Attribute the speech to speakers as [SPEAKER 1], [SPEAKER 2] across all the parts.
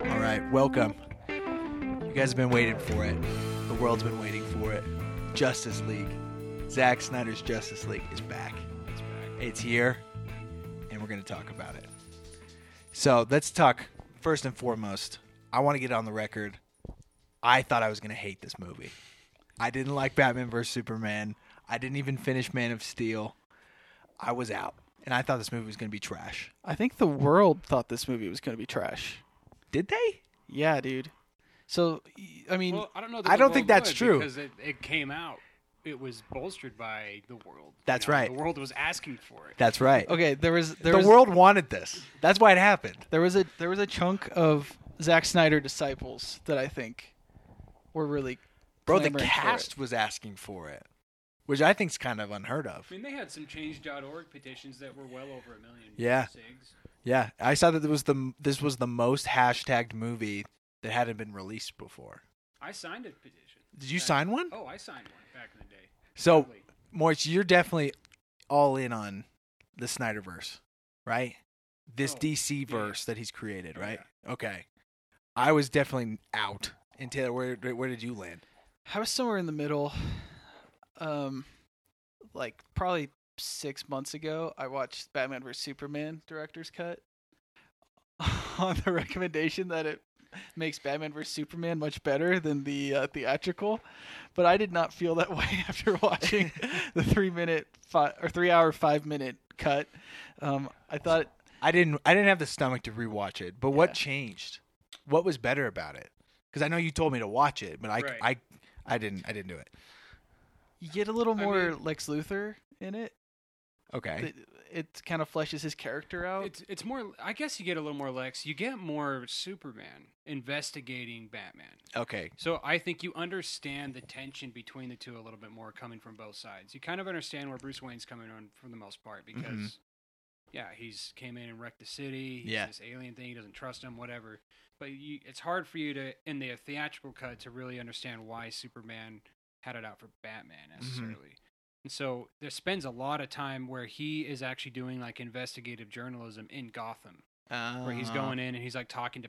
[SPEAKER 1] right, welcome. You guys have been waiting for it. The world's been waiting for it. Justice League. Zack Snyder's Justice League is back. It's here, and we're going to talk about it. So let's talk first and foremost. I want to get on the record. I thought I was going to hate this movie. I didn't like Batman vs Superman. I didn't even finish Man of Steel. I was out, and I thought this movie was going to be trash.
[SPEAKER 2] I think the world thought this movie was going to be trash.
[SPEAKER 1] Did they?
[SPEAKER 2] Yeah, dude. So, y- I mean,
[SPEAKER 3] Well, I don't know.
[SPEAKER 1] I
[SPEAKER 3] the
[SPEAKER 1] don't
[SPEAKER 3] world
[SPEAKER 1] think that's
[SPEAKER 3] would,
[SPEAKER 1] true.
[SPEAKER 3] because it, it came out. It was bolstered by the world. you
[SPEAKER 1] That's
[SPEAKER 3] know,
[SPEAKER 1] right.
[SPEAKER 3] The world was asking for it.
[SPEAKER 1] That's right.
[SPEAKER 2] okay, there was there
[SPEAKER 1] the
[SPEAKER 2] was,
[SPEAKER 1] world wanted this. That's why it happened.
[SPEAKER 2] there was a there was a chunk of Zack Snyder disciples that I think were really
[SPEAKER 1] Bro, the
[SPEAKER 2] clamoring for it.
[SPEAKER 1] cast was asking for it, which I think's kind of unheard of.
[SPEAKER 3] I mean, they had some Change.org petitions that were well over a million.
[SPEAKER 1] Yeah.
[SPEAKER 3] sigs.
[SPEAKER 1] Yeah, I saw that this was the this was the most hashtagged movie that hadn't been released before.
[SPEAKER 3] I signed a petition.
[SPEAKER 1] Did you
[SPEAKER 3] back-
[SPEAKER 1] sign one?
[SPEAKER 3] Oh, I signed one back in the day.
[SPEAKER 1] So,
[SPEAKER 3] Totally.
[SPEAKER 1] Moritz, you're definitely all in on the Snyderverse, right? This
[SPEAKER 3] Oh,
[SPEAKER 1] DC
[SPEAKER 3] yeah, yeah.
[SPEAKER 1] verse that he's created,
[SPEAKER 3] Oh,
[SPEAKER 1] right? Okay. I was definitely out. And Taylor, where where did you land?
[SPEAKER 2] I was somewhere in the middle. Um, like probably six months ago, I watched Batman vs Superman director's cut on the recommendation that it makes Batman vs Superman much better than the uh, theatrical. But I did not feel that way after watching the three minute five, or three hour five minute cut. Um, I thought
[SPEAKER 1] I didn't I didn't have the stomach to rewatch it. But
[SPEAKER 2] Yeah.
[SPEAKER 1] what changed? What was better about it? Because I know you told me to watch it, but I
[SPEAKER 3] Right.
[SPEAKER 1] I I didn't I didn't do it.
[SPEAKER 2] you get a little
[SPEAKER 3] I
[SPEAKER 2] more
[SPEAKER 3] mean-
[SPEAKER 2] Lex Luthor in it.
[SPEAKER 1] Okay.
[SPEAKER 2] It, it kind of fleshes his character out.
[SPEAKER 3] It's it's more. I guess you get a little more Lex. You get more Superman investigating Batman.
[SPEAKER 1] okay.
[SPEAKER 3] So I think you understand the tension between the two a little bit more coming from both sides. You kind of understand where Bruce Wayne's coming on for the most part because
[SPEAKER 1] Mhm.
[SPEAKER 3] yeah, he's came in and wrecked the city. He's
[SPEAKER 1] Yeah.
[SPEAKER 3] this alien thing, he doesn't trust him, whatever. But you, it's hard for you to in the theatrical cut to really understand why Superman had it out for Batman necessarily. And so there spends a lot of time where he is actually doing like investigative journalism in Gotham where he's going in and he's like talking to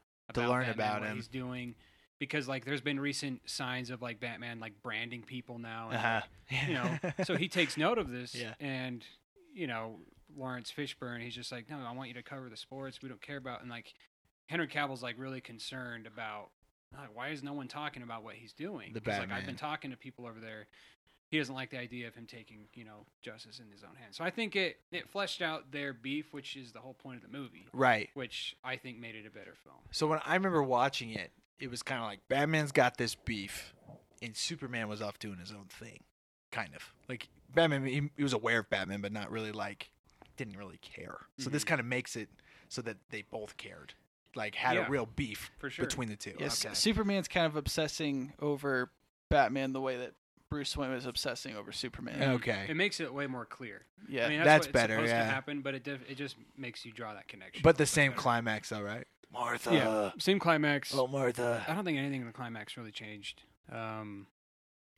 [SPEAKER 1] Uh-huh. To
[SPEAKER 3] about
[SPEAKER 1] learn
[SPEAKER 3] Batman,
[SPEAKER 1] about
[SPEAKER 3] what
[SPEAKER 1] him.
[SPEAKER 3] he's doing because like there's been recent signs of like Batman like branding people now and,
[SPEAKER 1] Uh-huh.
[SPEAKER 3] like, you know so he takes note of this
[SPEAKER 1] Yeah.
[SPEAKER 3] and you know Lawrence Fishburne he's just like no I want you to cover the sports we don't care about and like Henry Cavill's like really concerned about like, why is no one talking about what he's doing
[SPEAKER 1] The
[SPEAKER 3] He's like I've
[SPEAKER 1] Batman.
[SPEAKER 3] been talking to people over there he doesn't like the idea of him taking you know justice in his own hands so I think it it fleshed out their beef which is the whole point of the movie
[SPEAKER 1] Right.
[SPEAKER 3] which I think made it a better film.
[SPEAKER 1] So when I remember watching it, it was kind of like Batman's got this beef, and Superman was off doing his own thing, kind of like Batman. He, he was aware of Batman, but not really like didn't really care. So this
[SPEAKER 3] Mhm.
[SPEAKER 1] kind of makes it so that they both cared, like had
[SPEAKER 3] Yeah.
[SPEAKER 1] a real beef
[SPEAKER 3] For sure.
[SPEAKER 1] between the two.
[SPEAKER 2] Yes,
[SPEAKER 1] Okay.
[SPEAKER 2] Superman's kind of obsessing over Batman the way that Bruce Wayne was obsessing over Superman.
[SPEAKER 1] Okay.
[SPEAKER 3] It makes it way more clear.
[SPEAKER 2] Yeah,
[SPEAKER 3] I mean, that's,
[SPEAKER 1] That's
[SPEAKER 3] what it's
[SPEAKER 1] better,
[SPEAKER 3] supposed
[SPEAKER 1] yeah.
[SPEAKER 3] to happen, but it def- it just makes you draw that connection.
[SPEAKER 1] But
[SPEAKER 3] a
[SPEAKER 1] the
[SPEAKER 3] little bit
[SPEAKER 1] same
[SPEAKER 3] better.
[SPEAKER 1] climax, though, right? Martha.
[SPEAKER 3] Yeah, same climax.
[SPEAKER 1] Oh, Martha.
[SPEAKER 3] I don't think anything in the climax really changed. Um,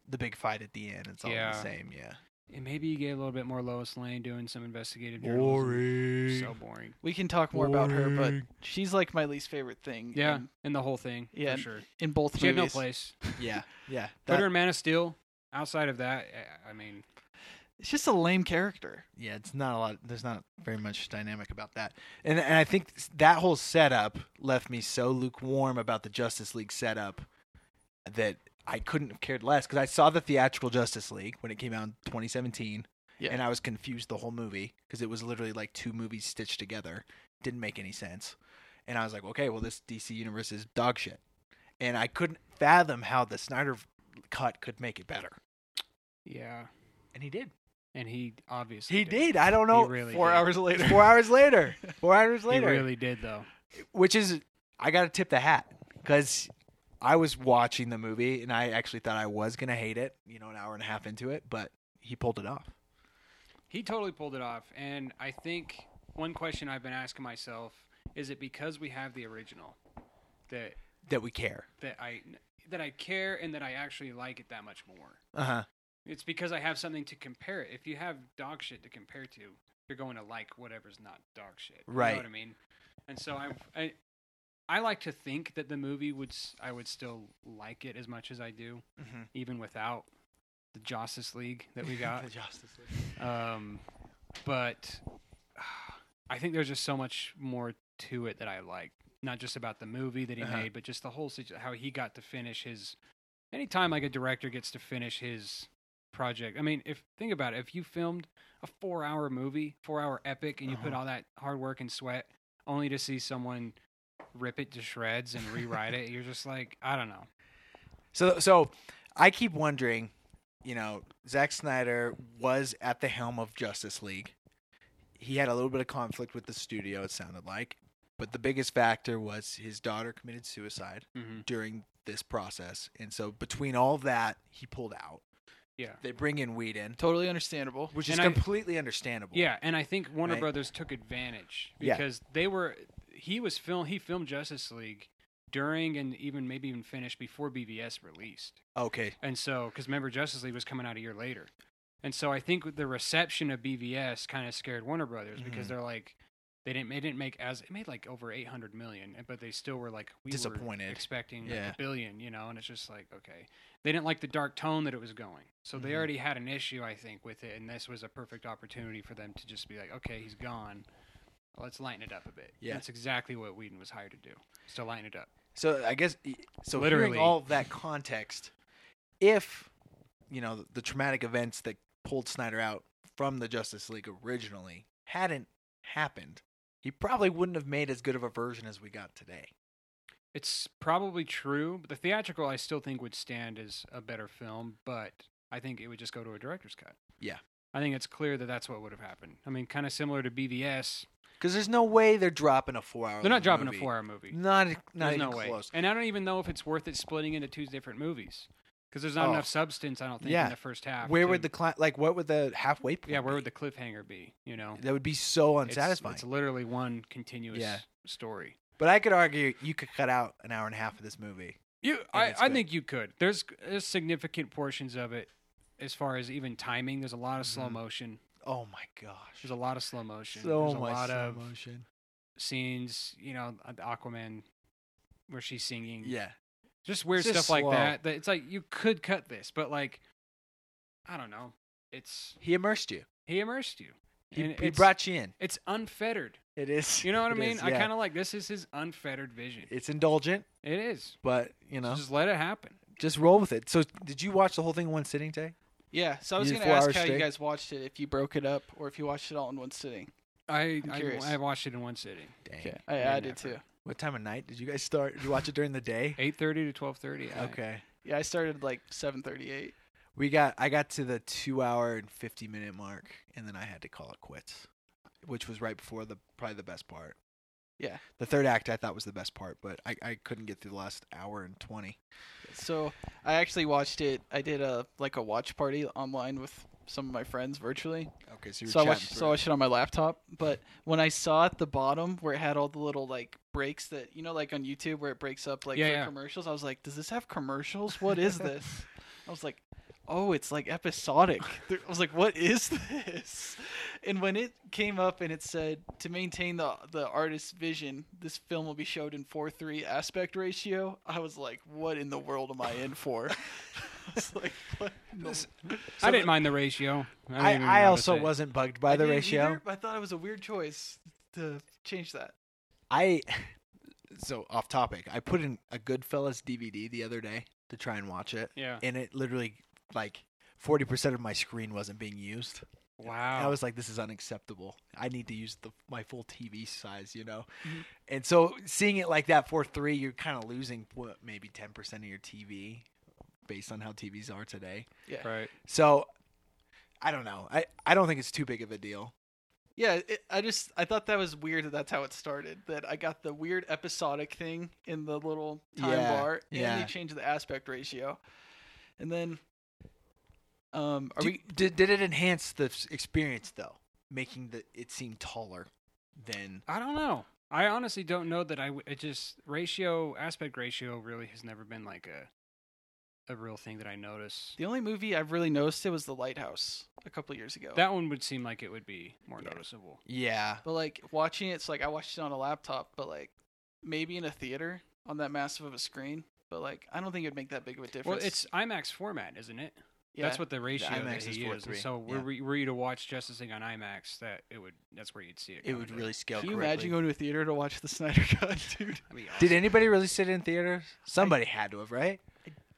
[SPEAKER 1] The big fight at the end. It's all
[SPEAKER 3] Yeah.
[SPEAKER 1] the same. Yeah.
[SPEAKER 3] and maybe you gave a little bit more Lois Lane doing some investigative journalism.
[SPEAKER 1] Boring.
[SPEAKER 3] So boring.
[SPEAKER 2] we can talk more about her, but
[SPEAKER 1] Boring.
[SPEAKER 2] she's like my least favorite thing.
[SPEAKER 3] Yeah,
[SPEAKER 2] in,
[SPEAKER 3] and the whole thing.
[SPEAKER 2] Yeah,
[SPEAKER 3] for sure.
[SPEAKER 2] in both
[SPEAKER 3] She had no
[SPEAKER 2] movies.
[SPEAKER 3] place.
[SPEAKER 1] yeah. Yeah.
[SPEAKER 3] Put her
[SPEAKER 1] That-
[SPEAKER 3] in Man of Steel. Outside of that, I- I mean,
[SPEAKER 2] It's just a lame character.
[SPEAKER 1] yeah, it's not a lot. There's not very much dynamic about that, and and I think that whole setup left me so lukewarm about the Justice League setup that I couldn't have cared less because I saw the theatrical Justice League when it came out in 2017,
[SPEAKER 2] Yeah.
[SPEAKER 1] and I was confused the whole movie because it was literally like two movies stitched together, didn't make any sense, and I was like, okay, well this DC universe is dog shit, and I couldn't fathom how the Snyder cut could make it better,
[SPEAKER 3] yeah.
[SPEAKER 1] and he did.
[SPEAKER 3] And he obviously
[SPEAKER 1] He did. I don't know.
[SPEAKER 3] He really
[SPEAKER 1] four
[SPEAKER 3] did.
[SPEAKER 1] hours later. Four hours later. Four hours
[SPEAKER 3] He
[SPEAKER 1] later.
[SPEAKER 3] really did though.
[SPEAKER 1] Which is, I got to tip the hat because I was watching the movie and I actually thought I was gonna hate it. You know, an hour and a half into it, but he pulled it off.
[SPEAKER 3] He totally pulled it off. And I think one question I've been asking myself is it because we have the original that
[SPEAKER 1] That we care.
[SPEAKER 3] that I that I care and that I actually like it that much more.
[SPEAKER 1] Uh huh.
[SPEAKER 3] It's because I have something to compare it. If you have dog shit to compare to, you're going to like whatever's not dog shit. You know
[SPEAKER 1] Right.
[SPEAKER 3] what I mean? And so I've, I I like to think that the movie would s- I would still like it as much as I do,
[SPEAKER 1] Mm-hmm.
[SPEAKER 3] even without the Justice League that we got.
[SPEAKER 1] Justice League.
[SPEAKER 3] um, but I think there's just so much more to it that I like. Not just about the movie that he
[SPEAKER 1] Uh-huh.
[SPEAKER 3] made, but just the whole situ- how he got to finish his. Anytime like a director gets to finish his project, I mean, if think about it, if you filmed a four-hour movie, four-hour epic, and you put
[SPEAKER 1] Uh-huh.
[SPEAKER 3] all that hard work and sweat, only to see someone rip it to shreds and rewrite it, you're just like, I don't know.
[SPEAKER 1] So, so I keep wondering, you know, Zack Snyder was at the helm of Justice League. He had a little bit of conflict with the studio, it sounded like, but the biggest factor was his daughter committed suicide
[SPEAKER 3] Mm-hmm.
[SPEAKER 1] during this process, and so between all that, he pulled out.
[SPEAKER 3] Yeah.
[SPEAKER 1] They bring in Whedon,
[SPEAKER 2] Totally understandable.
[SPEAKER 1] which is
[SPEAKER 3] And I-
[SPEAKER 1] completely understandable.
[SPEAKER 3] Yeah, and I think Warner
[SPEAKER 1] Right?
[SPEAKER 3] Brothers took advantage
[SPEAKER 1] Yeah.
[SPEAKER 3] because they were he was film he filmed Justice League during and even maybe even finished before BVS released.
[SPEAKER 1] Okay.
[SPEAKER 3] And so cuz remember Justice League was coming out a year later. And so I think the reception of BVS kind of scared Warner Brothers because
[SPEAKER 1] Mhm.
[SPEAKER 3] they're like they didn't they didn't make as it made like over 800 million, but they still were like we were
[SPEAKER 1] Disappointed.
[SPEAKER 3] expecting like,
[SPEAKER 1] Yeah.
[SPEAKER 3] a billion, you know, and it's just like okay. They didn't like the dark tone that it was going. So they
[SPEAKER 1] Mhm.
[SPEAKER 3] already had an issue I think with it and this was a perfect opportunity for them to just be like okay, he's gone. Let's lighten it up a bit.
[SPEAKER 1] Yeah.
[SPEAKER 3] That's exactly what Whedon was hired to do. is to lighten it up.
[SPEAKER 1] So I guess so.
[SPEAKER 3] Literally.
[SPEAKER 1] Hearing all that context, if you know the traumatic events that pulled Snyder out from the Justice League originally hadn't happened, he probably wouldn't have made as good of a version as we got today.
[SPEAKER 3] It's probably true, but the theatrical I still think would stand as a better film, but I think it would just go to a director's cut.
[SPEAKER 1] Yeah.
[SPEAKER 3] I think it's clear that that's what would have happened. I mean, kind of similar to BVS.
[SPEAKER 1] Because there's no way they're dropping a four-hour.
[SPEAKER 3] They're not dropping
[SPEAKER 1] movie.
[SPEAKER 3] a four-hour movie.
[SPEAKER 1] Not not
[SPEAKER 3] There's
[SPEAKER 1] even
[SPEAKER 3] no way.
[SPEAKER 1] close.
[SPEAKER 3] And I don't even know if it's worth it splitting into two different movies because there's not
[SPEAKER 1] Oh.
[SPEAKER 3] enough substance. I don't think
[SPEAKER 1] Yeah.
[SPEAKER 3] in the first half.
[SPEAKER 1] Where
[SPEAKER 3] to-
[SPEAKER 1] would the cli- like? What would the halfway point?
[SPEAKER 3] yeah? Where
[SPEAKER 1] be?
[SPEAKER 3] would the cliffhanger be? You know,
[SPEAKER 1] that would be so
[SPEAKER 3] It's-
[SPEAKER 1] unsatisfying.
[SPEAKER 3] It's, literally one continuous
[SPEAKER 1] Yeah.
[SPEAKER 3] story.
[SPEAKER 1] but I could argue you could cut out an hour and a half of this movie. I
[SPEAKER 3] You, I,
[SPEAKER 1] think it's
[SPEAKER 3] I
[SPEAKER 1] good.
[SPEAKER 3] think you could. There's there's significant portions of it, as far as even timing. There's a lot of slow
[SPEAKER 1] Mhm.
[SPEAKER 3] motion.
[SPEAKER 1] Oh my gosh!
[SPEAKER 3] There's a lot of slow motion.
[SPEAKER 1] so
[SPEAKER 3] there's a
[SPEAKER 1] much
[SPEAKER 3] lot
[SPEAKER 1] slow
[SPEAKER 3] of
[SPEAKER 1] motion.
[SPEAKER 3] scenes. You know, uh, the Aquaman, where she's singing.
[SPEAKER 1] Yeah.
[SPEAKER 3] just weird
[SPEAKER 1] It's just
[SPEAKER 3] stuff like
[SPEAKER 1] slow.
[SPEAKER 3] that. That it's like you could cut this, but like, I don't know. It's
[SPEAKER 1] He immersed you.
[SPEAKER 3] he immersed you.
[SPEAKER 1] He,
[SPEAKER 3] And
[SPEAKER 1] he
[SPEAKER 3] it's-
[SPEAKER 1] brought you in.
[SPEAKER 3] It's unfettered.
[SPEAKER 1] It is.
[SPEAKER 3] You know what I
[SPEAKER 1] it
[SPEAKER 3] mean?
[SPEAKER 1] is,
[SPEAKER 3] I
[SPEAKER 1] yeah.
[SPEAKER 3] kind of like this is his unfettered vision.
[SPEAKER 1] It's indulgent,
[SPEAKER 3] It is.
[SPEAKER 1] but you know,
[SPEAKER 3] So
[SPEAKER 1] just,
[SPEAKER 3] just let it happen.
[SPEAKER 1] roll with it. So, did you watch the whole thing in one sitting, Tay?
[SPEAKER 2] Yeah, so I was
[SPEAKER 1] You did
[SPEAKER 2] gonna
[SPEAKER 1] four
[SPEAKER 2] ask
[SPEAKER 1] hours
[SPEAKER 2] how you
[SPEAKER 1] straight?
[SPEAKER 2] guys watched it, if you broke it up or if you watched it all in one sitting.
[SPEAKER 3] I
[SPEAKER 2] I'm
[SPEAKER 3] I,
[SPEAKER 2] curious.
[SPEAKER 3] I watched it in one sitting.
[SPEAKER 1] Dang.
[SPEAKER 2] Okay, I,
[SPEAKER 3] Yeah,
[SPEAKER 2] I did
[SPEAKER 3] never.
[SPEAKER 2] too.
[SPEAKER 1] What time of night did you guys start? Did you watch it during the day?
[SPEAKER 3] Eight thirty to twelve thirty.
[SPEAKER 1] Okay.
[SPEAKER 2] Yeah, I started like 7:38.
[SPEAKER 1] We got. I got to the two hour and fifty minute mark, and then I had to call it quits, which was right before the probably the best part.
[SPEAKER 2] Yeah.
[SPEAKER 1] The third act I thought was the best part, but I, I couldn't get through the last hour and twenty.
[SPEAKER 2] So I actually watched it. I did a like a watch party online with some of my friends virtually.
[SPEAKER 1] Okay, so you were
[SPEAKER 2] So I
[SPEAKER 1] chatting
[SPEAKER 2] watched so I
[SPEAKER 1] through.
[SPEAKER 2] watched it on my laptop. But when I saw at the bottom where it had all the little like breaks that you know like on YouTube where it breaks up like
[SPEAKER 3] Yeah,
[SPEAKER 2] for
[SPEAKER 3] yeah.
[SPEAKER 2] commercials, I was like, does this have commercials? What is this? I was like, oh, it's like episodic. There- I was like, what is this? And when it came up and it said to maintain the the artist's vision, this film will be showed in four three aspect ratio. I was like, what in the world am I in for? I was like, what? in the
[SPEAKER 1] This-
[SPEAKER 3] I didn't mind the ratio.
[SPEAKER 1] I,
[SPEAKER 3] didn't even
[SPEAKER 1] I
[SPEAKER 3] notice
[SPEAKER 1] also
[SPEAKER 3] it.
[SPEAKER 1] wasn't bugged by
[SPEAKER 2] I
[SPEAKER 1] the
[SPEAKER 2] didn't
[SPEAKER 1] ratio.
[SPEAKER 2] either, but I thought it was a weird choice to change that.
[SPEAKER 1] I so off topic. I put in a Goodfellas DVD the other day to try and watch it,
[SPEAKER 3] Yeah.
[SPEAKER 1] and it literally like forty percent of my screen wasn't being used.
[SPEAKER 3] Wow.
[SPEAKER 1] And I was like, "This is unacceptable. I need to use the my full TV size," you know.
[SPEAKER 2] Mm-hmm.
[SPEAKER 1] And so seeing it like that for three, you're kind of losing what maybe ten percent of your TV, based on how TVs are today.
[SPEAKER 3] right.
[SPEAKER 1] So I don't know. I I don't think it's too big of a deal.
[SPEAKER 2] Yeah, it, I just I thought that was weird that that's how it started. That I got the weird episodic thing in the little time
[SPEAKER 1] Yeah,
[SPEAKER 2] bar, and
[SPEAKER 1] yeah.
[SPEAKER 2] they changed the aspect ratio, and then um, are
[SPEAKER 1] Do-
[SPEAKER 2] we?
[SPEAKER 1] did, did it enhance the s- experience though, making the it seem taller than
[SPEAKER 3] I don't know. I honestly don't know that I. W- it just ratio aspect ratio really has never been like a a real thing that I notice.
[SPEAKER 2] The only movie I've really noticed it was The Lighthouse a couple years ago.
[SPEAKER 3] That one would seem like it would be more
[SPEAKER 1] Yeah.
[SPEAKER 3] noticeable.
[SPEAKER 1] yeah
[SPEAKER 2] but like watching it, it's like I watched it on a laptop, but like maybe in a theater on that massive of a screen, but like I don't think it would make that big of a difference.
[SPEAKER 3] Well, it's IMAX format, isn't it?
[SPEAKER 2] yeah.
[SPEAKER 3] That's what the ratio
[SPEAKER 1] IMAX
[SPEAKER 3] that
[SPEAKER 1] is
[SPEAKER 3] he used.
[SPEAKER 1] 4:3,
[SPEAKER 3] And So were,
[SPEAKER 1] yeah.
[SPEAKER 3] we- were you to watch Justice League on IMAX, that it would that's where you'd see it.
[SPEAKER 1] It would
[SPEAKER 3] coming.
[SPEAKER 1] really scale.
[SPEAKER 2] Can you
[SPEAKER 1] correctly.
[SPEAKER 2] imagine going to a theater to watch the Snyder Cut, dude?
[SPEAKER 3] That'd be
[SPEAKER 1] Did
[SPEAKER 3] awesome.
[SPEAKER 1] anybody really sit in theaters? Somebody had to have, right?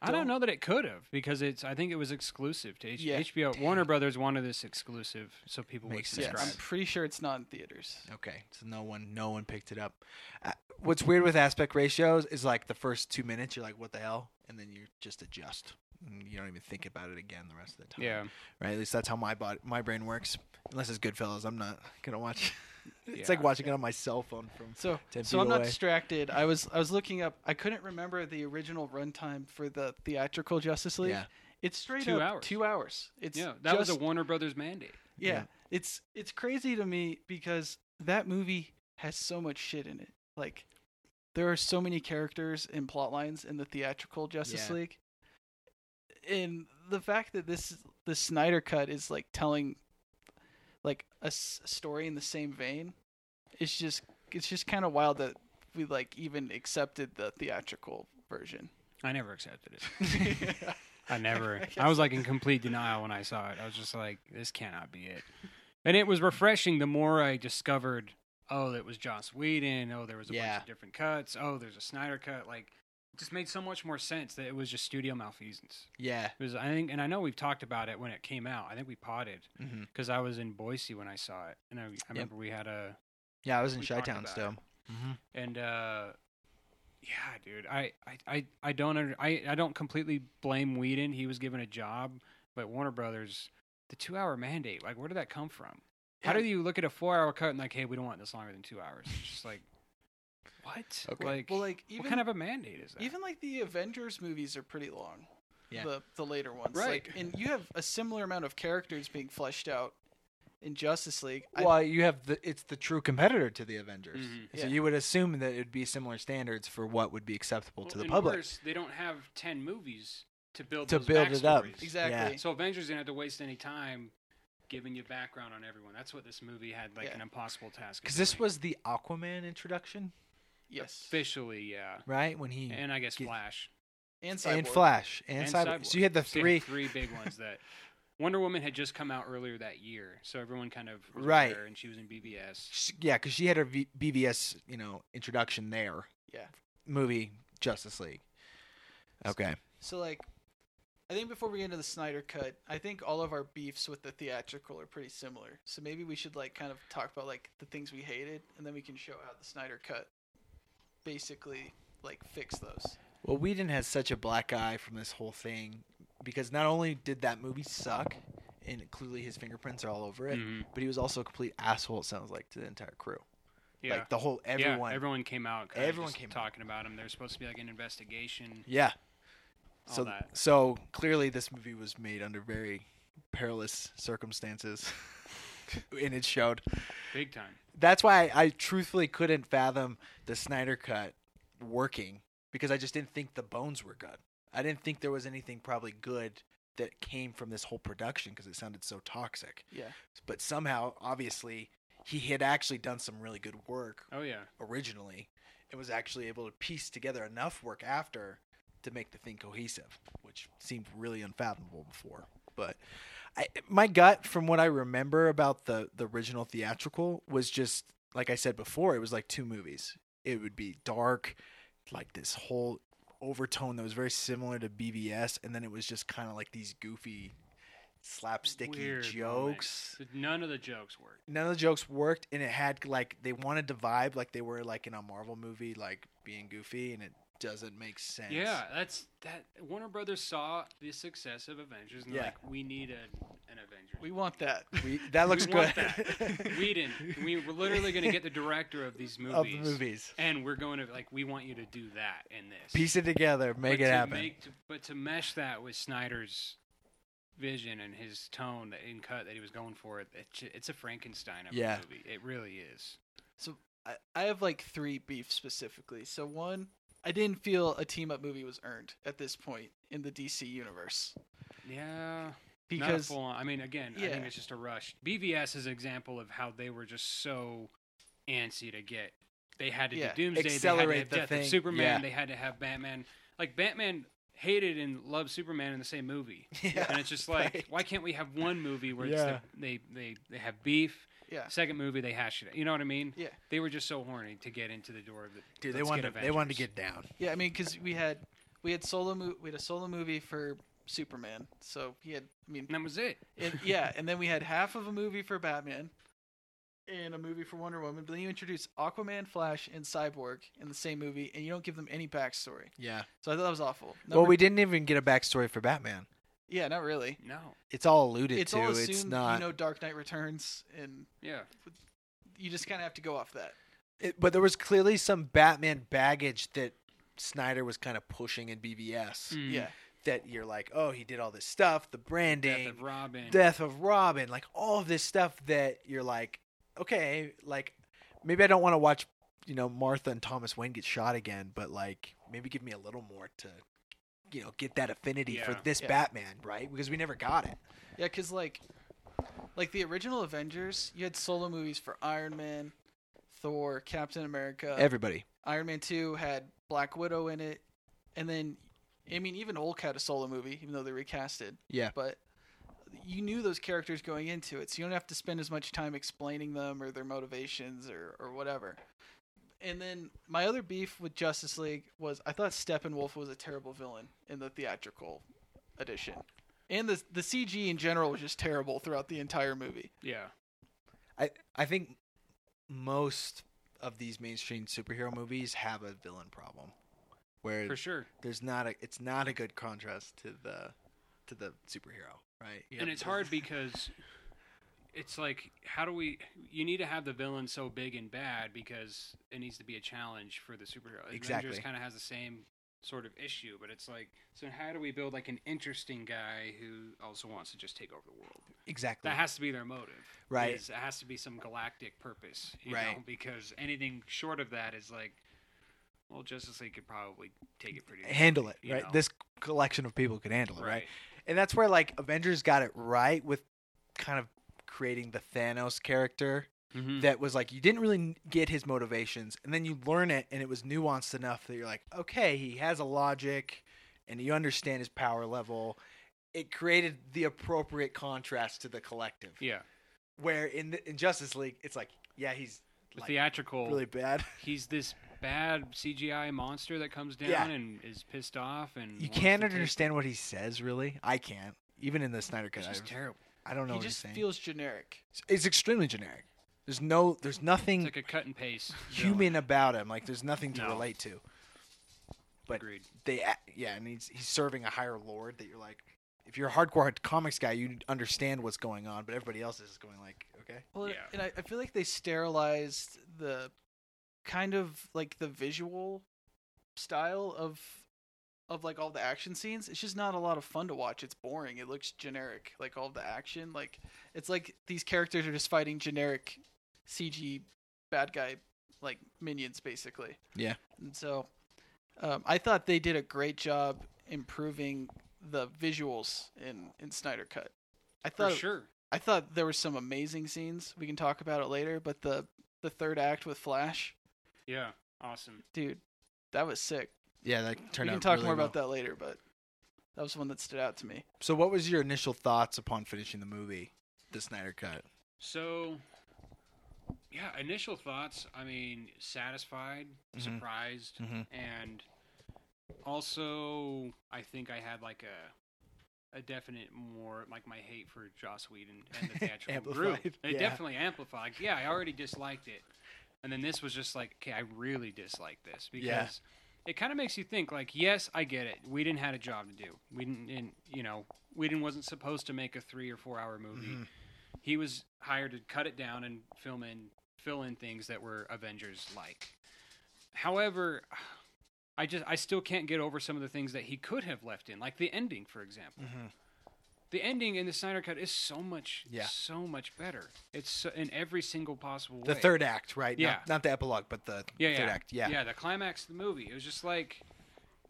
[SPEAKER 3] I don't
[SPEAKER 2] don't-
[SPEAKER 3] know that it could have because it's. I think it was exclusive to H-
[SPEAKER 2] Yeah.
[SPEAKER 3] HBO. Warner Brothers wanted this exclusive, so people
[SPEAKER 1] Makes
[SPEAKER 3] would
[SPEAKER 1] sense.
[SPEAKER 2] Yeah,
[SPEAKER 3] subscribe.
[SPEAKER 2] I'm pretty sure it's not in theaters.
[SPEAKER 1] Okay, so no one, no one picked it up. Uh, what's weird with aspect ratios is like the first two minutes, you're like, "What the hell," and then you just adjust. And you don't even think about it again the rest of the time.
[SPEAKER 3] Yeah,
[SPEAKER 1] Right. At least that's how my body, my brain works. Unless it's Goodfellas, I'm not gonna watch. it's
[SPEAKER 3] Yeah.
[SPEAKER 1] like watching it on my cell phone from.
[SPEAKER 2] So,
[SPEAKER 1] 10
[SPEAKER 2] so
[SPEAKER 1] feet
[SPEAKER 2] I'm not
[SPEAKER 1] away.
[SPEAKER 2] distracted. I was I was looking up. I couldn't remember the original runtime for the theatrical Justice League.
[SPEAKER 1] Yeah.
[SPEAKER 2] It's straight
[SPEAKER 3] Two
[SPEAKER 2] up
[SPEAKER 3] hours.
[SPEAKER 2] two hours. It's
[SPEAKER 3] yeah, that was
[SPEAKER 2] just-
[SPEAKER 3] a Warner Brothers mandate.
[SPEAKER 2] yeah,
[SPEAKER 1] yeah.
[SPEAKER 2] It's it's crazy to me because that movie has so much shit in it. Like there are so many characters and plot lines in the theatrical Justice
[SPEAKER 1] Yeah.
[SPEAKER 2] League. And the fact that this the Snyder cut is like telling like a s- story in the same vein, it's just it's just kind of wild that we like even accepted the theatrical version.
[SPEAKER 3] I never accepted it. I never. I, was like in complete denial when I saw it. I was just like, this cannot be it. And it was refreshing the more I discovered. Oh, it was Joss Whedon. Oh, there was a
[SPEAKER 1] Yeah.
[SPEAKER 3] bunch of different cuts. Oh, there's a Snyder cut. Like, it just made so much more sense that it was just studio malfeasance.
[SPEAKER 1] Yeah.
[SPEAKER 3] It was, I think, and I know we've talked about it when it came out. I think we potted
[SPEAKER 1] hmm
[SPEAKER 3] because I was in Boise when I saw it, and I, I remember we had a
[SPEAKER 1] Yeah. I was in
[SPEAKER 3] We
[SPEAKER 1] Chi
[SPEAKER 3] talked
[SPEAKER 1] Town
[SPEAKER 3] about
[SPEAKER 1] still. Mm-hmm.
[SPEAKER 3] and uh, yeah, dude, I I I, I don't under, I I don't completely blame Whedon. He was given a job, but Warner Brothers, the two hour mandate, like where did that come from? How do you look at a four hour cut and like, hey, we don't want this longer than two hours? It's just like, what?
[SPEAKER 1] Okay.
[SPEAKER 3] Like,
[SPEAKER 2] well, like even
[SPEAKER 3] what kind of a mandate is that?
[SPEAKER 2] even like the Avengers movies are pretty long.
[SPEAKER 1] Yeah.
[SPEAKER 2] The the later ones.
[SPEAKER 3] Right.
[SPEAKER 2] Like, and you have a similar amount of characters being fleshed out in Justice League. I-
[SPEAKER 1] Well, you have the it's the true competitor to the Avengers,
[SPEAKER 3] Mhm.
[SPEAKER 1] so
[SPEAKER 2] Yeah.
[SPEAKER 1] you would assume that it'd be similar standards for what would be acceptable
[SPEAKER 3] Well,
[SPEAKER 1] to the
[SPEAKER 3] and
[SPEAKER 1] public.
[SPEAKER 3] worse, they don't have ten movies to build
[SPEAKER 1] To
[SPEAKER 3] those
[SPEAKER 1] build it up.
[SPEAKER 3] backstories.
[SPEAKER 2] exactly.
[SPEAKER 3] So Avengers didn't have to waste any time giving you background on everyone. That's what this movie had like
[SPEAKER 2] Yeah.
[SPEAKER 3] an impossible task. of
[SPEAKER 1] Because this
[SPEAKER 3] doing.
[SPEAKER 1] was the Aquaman introduction,
[SPEAKER 2] Yes.
[SPEAKER 3] officially, yeah,
[SPEAKER 1] right? When he
[SPEAKER 3] and I guess
[SPEAKER 1] Get-
[SPEAKER 3] Flash
[SPEAKER 2] And Cyborg.
[SPEAKER 1] and Flash and,
[SPEAKER 3] And
[SPEAKER 1] Cyborg.
[SPEAKER 3] Cyborg.
[SPEAKER 1] So you had the
[SPEAKER 3] So you
[SPEAKER 1] three.
[SPEAKER 3] had three big ones that Wonder Woman had just come out earlier that year, so everyone kind of was
[SPEAKER 1] Right.
[SPEAKER 3] aware, and she was in BBS.
[SPEAKER 1] sh- Yeah, because she had her v- BVS, you know, introduction there.
[SPEAKER 2] Yeah.
[SPEAKER 1] Movie Justice League. Okay.
[SPEAKER 2] So like, I think before we get into the Snyder cut, I think all of our beefs with the theatrical are pretty similar. So maybe we should like kind of talk about like the things we hated, and then we can show how the Snyder cut basically like fix those.
[SPEAKER 1] Well, Whedon has such a black eye from this whole thing because not only did that movie suck, and clearly his fingerprints are all over it,
[SPEAKER 3] Mhm.
[SPEAKER 1] but he was also a complete asshole. It sounds like to the entire crew,
[SPEAKER 3] Yeah.
[SPEAKER 1] like the whole
[SPEAKER 3] Yeah,
[SPEAKER 1] everyone.
[SPEAKER 3] everyone came out. kinda
[SPEAKER 1] Everyone
[SPEAKER 3] just
[SPEAKER 1] came out.
[SPEAKER 3] talking about him. There's supposed to be like an investigation.
[SPEAKER 1] Yeah.
[SPEAKER 3] All
[SPEAKER 1] So
[SPEAKER 3] that.
[SPEAKER 1] so clearly this movie was made under very perilous circumstances, and it showed.
[SPEAKER 3] Big time.
[SPEAKER 1] That's why I, I truthfully couldn't fathom the Snyder cut working because I just didn't think the bones were good. I didn't think there was anything probably good that came from this whole production because it sounded so toxic.
[SPEAKER 2] Yeah.
[SPEAKER 1] But somehow, obviously, he had actually done some really good work
[SPEAKER 3] Oh yeah.
[SPEAKER 1] originally and was actually able to piece together enough work after to make the thing cohesive, which seemed really unfathomable before. But I, my gut, from what I remember about the, the original theatrical, was just like I said before, it was like two movies. It would be dark, like this whole overtone that was very similar to BBS, and then it was just kind of like these goofy, slapsticky
[SPEAKER 3] Weird
[SPEAKER 1] jokes
[SPEAKER 3] moments. None of the jokes worked.
[SPEAKER 1] none of the jokes worked and it had like they wanted to vibe like they were like in a marvel movie like being goofy and it doesn't make sense
[SPEAKER 3] Yeah, that's that. Warner Brothers saw the success of Avengers, and they're
[SPEAKER 1] Yeah.
[SPEAKER 3] like, we need a, an Avengers.
[SPEAKER 2] We want that.
[SPEAKER 1] we, that looks
[SPEAKER 3] We
[SPEAKER 1] good
[SPEAKER 3] want that. we didn't. We were literally going to get the director of these movies,
[SPEAKER 1] of the movies
[SPEAKER 3] and we're going to like, we want you to do that in this.
[SPEAKER 1] piece it together
[SPEAKER 3] But
[SPEAKER 1] make it
[SPEAKER 3] to
[SPEAKER 1] happen
[SPEAKER 3] make- to- but to mesh that with Snyder's vision and his tone that in cut that he was going for, it, it ju- it's a Frankenstein of
[SPEAKER 1] Yeah.
[SPEAKER 3] a movie. It really is.
[SPEAKER 2] I, I have like three beefs specifically. So one, I didn't feel a team up movie was earned at this point in the DC universe
[SPEAKER 3] Yeah. not a
[SPEAKER 2] because
[SPEAKER 3] full on. I mean, again, I
[SPEAKER 2] Yeah.
[SPEAKER 3] think it's just a rush. BVS is an example of how they were just so antsy to get they had to
[SPEAKER 2] Yeah.
[SPEAKER 3] do Doomsday, they
[SPEAKER 1] Accelerate
[SPEAKER 3] had
[SPEAKER 1] the
[SPEAKER 3] to have Death
[SPEAKER 1] thing.
[SPEAKER 3] of Superman,
[SPEAKER 1] Yeah.
[SPEAKER 3] they had to have Batman. Like Batman hated and loved Superman in the same movie,
[SPEAKER 1] Yeah.
[SPEAKER 3] and it's just like,
[SPEAKER 1] Right.
[SPEAKER 3] why can't we have one movie where it's
[SPEAKER 4] Yeah.
[SPEAKER 3] the, they they they have beef?
[SPEAKER 2] Yeah.
[SPEAKER 3] Second movie they hash it. out. You know what I mean?
[SPEAKER 2] Yeah.
[SPEAKER 3] They were just so horny to get into the door of the.
[SPEAKER 1] Dude, they
[SPEAKER 3] let's
[SPEAKER 1] wanted
[SPEAKER 3] get
[SPEAKER 1] to, they wanted to
[SPEAKER 3] Avengers.
[SPEAKER 1] get down.
[SPEAKER 2] Yeah, I mean, because we had we had solo mo- we had a solo movie for Superman, so he had I mean,
[SPEAKER 3] And that was it.
[SPEAKER 2] and- yeah, and then we had half of a movie for Batman, and a movie for Wonder Woman. But then you introduce Aquaman, Flash, and Cyborg in the same movie, and you don't give them any backstory.
[SPEAKER 1] Yeah.
[SPEAKER 2] So I thought that was awful.
[SPEAKER 1] well,
[SPEAKER 2] Number-
[SPEAKER 1] we didn't even get a backstory for Batman.
[SPEAKER 2] yeah, not really.
[SPEAKER 3] No.
[SPEAKER 1] It's all alluded
[SPEAKER 2] It's
[SPEAKER 1] to.
[SPEAKER 2] all assumed
[SPEAKER 1] it's not.
[SPEAKER 2] you know Dark Knight Returns, and
[SPEAKER 3] Yeah.
[SPEAKER 2] you just kind of have to go off that.
[SPEAKER 1] it, but there was clearly some Batman baggage that Snyder was kind of pushing in BVS.
[SPEAKER 3] Mm.
[SPEAKER 2] Yeah,
[SPEAKER 1] That you're like, oh, he did all this stuff, the branding,
[SPEAKER 3] Death of Robin.
[SPEAKER 1] Death of Robin, like all of this stuff that you're like, okay, like maybe I don't want to watch, you know, Martha and Thomas Wayne get shot again, but like maybe give me a little more to, you know, get that affinity for
[SPEAKER 3] Yeah.
[SPEAKER 1] this
[SPEAKER 2] Yeah.
[SPEAKER 1] Batman, right? Because we never got it.
[SPEAKER 2] yeah, because like, like the original Avengers, you had solo movies for Iron Man, Thor, Captain
[SPEAKER 3] Uh,
[SPEAKER 2] America,
[SPEAKER 1] Everybody.
[SPEAKER 2] Iron Man 2 had Black Widow in it. And then, I mean, even Hulk had a solo movie, even though they recast it.
[SPEAKER 1] Yeah.
[SPEAKER 2] But you knew those characters going into it, so you don't have to spend as much time explaining them or their motivations or, or whatever. And then my other beef with Justice League was I thought Steppenwolf was a terrible villain in the theatrical edition. And the the CG in general was just terrible throughout the entire movie.
[SPEAKER 3] Yeah.
[SPEAKER 1] I I think most of these mainstream superhero movies have a villain problem, where
[SPEAKER 3] For sure.
[SPEAKER 1] there's not a it's not a good contrast to the to the superhero, right? You
[SPEAKER 3] and
[SPEAKER 1] have
[SPEAKER 3] it's
[SPEAKER 1] the-
[SPEAKER 3] hard because it's like how do we you need to have the villain so big and bad because it needs to be a challenge for the superhero
[SPEAKER 1] Exactly.
[SPEAKER 3] avengers kind of has the same sort of issue but it's like so how do we build like an interesting guy who also wants to just take over the world
[SPEAKER 1] exactly
[SPEAKER 3] that has to be their motive
[SPEAKER 1] Right.
[SPEAKER 3] is- it has to be some galactic purpose you
[SPEAKER 1] Right.
[SPEAKER 3] know because anything short of that is like well justice league could probably take it pretty
[SPEAKER 1] handle it,
[SPEAKER 3] you
[SPEAKER 1] right?
[SPEAKER 3] know.
[SPEAKER 1] This collection of people could handle it, right?
[SPEAKER 3] right
[SPEAKER 1] And that's where like Avengers got it right with kind of creating the Thanos character
[SPEAKER 3] Mhm.
[SPEAKER 1] that was like you didn't really n- get his motivations and then you learn it and it was nuanced enough that you're like okay he has a logic and you understand his power level it created the appropriate contrast to the collective
[SPEAKER 3] yeah
[SPEAKER 1] where in, the, in justice league it's like yeah he's
[SPEAKER 3] the
[SPEAKER 1] like,
[SPEAKER 3] theatrical
[SPEAKER 1] really bad
[SPEAKER 3] he's this bad CGI monster that comes down
[SPEAKER 1] Yeah.
[SPEAKER 3] and is pissed off and
[SPEAKER 1] you
[SPEAKER 3] wants
[SPEAKER 1] can't
[SPEAKER 3] to take-
[SPEAKER 1] understand what he says really i can't even in the snyder
[SPEAKER 3] It's
[SPEAKER 1] cut
[SPEAKER 3] just
[SPEAKER 1] I,
[SPEAKER 3] terrible.
[SPEAKER 1] I don't know
[SPEAKER 2] he
[SPEAKER 1] what
[SPEAKER 2] just
[SPEAKER 1] he's saying
[SPEAKER 2] feels generic.
[SPEAKER 1] It's- it's extremely generic there's no there's nothing
[SPEAKER 3] It's like a cut and paste.
[SPEAKER 1] human about him like there's nothing to
[SPEAKER 3] No.
[SPEAKER 1] relate to
[SPEAKER 3] villain.
[SPEAKER 1] but-
[SPEAKER 3] Agreed.
[SPEAKER 1] they a- yeah and he's he's serving a higher lord that you're like if you're a hardcore comics guy you understand what's going on but everybody else is going like okay
[SPEAKER 2] Well,
[SPEAKER 3] Yeah.
[SPEAKER 2] and I, I feel like they sterilized the kind of like the visual style of of like all the action scenes. It's just not a lot of fun to watch. It's boring. It looks generic. Like all the action, like it's like these characters are just fighting generic CG bad guy like minions basically.
[SPEAKER 1] Yeah.
[SPEAKER 2] And so um, I thought they did a great job improving the visuals in in Snyder Cut. I
[SPEAKER 3] For
[SPEAKER 2] thought
[SPEAKER 3] sure.
[SPEAKER 2] I thought there were some amazing scenes. We can talk about it later, but the the third act with Flash,
[SPEAKER 3] Yeah. Awesome.
[SPEAKER 2] dude, that was sick.
[SPEAKER 1] yeah that turned
[SPEAKER 2] we can
[SPEAKER 1] out
[SPEAKER 2] talk
[SPEAKER 1] really
[SPEAKER 2] more
[SPEAKER 1] well.
[SPEAKER 2] about that later, but that was one that stood out to me.
[SPEAKER 1] so what was your initial thoughts upon finishing the movie the snyder cut
[SPEAKER 3] So, yeah, initial thoughts. I mean, satisfied,
[SPEAKER 1] Mhm.
[SPEAKER 3] surprised,
[SPEAKER 1] Mhm.
[SPEAKER 3] and also I think I had like a a definite more like my hate for Joss Whedon and the theatrical group.
[SPEAKER 1] Amplified,
[SPEAKER 3] It
[SPEAKER 1] yeah.
[SPEAKER 3] definitely amplified. Yeah, I already disliked it, and then this was just like, okay, I really dislike this because.
[SPEAKER 1] Yeah.
[SPEAKER 3] It kind of makes you think, like, yes, I get it. We didn't had a job to do. We didn't, didn't you know, Whedon wasn't supposed to make a three or four hour movie
[SPEAKER 1] Mm-hmm.
[SPEAKER 3] he was hired to cut it down and film in fill in things that were Avengers like. However, I just I still can't get over some of the things that he could have left in, like the ending, for
[SPEAKER 1] Mm.
[SPEAKER 3] example.
[SPEAKER 1] Mm-hmm.
[SPEAKER 3] The ending in the Snyder cut is so much,
[SPEAKER 1] Yeah.
[SPEAKER 3] so much better. It's so, in every single possible
[SPEAKER 1] the
[SPEAKER 3] way.
[SPEAKER 1] third act right
[SPEAKER 3] Yeah.
[SPEAKER 1] not, not the epilogue but the
[SPEAKER 3] yeah,
[SPEAKER 1] third
[SPEAKER 3] yeah.
[SPEAKER 1] act yeah
[SPEAKER 3] yeah, the climax of the movie. It was just like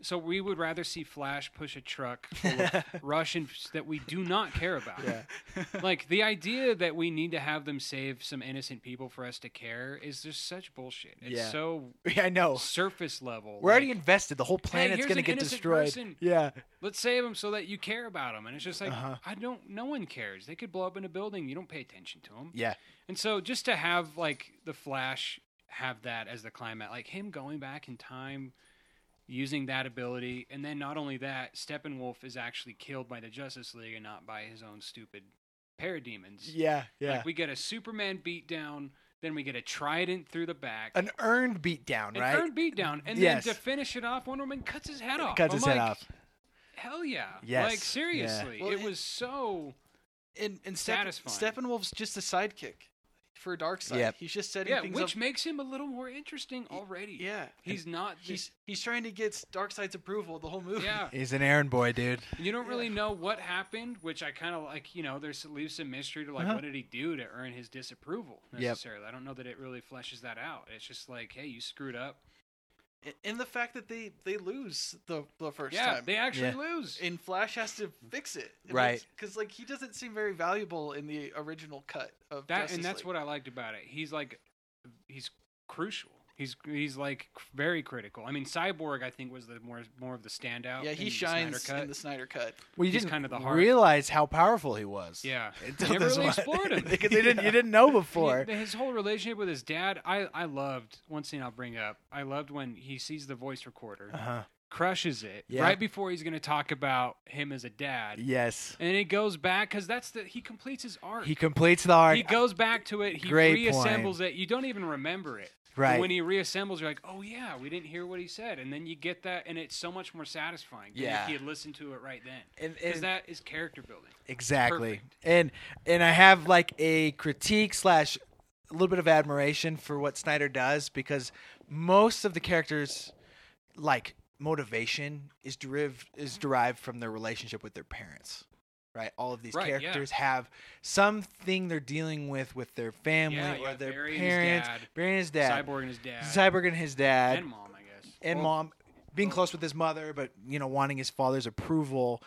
[SPEAKER 3] So we would rather see Flash push a truck full of Russians that we do not care about.
[SPEAKER 1] Yeah.
[SPEAKER 3] Like the idea that we need to have them save some innocent people for us to care is just such bullshit. It's
[SPEAKER 1] Yeah.
[SPEAKER 3] so
[SPEAKER 1] Yeah, I know.
[SPEAKER 3] surface level.
[SPEAKER 1] We're already
[SPEAKER 3] Like,
[SPEAKER 1] invested. The whole planet's
[SPEAKER 3] here's
[SPEAKER 1] gonna
[SPEAKER 3] an
[SPEAKER 1] get
[SPEAKER 3] innocent
[SPEAKER 1] destroyed.
[SPEAKER 3] person.
[SPEAKER 1] Yeah.
[SPEAKER 3] let's save them so that you care about them. And it's just like
[SPEAKER 1] Uh-huh.
[SPEAKER 3] I don't. No one cares. They could blow up in a building. You don't pay attention to them.
[SPEAKER 1] Yeah.
[SPEAKER 3] And so just to have like the Flash have that as the climax, like him going back in time using that ability, and then not only that, Steppenwolf is actually killed by the Justice League and not by his own stupid parademons.
[SPEAKER 1] Yeah. Yeah.
[SPEAKER 3] Like we get a Superman beatdown, then we get a trident through the back.
[SPEAKER 1] An earned beatdown,
[SPEAKER 3] an
[SPEAKER 1] right?
[SPEAKER 3] earned beatdown, and
[SPEAKER 1] Yes.
[SPEAKER 3] then to finish it off, Wonder Woman cuts his head off.
[SPEAKER 1] Cuts
[SPEAKER 3] I'm
[SPEAKER 1] his head
[SPEAKER 3] like,
[SPEAKER 1] off.
[SPEAKER 3] Hell yeah!
[SPEAKER 1] Yes.
[SPEAKER 3] Like
[SPEAKER 1] Yeah.
[SPEAKER 3] seriously,
[SPEAKER 2] Well,
[SPEAKER 3] it
[SPEAKER 2] it-
[SPEAKER 3] was so.
[SPEAKER 2] and and Step-
[SPEAKER 3] Satisfying.
[SPEAKER 2] Steppenwolf's just a sidekick for Darkseid.
[SPEAKER 1] Yep.
[SPEAKER 2] He's just setting
[SPEAKER 3] Yeah,
[SPEAKER 2] things
[SPEAKER 3] which
[SPEAKER 2] up.
[SPEAKER 3] makes him a little more interesting already.
[SPEAKER 2] Yeah,
[SPEAKER 3] he's not. He's
[SPEAKER 2] he's he's trying to get Darkseid's approval the whole movie.
[SPEAKER 3] yeah.
[SPEAKER 1] He's an errand boy, dude.
[SPEAKER 3] You don't really
[SPEAKER 2] Yeah.
[SPEAKER 3] know what happened, which I kind of like. You know, there's leaves some mystery to like,
[SPEAKER 1] Uh-huh.
[SPEAKER 3] what did he do to earn his disapproval
[SPEAKER 1] Yep.
[SPEAKER 3] necessarily? I don't know that it really fleshes that out. It's just like, hey, you screwed up.
[SPEAKER 2] A- and the fact that they they lose the the first
[SPEAKER 3] yeah,
[SPEAKER 2] time.
[SPEAKER 3] they actually
[SPEAKER 1] Yeah.
[SPEAKER 3] lose.
[SPEAKER 2] and Flash has to fix it,
[SPEAKER 1] Right.
[SPEAKER 2] Because like he doesn't seem very valuable in the original cut of
[SPEAKER 3] that
[SPEAKER 2] Justice
[SPEAKER 3] and that's
[SPEAKER 2] League.
[SPEAKER 3] what I liked about it. He's like, he's crucial. He's he's like very critical. I mean, Cyborg I think was the more more of the standout.
[SPEAKER 2] Yeah,
[SPEAKER 3] in
[SPEAKER 2] he
[SPEAKER 3] the
[SPEAKER 2] shines
[SPEAKER 3] Snyder cut.
[SPEAKER 2] in the Snyder cut.
[SPEAKER 1] Well, you
[SPEAKER 3] He's
[SPEAKER 1] didn't
[SPEAKER 3] kind of the heart.
[SPEAKER 1] realize how powerful he was.
[SPEAKER 3] Yeah.
[SPEAKER 1] Until
[SPEAKER 3] Never
[SPEAKER 1] this
[SPEAKER 3] really
[SPEAKER 1] one.
[SPEAKER 3] explored him.
[SPEAKER 1] because they didn't,
[SPEAKER 2] Yeah.
[SPEAKER 1] you didn't know
[SPEAKER 3] And he-
[SPEAKER 1] before.
[SPEAKER 3] his whole relationship with his dad, I, I loved. One thing I'll bring up, I loved when he sees the voice recorder,
[SPEAKER 1] Uh-huh.
[SPEAKER 3] crushes it
[SPEAKER 1] Yeah.
[SPEAKER 3] right before he's going to talk about him as a dad,
[SPEAKER 1] Yes.
[SPEAKER 3] and it goes back because that's the he completes his arc.
[SPEAKER 1] He completes the arc.
[SPEAKER 3] He goes back to it. He
[SPEAKER 1] Great
[SPEAKER 3] reassembles it. You don't even remember it. But
[SPEAKER 1] right.
[SPEAKER 3] When he reassembles, you're like, oh yeah, we didn't hear what he said, and then you get that, and it's so much more satisfying. than
[SPEAKER 1] Yeah.
[SPEAKER 3] If he had listened to it right then,
[SPEAKER 1] And-
[SPEAKER 3] because
[SPEAKER 1] and-
[SPEAKER 3] that is character building.
[SPEAKER 1] Exactly.
[SPEAKER 3] Perfect.
[SPEAKER 1] And and I have like a critique slash a little bit of admiration for what Snyder does because most of the characters like motivation is derived is derived from their relationship with their parents. Right? All of these
[SPEAKER 3] Right, yeah.
[SPEAKER 1] characters have something they're dealing with with their family
[SPEAKER 3] Yeah,
[SPEAKER 1] or
[SPEAKER 3] yeah,
[SPEAKER 1] their
[SPEAKER 3] Barry and his
[SPEAKER 1] parents.
[SPEAKER 3] dad.
[SPEAKER 1] Barry and his dad.
[SPEAKER 3] Cyborg and his dad,
[SPEAKER 1] Cyborg and his dad
[SPEAKER 3] and mom, I guess,
[SPEAKER 1] and
[SPEAKER 3] Well,
[SPEAKER 1] mom being close with his mother, but you know, wanting his father's approval.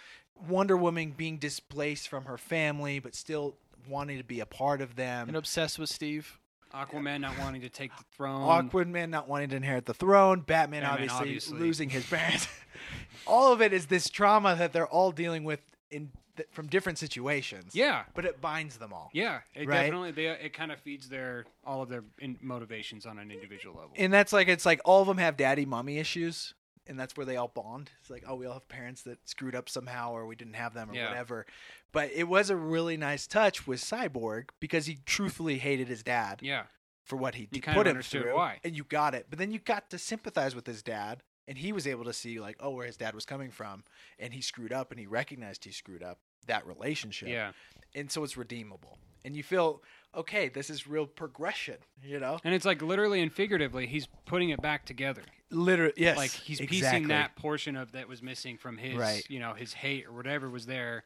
[SPEAKER 1] Wonder Woman being displaced from her family, but still wanting to be a part of them.
[SPEAKER 2] And obsessed with Steve.
[SPEAKER 3] Aquaman not wanting to take the throne.
[SPEAKER 1] Awkward man not wanting to inherit the throne. Batman,
[SPEAKER 3] um, Batman,
[SPEAKER 1] obviously,
[SPEAKER 3] obviously.
[SPEAKER 1] losing his parents. all of it is this trauma that they're all dealing with in th- from different situations.
[SPEAKER 3] Yeah,
[SPEAKER 1] but it binds them all.
[SPEAKER 3] yeah. It
[SPEAKER 1] Right?
[SPEAKER 3] definitely they it kind of feeds their all of their in, motivations on an individual level.
[SPEAKER 1] And that's like it's like all of them have daddy mommy issues, and that's where they all bond. It's like oh, we all have parents that screwed up somehow, or we didn't have them, or
[SPEAKER 3] Yeah.
[SPEAKER 1] whatever. But it was a really nice touch with Cyborg because he truthfully hated his dad
[SPEAKER 3] yeah,
[SPEAKER 1] for what he did,
[SPEAKER 3] kind
[SPEAKER 1] put
[SPEAKER 3] of
[SPEAKER 1] him
[SPEAKER 3] understood
[SPEAKER 1] through,
[SPEAKER 3] why.
[SPEAKER 1] and you got it. But then you got to sympathize with his dad, and he was able to see like oh, where his dad was coming from, and he screwed up, and he recognized he screwed up that relationship
[SPEAKER 3] yeah.
[SPEAKER 1] and so it's redeemable and you feel okay this is real progression you know
[SPEAKER 3] And it's like literally and figuratively, he's putting it back together.
[SPEAKER 1] literally yes
[SPEAKER 3] Like he's
[SPEAKER 1] exactly.
[SPEAKER 3] piecing that portion of that was missing from his,
[SPEAKER 1] Right.
[SPEAKER 3] you know, his hate or whatever was there.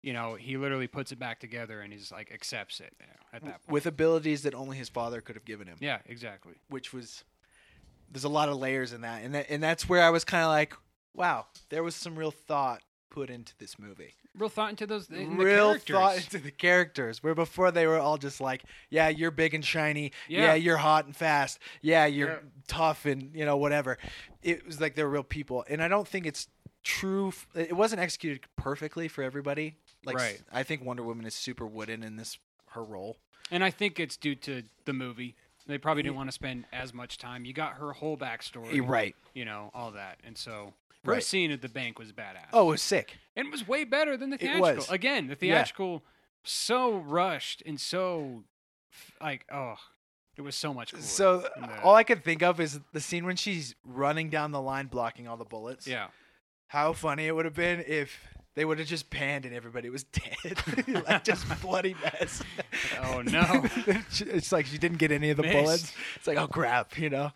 [SPEAKER 3] You know, he literally puts it back together and he's like accepts it you know, at that point.
[SPEAKER 1] with abilities that only his father could have given him,
[SPEAKER 3] Yeah, exactly.
[SPEAKER 1] which was there's a lot of layers in that, and that, and that's where I was kind of like, wow, there was some real thought put into this movie,
[SPEAKER 3] Real thought into those in the
[SPEAKER 1] real
[SPEAKER 3] characters.
[SPEAKER 1] thought into the characters. Where before they were all just like, yeah, you're big and shiny, yeah,
[SPEAKER 3] Yeah.
[SPEAKER 1] you're hot and fast, yeah, you're
[SPEAKER 3] Yeah.
[SPEAKER 1] tough and you know whatever. It was like they're real people, and I don't think it's true. f- It wasn't executed perfectly for everybody. Like s-
[SPEAKER 3] Right.
[SPEAKER 1] I think Wonder Woman is super wooden in this her role.
[SPEAKER 3] And I think it's due to the movie. They probably didn't want to spend as much time. You got her whole backstory.
[SPEAKER 1] Right.
[SPEAKER 3] you know, all that. And so her
[SPEAKER 1] Right.
[SPEAKER 3] scene at the bank was badass.
[SPEAKER 1] Oh, it was sick.
[SPEAKER 3] and it was way better than the
[SPEAKER 1] It
[SPEAKER 3] theatrical.
[SPEAKER 1] was.
[SPEAKER 3] Again, the theatrical so rushed and so f- like oh, it was so much cooler.
[SPEAKER 1] So uh,
[SPEAKER 3] in the-
[SPEAKER 1] all I could think of is the scene when she's running down the line blocking all the bullets.
[SPEAKER 3] yeah,
[SPEAKER 1] How funny it would have been if they would have just panned and everybody was dead. like just bloody mess.
[SPEAKER 3] Oh, no.
[SPEAKER 1] it's like she didn't get any of the
[SPEAKER 3] Missed.
[SPEAKER 1] bullets. It's like, oh crap, you know.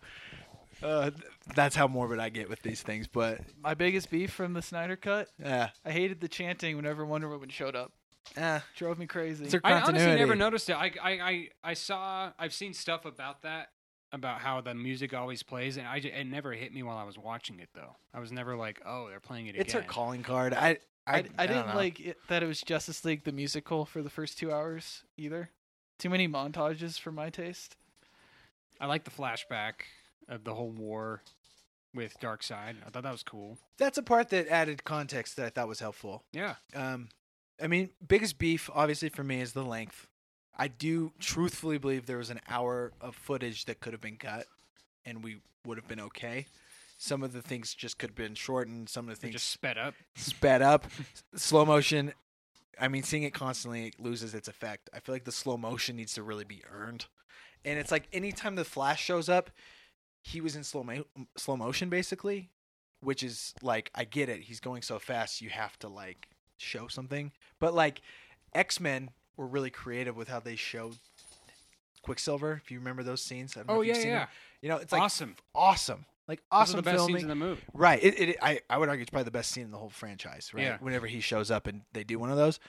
[SPEAKER 1] Uh, th- that's how morbid I get with these things, but
[SPEAKER 2] My biggest beef from the Snyder cut,
[SPEAKER 1] uh,
[SPEAKER 2] I hated the chanting whenever Wonder Woman showed up.
[SPEAKER 1] uh,
[SPEAKER 2] Drove me crazy.
[SPEAKER 1] It's her
[SPEAKER 3] I honestly
[SPEAKER 1] continuity.
[SPEAKER 3] never noticed it. I, I I I saw I've seen stuff about that about how the music always plays, and I ju- it never hit me while I was watching it though. I was never like, oh, they're playing it
[SPEAKER 1] It's her
[SPEAKER 3] again.
[SPEAKER 1] calling card. I I,
[SPEAKER 2] I, I
[SPEAKER 1] don't
[SPEAKER 2] didn't
[SPEAKER 1] know.
[SPEAKER 2] like it, that it was Justice League the musical for the first two hours either. Too many montages for my taste.
[SPEAKER 3] I like the flashback of the whole war with Dark Side. I thought that was cool.
[SPEAKER 1] That's a part that added context that I thought was helpful.
[SPEAKER 3] Yeah,
[SPEAKER 1] Um, I mean, biggest beef obviously for me is the length. I do truthfully believe there was an hour of footage that could have been cut, and we would have been okay. Some of the things just could have been shortened. Some of the
[SPEAKER 3] they
[SPEAKER 1] things
[SPEAKER 3] just sped up.
[SPEAKER 1] sped up, S- slow motion. I mean, seeing it constantly it loses its effect. I feel like the slow motion needs to really be earned, and it's like anytime the Flash shows up, he was in slow mo- slow motion basically, which is like I get it. He's going so fast, you have to like show something. But like X Men were really creative with how they showed Quicksilver. If you remember those scenes, I don't know
[SPEAKER 3] Oh
[SPEAKER 1] if you've
[SPEAKER 3] yeah,
[SPEAKER 1] seen
[SPEAKER 3] yeah,
[SPEAKER 1] them. You know, it's like
[SPEAKER 3] awesome.
[SPEAKER 1] awesome, like
[SPEAKER 3] Those are
[SPEAKER 1] awesome
[SPEAKER 3] the best
[SPEAKER 1] filming.
[SPEAKER 3] scenes in the movie.
[SPEAKER 1] Right. It, it, I, I would argue it's probably the best scene in the whole franchise, right?
[SPEAKER 3] Yeah.
[SPEAKER 1] Whenever he shows up and they do one of those.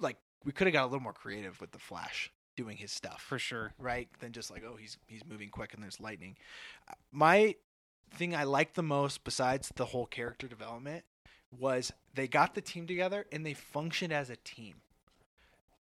[SPEAKER 1] Like, we could have got a little more creative with the Flash doing his stuff,
[SPEAKER 3] for sure.
[SPEAKER 1] right? Than just like, oh, he's he's moving quick and there's lightning. Uh, My thing I liked the most, besides the whole character development, was they got the team together and they functioned as a team.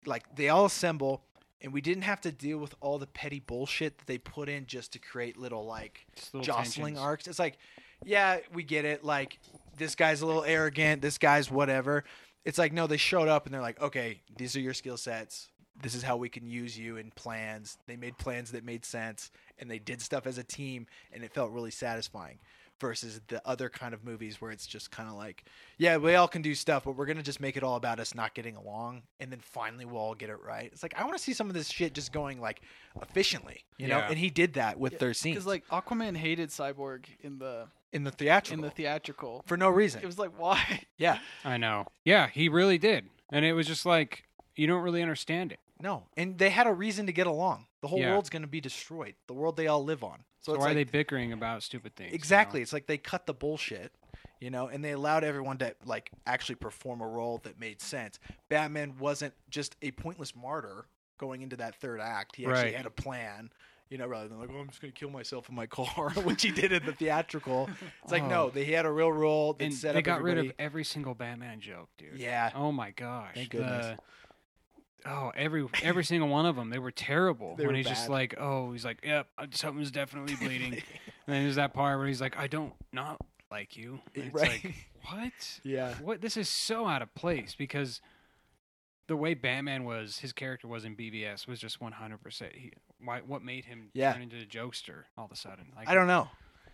[SPEAKER 1] Like, they all assemble, and we didn't have to deal with all the petty bullshit that they put in just to create little, like,
[SPEAKER 3] Just little
[SPEAKER 1] jostling
[SPEAKER 3] tensions.
[SPEAKER 1] arcs. It's like, yeah, we get it. Like, this guy's a little arrogant. This guy's whatever. It's like, no, they showed up and they're like, okay, these are your skill sets. This is how we can use you in plans. They made plans that made sense and they did stuff as a team and it felt really satisfying versus the other kind of movies where it's just kind of like, yeah, we all can do stuff, but we're going to just make it all about us not getting along and then finally we'll all get it right. It's like, I want to see some of this shit just going like efficiently, you know?
[SPEAKER 3] Yeah.
[SPEAKER 1] And he did that with their scenes
[SPEAKER 2] Because like Aquaman hated Cyborg in the
[SPEAKER 1] in the theatrical
[SPEAKER 2] in the theatrical.
[SPEAKER 1] for no reason.
[SPEAKER 2] It was like why?
[SPEAKER 1] yeah,
[SPEAKER 3] I know. Yeah, he really did, and it was just like you don't really understand it.
[SPEAKER 1] no, and they had a reason to get along. The whole
[SPEAKER 3] Yeah.
[SPEAKER 1] world's going to be destroyed. The world they all live on. So,
[SPEAKER 3] So,
[SPEAKER 1] it's
[SPEAKER 3] why
[SPEAKER 1] like,
[SPEAKER 3] are they bickering about stupid things? you know?
[SPEAKER 1] exactly. It's like they cut the bullshit, you know, and they allowed everyone to like actually perform a role that made sense. Batman wasn't just a pointless martyr going into that third act. He actually
[SPEAKER 3] Right.
[SPEAKER 1] had a plan. You know, rather than like, oh, I'm just gonna kill myself in my car, which he did in the theatrical. It's like,
[SPEAKER 3] Oh.
[SPEAKER 1] no, they, he had a real role. They
[SPEAKER 3] And
[SPEAKER 1] set
[SPEAKER 3] they
[SPEAKER 1] up
[SPEAKER 3] got rid of
[SPEAKER 1] everybody.
[SPEAKER 3] every single Batman joke, dude.
[SPEAKER 1] Yeah,
[SPEAKER 3] Oh my gosh.
[SPEAKER 1] Thank goodness.
[SPEAKER 3] The- oh, every every single one of them, they were terrible.
[SPEAKER 1] They
[SPEAKER 3] when
[SPEAKER 1] were
[SPEAKER 3] he's just
[SPEAKER 1] bad.
[SPEAKER 3] like, oh, he's like, yep, uh, something's definitely bleeding. and then there's that part where he's like, I don't not like you. And It's
[SPEAKER 1] Eh, Right.
[SPEAKER 3] like, what?
[SPEAKER 1] yeah,
[SPEAKER 3] What? This is so out of place because the way Batman was, his character was in BVS was just 100. percent Why? What made him
[SPEAKER 1] Yeah.
[SPEAKER 3] turn into a jokester all of a sudden? Like,
[SPEAKER 1] I don't know.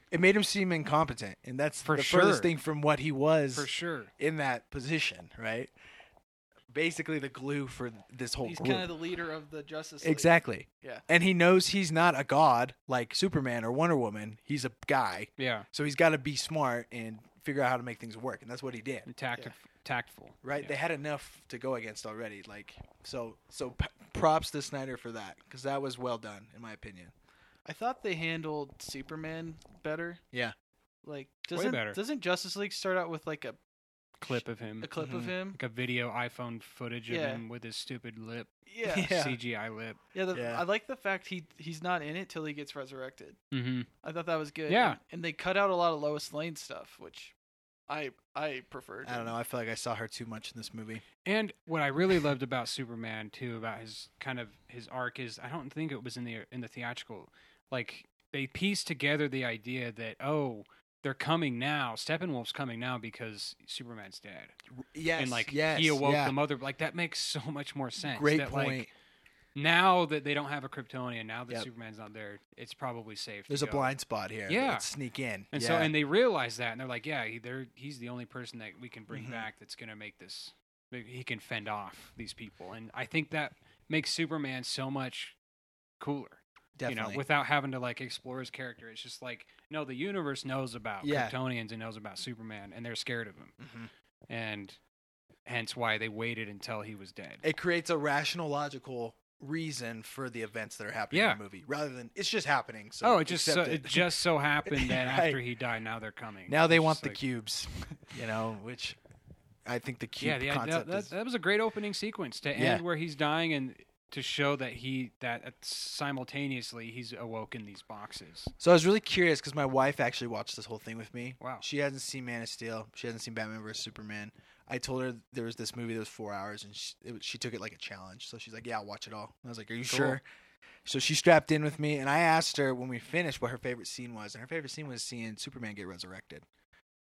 [SPEAKER 1] It made him seem incompetent, and that's
[SPEAKER 3] For
[SPEAKER 1] the furthest
[SPEAKER 3] sure.
[SPEAKER 1] thing from what he was
[SPEAKER 3] for sure.
[SPEAKER 1] in that position, right? Basically, the glue for this whole
[SPEAKER 2] He's
[SPEAKER 1] group.
[SPEAKER 2] kind of the leader of the Justice League.
[SPEAKER 1] exactly.
[SPEAKER 2] Yeah.
[SPEAKER 1] And he knows he's not a god like Superman or Wonder Woman. He's a guy,
[SPEAKER 3] Yeah,
[SPEAKER 1] so he's got to be smart and figure out how to make things work, and that's what he did.
[SPEAKER 3] and tact- tactful.
[SPEAKER 1] Right?
[SPEAKER 3] Yeah.
[SPEAKER 1] They had enough to go against already. Like, so, so p- props to Snyder for that because that was well done, in my opinion.
[SPEAKER 2] I thought they handled Superman better.
[SPEAKER 1] Yeah.
[SPEAKER 2] Like
[SPEAKER 3] Way
[SPEAKER 2] doesn't
[SPEAKER 3] better.
[SPEAKER 2] doesn't Justice League start out with like a
[SPEAKER 3] clip of him.
[SPEAKER 2] a clip
[SPEAKER 1] Mhm.
[SPEAKER 2] of him?
[SPEAKER 3] like a video iPhone footage of
[SPEAKER 2] Yeah.
[SPEAKER 3] him with his stupid lip,
[SPEAKER 2] Yeah.
[SPEAKER 1] Yeah.
[SPEAKER 3] CGI lip.
[SPEAKER 2] Yeah, the,
[SPEAKER 1] Yeah.
[SPEAKER 2] I like the fact he he's not in it till he gets resurrected.
[SPEAKER 3] Mm-hmm.
[SPEAKER 2] I thought that was good.
[SPEAKER 3] Yeah.
[SPEAKER 2] and, and they cut out a lot of Lois Lane stuff, which I I preferred.
[SPEAKER 1] I don't know. I feel like I saw her too much in this movie.
[SPEAKER 3] And what I really loved about Superman too, about his kind of his arc is, I don't think it was in the in the theatrical. Like they pieced together the idea that oh, they're coming now. Steppenwolf's coming now because Superman's dead,
[SPEAKER 1] Yes,
[SPEAKER 3] and like
[SPEAKER 1] yes,
[SPEAKER 3] he awoke
[SPEAKER 1] yeah.
[SPEAKER 3] the mother. Like that makes so much more sense.
[SPEAKER 1] Great
[SPEAKER 3] that,
[SPEAKER 1] point.
[SPEAKER 3] Like, now that they don't have a Kryptonian, now that
[SPEAKER 1] Yep.
[SPEAKER 3] Superman's not there, it's probably safe.
[SPEAKER 1] There's
[SPEAKER 3] to
[SPEAKER 1] a
[SPEAKER 3] go.
[SPEAKER 1] blind spot here.
[SPEAKER 3] Yeah.
[SPEAKER 1] Let's sneak in.
[SPEAKER 3] And
[SPEAKER 1] yeah.
[SPEAKER 3] so, and they realize that, and they're like, yeah, he- they're, he's the only person that we can bring
[SPEAKER 1] Mhm.
[SPEAKER 3] back that's going to make this, that he can fend off these people. And I think that makes Superman so much cooler,
[SPEAKER 1] definitely.
[SPEAKER 3] you know, without having to like explore his character. It's just like, no, the universe knows about
[SPEAKER 1] Yeah.
[SPEAKER 3] Kryptonians and knows about Superman, and they're scared of him.
[SPEAKER 1] Mhm.
[SPEAKER 3] And hence why they waited until he was dead.
[SPEAKER 1] It creates a rational, logical reason for the events that are happening
[SPEAKER 3] Yeah.
[SPEAKER 1] in the movie, rather than it's just happening. So
[SPEAKER 3] oh, it just so,
[SPEAKER 1] accept
[SPEAKER 3] it just so happened that
[SPEAKER 1] Right.
[SPEAKER 3] after he died, now they're coming.
[SPEAKER 1] now they
[SPEAKER 3] It's
[SPEAKER 1] want
[SPEAKER 3] just
[SPEAKER 1] the
[SPEAKER 3] like-
[SPEAKER 1] cubes, you know, which I think the cube
[SPEAKER 3] yeah, the,
[SPEAKER 1] concept
[SPEAKER 3] that, that,
[SPEAKER 1] is
[SPEAKER 3] that was a great opening sequence to
[SPEAKER 1] Yeah.
[SPEAKER 3] end where he's dying and to show that he that simultaneously he's awoken these boxes.
[SPEAKER 1] So I was really curious because my wife actually watched this whole thing with me.
[SPEAKER 3] Wow.
[SPEAKER 1] She hasn't seen Man of Steel. She hasn't seen Batman vs Superman. I told her there was this movie that was four hours, and she, it, was- she took it like a challenge. So she's like, "Yeah, I'll watch it all." And I was like, "Are you
[SPEAKER 3] Cool.
[SPEAKER 1] sure?" So she strapped in with me, and I asked her when we finished what her favorite scene was, and her favorite scene was seeing Superman get resurrected,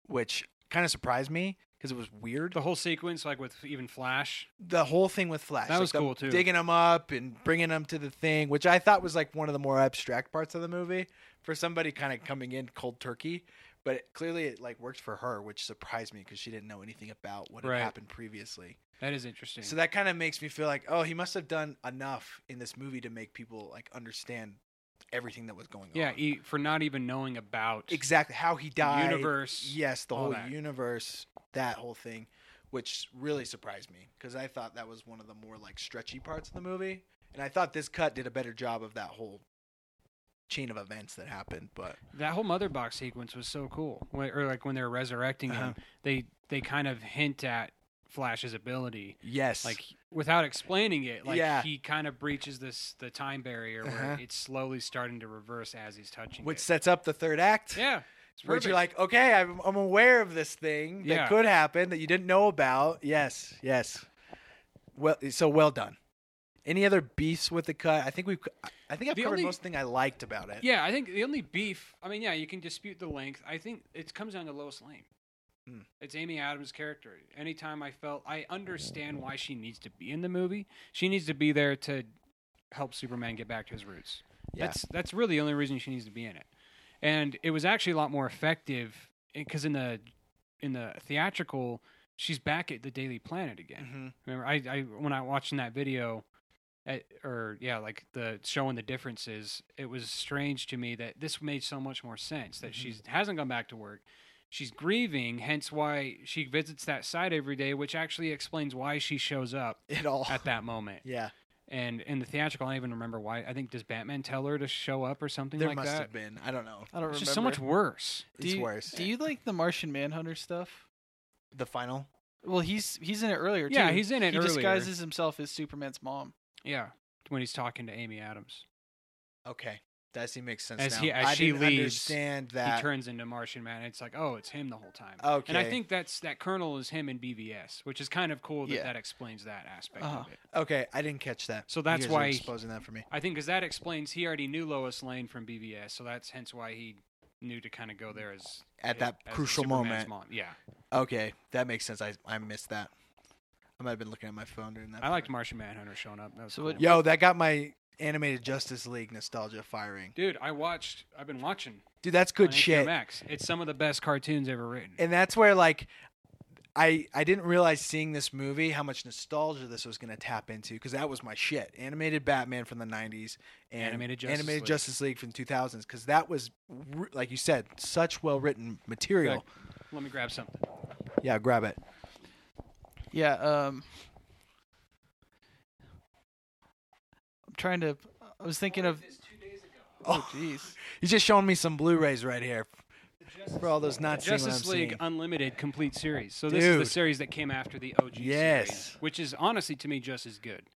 [SPEAKER 1] which kind of surprised me because it was weird.
[SPEAKER 3] The whole sequence, like with even Flash,
[SPEAKER 1] the whole thing with Flash.
[SPEAKER 3] That
[SPEAKER 1] like
[SPEAKER 3] was
[SPEAKER 1] them
[SPEAKER 3] cool, too.
[SPEAKER 1] Digging him up and bringing him to the thing, which I thought was like one of the more abstract parts of the movie for somebody kind of coming in cold turkey. But it, clearly, it like worked for her, which surprised me because she didn't know anything about what had
[SPEAKER 3] Right.
[SPEAKER 1] happened previously.
[SPEAKER 3] that is interesting.
[SPEAKER 1] So that kind of makes me feel like, oh, he must have done enough in this movie to make people like understand everything that was going
[SPEAKER 3] yeah,
[SPEAKER 1] on.
[SPEAKER 3] e- for not even knowing about
[SPEAKER 1] exactly how he
[SPEAKER 3] the
[SPEAKER 1] died.
[SPEAKER 3] universe.
[SPEAKER 1] Yes, the
[SPEAKER 3] all
[SPEAKER 1] whole
[SPEAKER 3] that.
[SPEAKER 1] universe, that whole thing, which really surprised me because I thought that was one of the more like stretchy parts of the movie, and I thought this cut did a better job of that whole chain of events that happened. But
[SPEAKER 3] That whole mother box sequence was so cool. Wh- Or like when they're resurrecting him,
[SPEAKER 1] Uh-huh.
[SPEAKER 3] they they kind of hint at Flash's ability,
[SPEAKER 1] yes,
[SPEAKER 3] like without explaining it. Like
[SPEAKER 1] Yeah.
[SPEAKER 3] he kind of breaches this the time barrier where
[SPEAKER 1] Uh-huh.
[SPEAKER 3] it's slowly starting to reverse as he's touching
[SPEAKER 1] which
[SPEAKER 3] it.
[SPEAKER 1] sets up the third act.
[SPEAKER 3] yeah, it's
[SPEAKER 1] Where
[SPEAKER 3] perfect.
[SPEAKER 1] you're like, okay, I'm, I'm aware of this thing that
[SPEAKER 3] Yeah.
[SPEAKER 1] could happen that you didn't know about. Yes, yes. Well, so well done. Any other beefs with the cut? I think we've, I think I've
[SPEAKER 3] The
[SPEAKER 1] covered
[SPEAKER 3] only-
[SPEAKER 1] most thing I liked about it.
[SPEAKER 3] Yeah, I think the only beef. I mean, yeah, you can dispute the length. I think it comes down to Lois Lane.
[SPEAKER 1] Hmm.
[SPEAKER 3] It's Amy Adams' character. Anytime I felt, I understand why she needs to be in the movie. She needs to be there to help Superman get back to his roots.
[SPEAKER 1] Yeah.
[SPEAKER 3] That's that's really the only reason she needs to be in it. And it was actually a lot more effective because in the in the theatrical, she's back at the Daily Planet
[SPEAKER 1] Mhm.
[SPEAKER 3] again. Remember, I, I when I watching that video, at, or yeah, like the showing the differences, it was strange to me that this made so much more sense that
[SPEAKER 1] Mhm.
[SPEAKER 3] she hasn't gone back to work. She's grieving, hence why she visits that site every day, which actually explains why she shows up
[SPEAKER 1] It all.
[SPEAKER 3] at that moment.
[SPEAKER 1] yeah.
[SPEAKER 3] And in the theatrical, I don't even remember why. I think does Batman tell her to show up or something
[SPEAKER 1] There
[SPEAKER 3] like
[SPEAKER 1] must
[SPEAKER 3] that?
[SPEAKER 1] have been. I don't know.
[SPEAKER 2] I don't remember.
[SPEAKER 3] It's just so much worse.
[SPEAKER 2] do
[SPEAKER 1] it's
[SPEAKER 2] you,
[SPEAKER 1] worse.
[SPEAKER 2] Do you like the Martian Manhunter stuff?
[SPEAKER 1] the final.
[SPEAKER 2] Well, he's he's in it earlier.
[SPEAKER 3] Yeah,
[SPEAKER 2] too.
[SPEAKER 3] he's in it
[SPEAKER 2] He
[SPEAKER 3] earlier.
[SPEAKER 2] disguises himself as Superman's mom.
[SPEAKER 3] Yeah, when he's talking to Amy Adams,
[SPEAKER 1] Okay, that seems makes sense.
[SPEAKER 3] As
[SPEAKER 1] now.
[SPEAKER 3] he- as
[SPEAKER 1] I
[SPEAKER 3] she
[SPEAKER 1] didn't
[SPEAKER 3] leaves,
[SPEAKER 1] understand that.
[SPEAKER 3] he turns into Martian Man. It's like, oh, it's him the whole time.
[SPEAKER 1] okay,
[SPEAKER 3] And I think that's that Colonel is him in BVS, which is kind of cool that
[SPEAKER 2] Yeah.
[SPEAKER 3] that explains that aspect
[SPEAKER 2] Uh-huh.
[SPEAKER 3] of it.
[SPEAKER 1] okay, I didn't catch that.
[SPEAKER 3] So that's
[SPEAKER 1] you guys are
[SPEAKER 3] why he-
[SPEAKER 1] exposing that for me.
[SPEAKER 3] I think because that explains he already knew Lois Lane from BVS, so that's hence why he knew to kind of go there as
[SPEAKER 1] At that
[SPEAKER 3] as
[SPEAKER 1] crucial
[SPEAKER 3] Superman's
[SPEAKER 1] moment.
[SPEAKER 3] Mom. Yeah,
[SPEAKER 1] Okay, that makes sense. I I missed that. I might have been looking at my phone during that.
[SPEAKER 3] I liked
[SPEAKER 1] part.
[SPEAKER 3] Martian Manhunter showing up. That was
[SPEAKER 2] So
[SPEAKER 3] cool.
[SPEAKER 2] what-
[SPEAKER 1] Yo, that got my animated Justice League nostalgia firing.
[SPEAKER 3] dude, I watched. I've been watching.
[SPEAKER 1] Dude, that's
[SPEAKER 3] on
[SPEAKER 1] good
[SPEAKER 3] HBO
[SPEAKER 1] shit.
[SPEAKER 3] Max. It's some of the best cartoons ever written.
[SPEAKER 1] and that's where like I I didn't realize seeing this movie how much nostalgia this was going to tap into because that was my shit. Animated Batman from the '90s and
[SPEAKER 3] Animated Justice
[SPEAKER 1] animated
[SPEAKER 3] League.
[SPEAKER 1] Justice League from 2000s because that was r- like you said such well written material.
[SPEAKER 3] Let me grab something.
[SPEAKER 1] Yeah, grab it.
[SPEAKER 2] Yeah. Um. I'm trying to. I was thinking of. Oh, jeez.
[SPEAKER 1] He's just showing me some Blu-rays right here for all those not seeing what
[SPEAKER 3] Justice
[SPEAKER 1] I'm
[SPEAKER 3] League
[SPEAKER 1] seeing.
[SPEAKER 3] Unlimited complete series. So this is the
[SPEAKER 1] Dude.
[SPEAKER 3] series that came after the OG
[SPEAKER 1] Yes.
[SPEAKER 3] series, which is honestly to me just as good.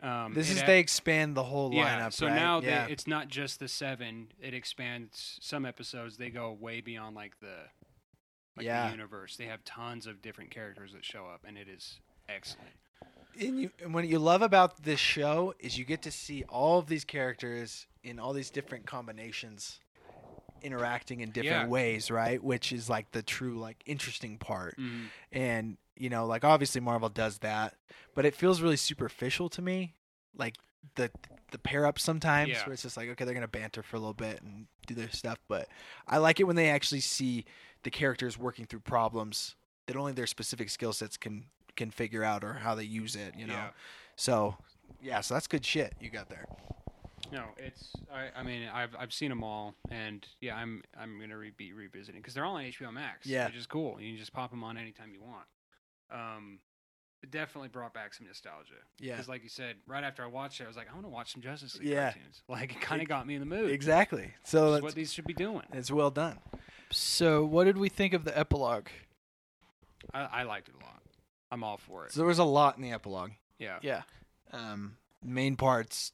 [SPEAKER 3] Um,
[SPEAKER 1] This
[SPEAKER 3] it
[SPEAKER 1] is
[SPEAKER 3] ac-
[SPEAKER 1] they expand the whole
[SPEAKER 3] yeah.
[SPEAKER 1] lineup.
[SPEAKER 3] So
[SPEAKER 1] right?
[SPEAKER 3] now
[SPEAKER 1] yeah.
[SPEAKER 3] they, it's not just the seven; it expands. Some episodes they go way beyond like the like
[SPEAKER 1] Yeah.
[SPEAKER 3] the universe. They have tons of different characters that show up, and it is excellent.
[SPEAKER 1] and, you, and what you love about this show is you get to see all of these characters in all these different combinations interacting in different
[SPEAKER 3] Yeah.
[SPEAKER 1] ways right which is like the true like interesting part
[SPEAKER 3] Mhm.
[SPEAKER 1] and you know like obviously marvel does that but it feels really superficial to me like the the pair up sometimes
[SPEAKER 3] Yeah.
[SPEAKER 1] where it's just like okay they're gonna banter for a little bit and do their stuff but i like it when they actually see the characters working through problems that only their specific skill sets can can figure out or how they use it you know
[SPEAKER 3] Yeah.
[SPEAKER 1] so yeah so that's good shit you got there
[SPEAKER 3] No, it's. I, I mean, I've I've seen them all, and yeah, I'm I'm gonna re- be revisiting because they're all on HBO Max.
[SPEAKER 1] Yeah.
[SPEAKER 3] which is cool. You can just pop them on anytime you want. Um, it definitely brought back some nostalgia.
[SPEAKER 1] yeah
[SPEAKER 3] Because, like you said, right after I watched it, I was like, I want to watch some Justice League
[SPEAKER 1] Yeah.
[SPEAKER 3] cartoons. Like, it kind
[SPEAKER 1] Ex-
[SPEAKER 3] of got me in the mood.
[SPEAKER 1] E exactly
[SPEAKER 3] Which
[SPEAKER 1] so
[SPEAKER 3] is
[SPEAKER 1] that's,
[SPEAKER 3] what these should be doing.
[SPEAKER 1] it's well done
[SPEAKER 2] So, what did we think of the epilogue?
[SPEAKER 3] I, I liked it a lot. I'm all for it.
[SPEAKER 1] so there was a lot in the epilogue
[SPEAKER 3] yeah.
[SPEAKER 2] Yeah.
[SPEAKER 1] um main parts,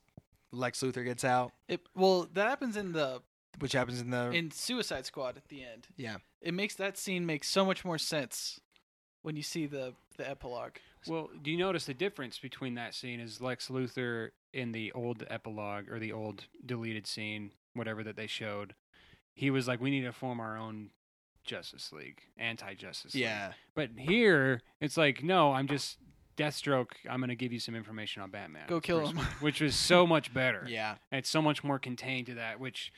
[SPEAKER 1] Lex Luthor gets out,
[SPEAKER 2] It well, that happens in the
[SPEAKER 1] which happens in the
[SPEAKER 2] in Suicide Squad at the end.
[SPEAKER 1] yeah.
[SPEAKER 2] It makes that scene make so much more sense when you see the the epilogue.
[SPEAKER 3] Well, do you notice the difference between that scene is Lex Luthor in the old epilogue or the old deleted scene, whatever that they showed, he was like, "We need to form our own Justice League, anti-Justice League."
[SPEAKER 1] Yeah.
[SPEAKER 3] But here, it's like, no, I'm just Deathstroke. I'm gonna give you some information on Batman.
[SPEAKER 2] Go kill
[SPEAKER 3] First
[SPEAKER 2] him.
[SPEAKER 3] one, which was so much better.
[SPEAKER 1] Yeah.
[SPEAKER 3] And it's so much more contained to that. Which,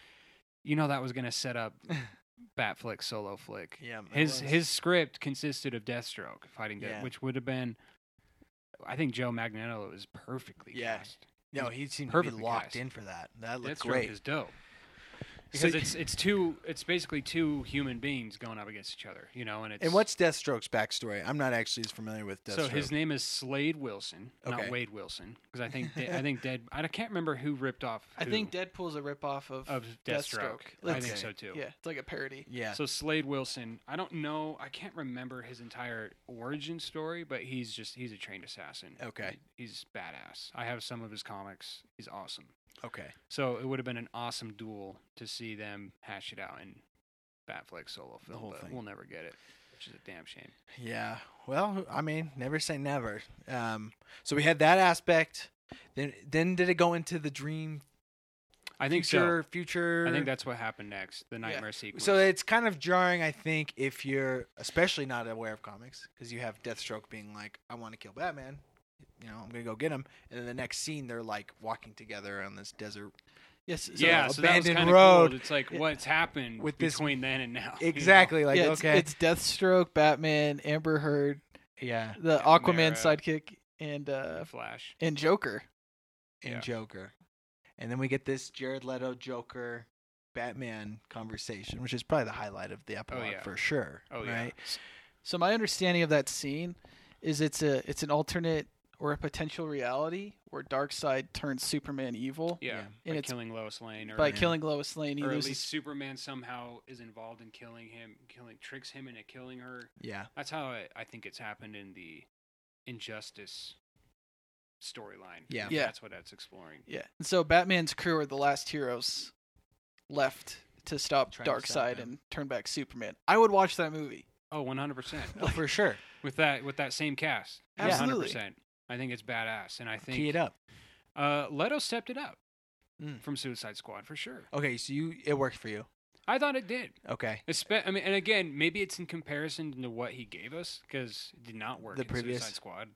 [SPEAKER 3] you know, that was gonna set up Batflick solo flick.
[SPEAKER 1] Yeah. it
[SPEAKER 3] His
[SPEAKER 1] was.
[SPEAKER 3] his script consisted of Deathstroke fighting Death,
[SPEAKER 1] Yeah.
[SPEAKER 3] which would have been. I think Joe Magneto is perfectly
[SPEAKER 1] Yeah.
[SPEAKER 3] cast.
[SPEAKER 1] No, he seemed to be
[SPEAKER 3] perfectly
[SPEAKER 1] locked
[SPEAKER 3] cast.
[SPEAKER 1] in for that. That looked
[SPEAKER 3] Deathstroke
[SPEAKER 1] great.
[SPEAKER 3] is dope
[SPEAKER 1] So-
[SPEAKER 3] because it's it's two it's basically two human beings going up against each other, you know. And it's
[SPEAKER 1] and what's Deathstroke's backstory? I'm not actually as familiar with Deathstroke.
[SPEAKER 3] so his name is Slade Wilson,
[SPEAKER 1] Okay.
[SPEAKER 3] not Wade Wilson, because I think De- I think Dead I can't remember who ripped off.
[SPEAKER 2] I
[SPEAKER 3] who
[SPEAKER 2] think Deadpool's a ripoff of,
[SPEAKER 3] of Deathstroke. I think
[SPEAKER 1] Okay.
[SPEAKER 3] so too.
[SPEAKER 2] Yeah, it's like a parody.
[SPEAKER 1] Yeah.
[SPEAKER 3] So Slade Wilson, I don't know, I can't remember his entire origin story, but he's just he's a trained assassin.
[SPEAKER 1] Okay.
[SPEAKER 3] He- he's badass. I have some of his comics. He's awesome.
[SPEAKER 1] okay.
[SPEAKER 3] So it would have been an awesome duel to see them hash it out in Batfleck solo film,
[SPEAKER 1] whole
[SPEAKER 3] but
[SPEAKER 1] thing.
[SPEAKER 3] we'll never get it, which is a damn shame.
[SPEAKER 1] Yeah. Well, I mean, never say never. Um, so we had that aspect. Then, then did it go into the dream?
[SPEAKER 3] I think
[SPEAKER 1] future, Future.
[SPEAKER 3] so. I think that's what happened next, the nightmare sequence.
[SPEAKER 1] So it's kind of jarring, I think, if you're especially not aware of comics, because you have Deathstroke being like, "I want to kill Batman," you know, I'm gonna go get him, and then the next scene they're like walking together on this desert.
[SPEAKER 2] Yes. So
[SPEAKER 3] yeah, so that was
[SPEAKER 1] abandoned
[SPEAKER 3] kind of
[SPEAKER 1] road.
[SPEAKER 3] Cool. It's like
[SPEAKER 2] Yeah.
[SPEAKER 3] what's happened
[SPEAKER 1] With this-
[SPEAKER 3] between then and now. you know?
[SPEAKER 1] Exactly. Like,
[SPEAKER 2] yeah, it's,
[SPEAKER 1] okay,
[SPEAKER 2] it's Deathstroke, Batman, Amber Heard,
[SPEAKER 1] yeah,
[SPEAKER 2] the
[SPEAKER 3] Yeah,
[SPEAKER 2] Aquaman
[SPEAKER 3] Mara.
[SPEAKER 2] sidekick, and uh
[SPEAKER 3] Flash.
[SPEAKER 2] and Joker.
[SPEAKER 1] and
[SPEAKER 3] Yeah.
[SPEAKER 1] Joker, and then we get this Jared Leto Joker. Batman conversation, which is probably the highlight of the epilogue
[SPEAKER 3] Oh, yeah.
[SPEAKER 1] for sure.
[SPEAKER 3] Oh yeah.
[SPEAKER 1] right?
[SPEAKER 2] So my understanding of that scene is it's a it's an alternate or a potential reality where Darkseid turns Superman evil
[SPEAKER 3] Yeah,
[SPEAKER 1] Yeah.
[SPEAKER 3] by
[SPEAKER 2] it's-
[SPEAKER 3] killing Lois Lane, or,
[SPEAKER 2] by
[SPEAKER 1] Yeah.
[SPEAKER 2] killing Lois Lane. He
[SPEAKER 3] or at
[SPEAKER 2] loses.
[SPEAKER 3] least Superman somehow is involved in killing him, killing tricks him into killing her.
[SPEAKER 1] Yeah,
[SPEAKER 3] That's how I, I think it's happened in the Injustice storyline.
[SPEAKER 1] Yeah.
[SPEAKER 2] Yeah.
[SPEAKER 3] that's what that's exploring.
[SPEAKER 2] yeah. And so Batman's crew are the last heroes left to stop
[SPEAKER 1] Trying to stop
[SPEAKER 2] Darkseid
[SPEAKER 1] him.
[SPEAKER 2] and turn back Superman. I would watch that movie.
[SPEAKER 3] Oh, one hundred percent
[SPEAKER 1] Oh, for sure.
[SPEAKER 3] with that with that same cast.
[SPEAKER 2] Yeah. Absolutely.
[SPEAKER 3] 100%. I think it's badass, and I think
[SPEAKER 1] Key it up.
[SPEAKER 3] Uh, Leto stepped it up
[SPEAKER 1] Mm.
[SPEAKER 3] from Suicide Squad for sure.
[SPEAKER 1] Okay, so you it worked for you.
[SPEAKER 3] I thought it did.
[SPEAKER 1] Okay,
[SPEAKER 3] Espe- I mean, and again, maybe it's in comparison to what he gave us because it did not work
[SPEAKER 1] The
[SPEAKER 3] in
[SPEAKER 1] previous-
[SPEAKER 3] Suicide Squad.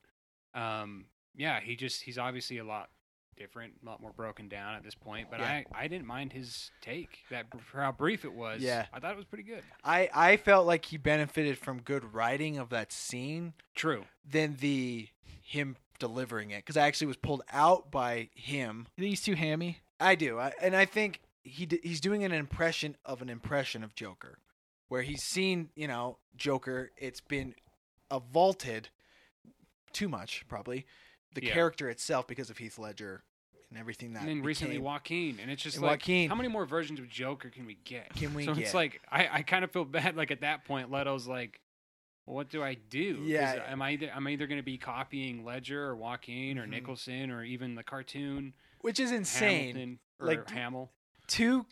[SPEAKER 3] Um, yeah, he just he's obviously a lot different, a lot more broken down at this point. But
[SPEAKER 1] Yeah.
[SPEAKER 3] I I didn't mind his take that br- for how brief it was.
[SPEAKER 1] Yeah.
[SPEAKER 3] I thought it was pretty good.
[SPEAKER 1] I I felt like he benefited from good writing of that scene
[SPEAKER 3] True.
[SPEAKER 1] than the him delivering it because I actually was pulled out by him.
[SPEAKER 2] These two hammy.
[SPEAKER 1] I do, I, and I think he d- he's doing an impression of an impression of Joker, where he's seen you know Joker. It's been vaulted too much probably the
[SPEAKER 3] Yeah.
[SPEAKER 1] character itself because of Heath Ledger and everything that.
[SPEAKER 3] and then recently
[SPEAKER 1] became-
[SPEAKER 3] Joaquin, and it's just
[SPEAKER 1] And
[SPEAKER 3] like
[SPEAKER 1] Joaquin.
[SPEAKER 3] how many more versions of Joker can we get?
[SPEAKER 1] Can we
[SPEAKER 3] so
[SPEAKER 1] get?
[SPEAKER 3] it's like I, I kind of feel bad. Like at that point, Leto's like, "What do I do? 'Cause
[SPEAKER 1] Yeah.
[SPEAKER 3] am I either, I'm either going to be copying Ledger or Joaquin or
[SPEAKER 1] Mhm.
[SPEAKER 3] Nicholson or even the cartoon
[SPEAKER 1] which is insane.
[SPEAKER 3] Hamilton or
[SPEAKER 1] Like,
[SPEAKER 3] Hamill?
[SPEAKER 1] two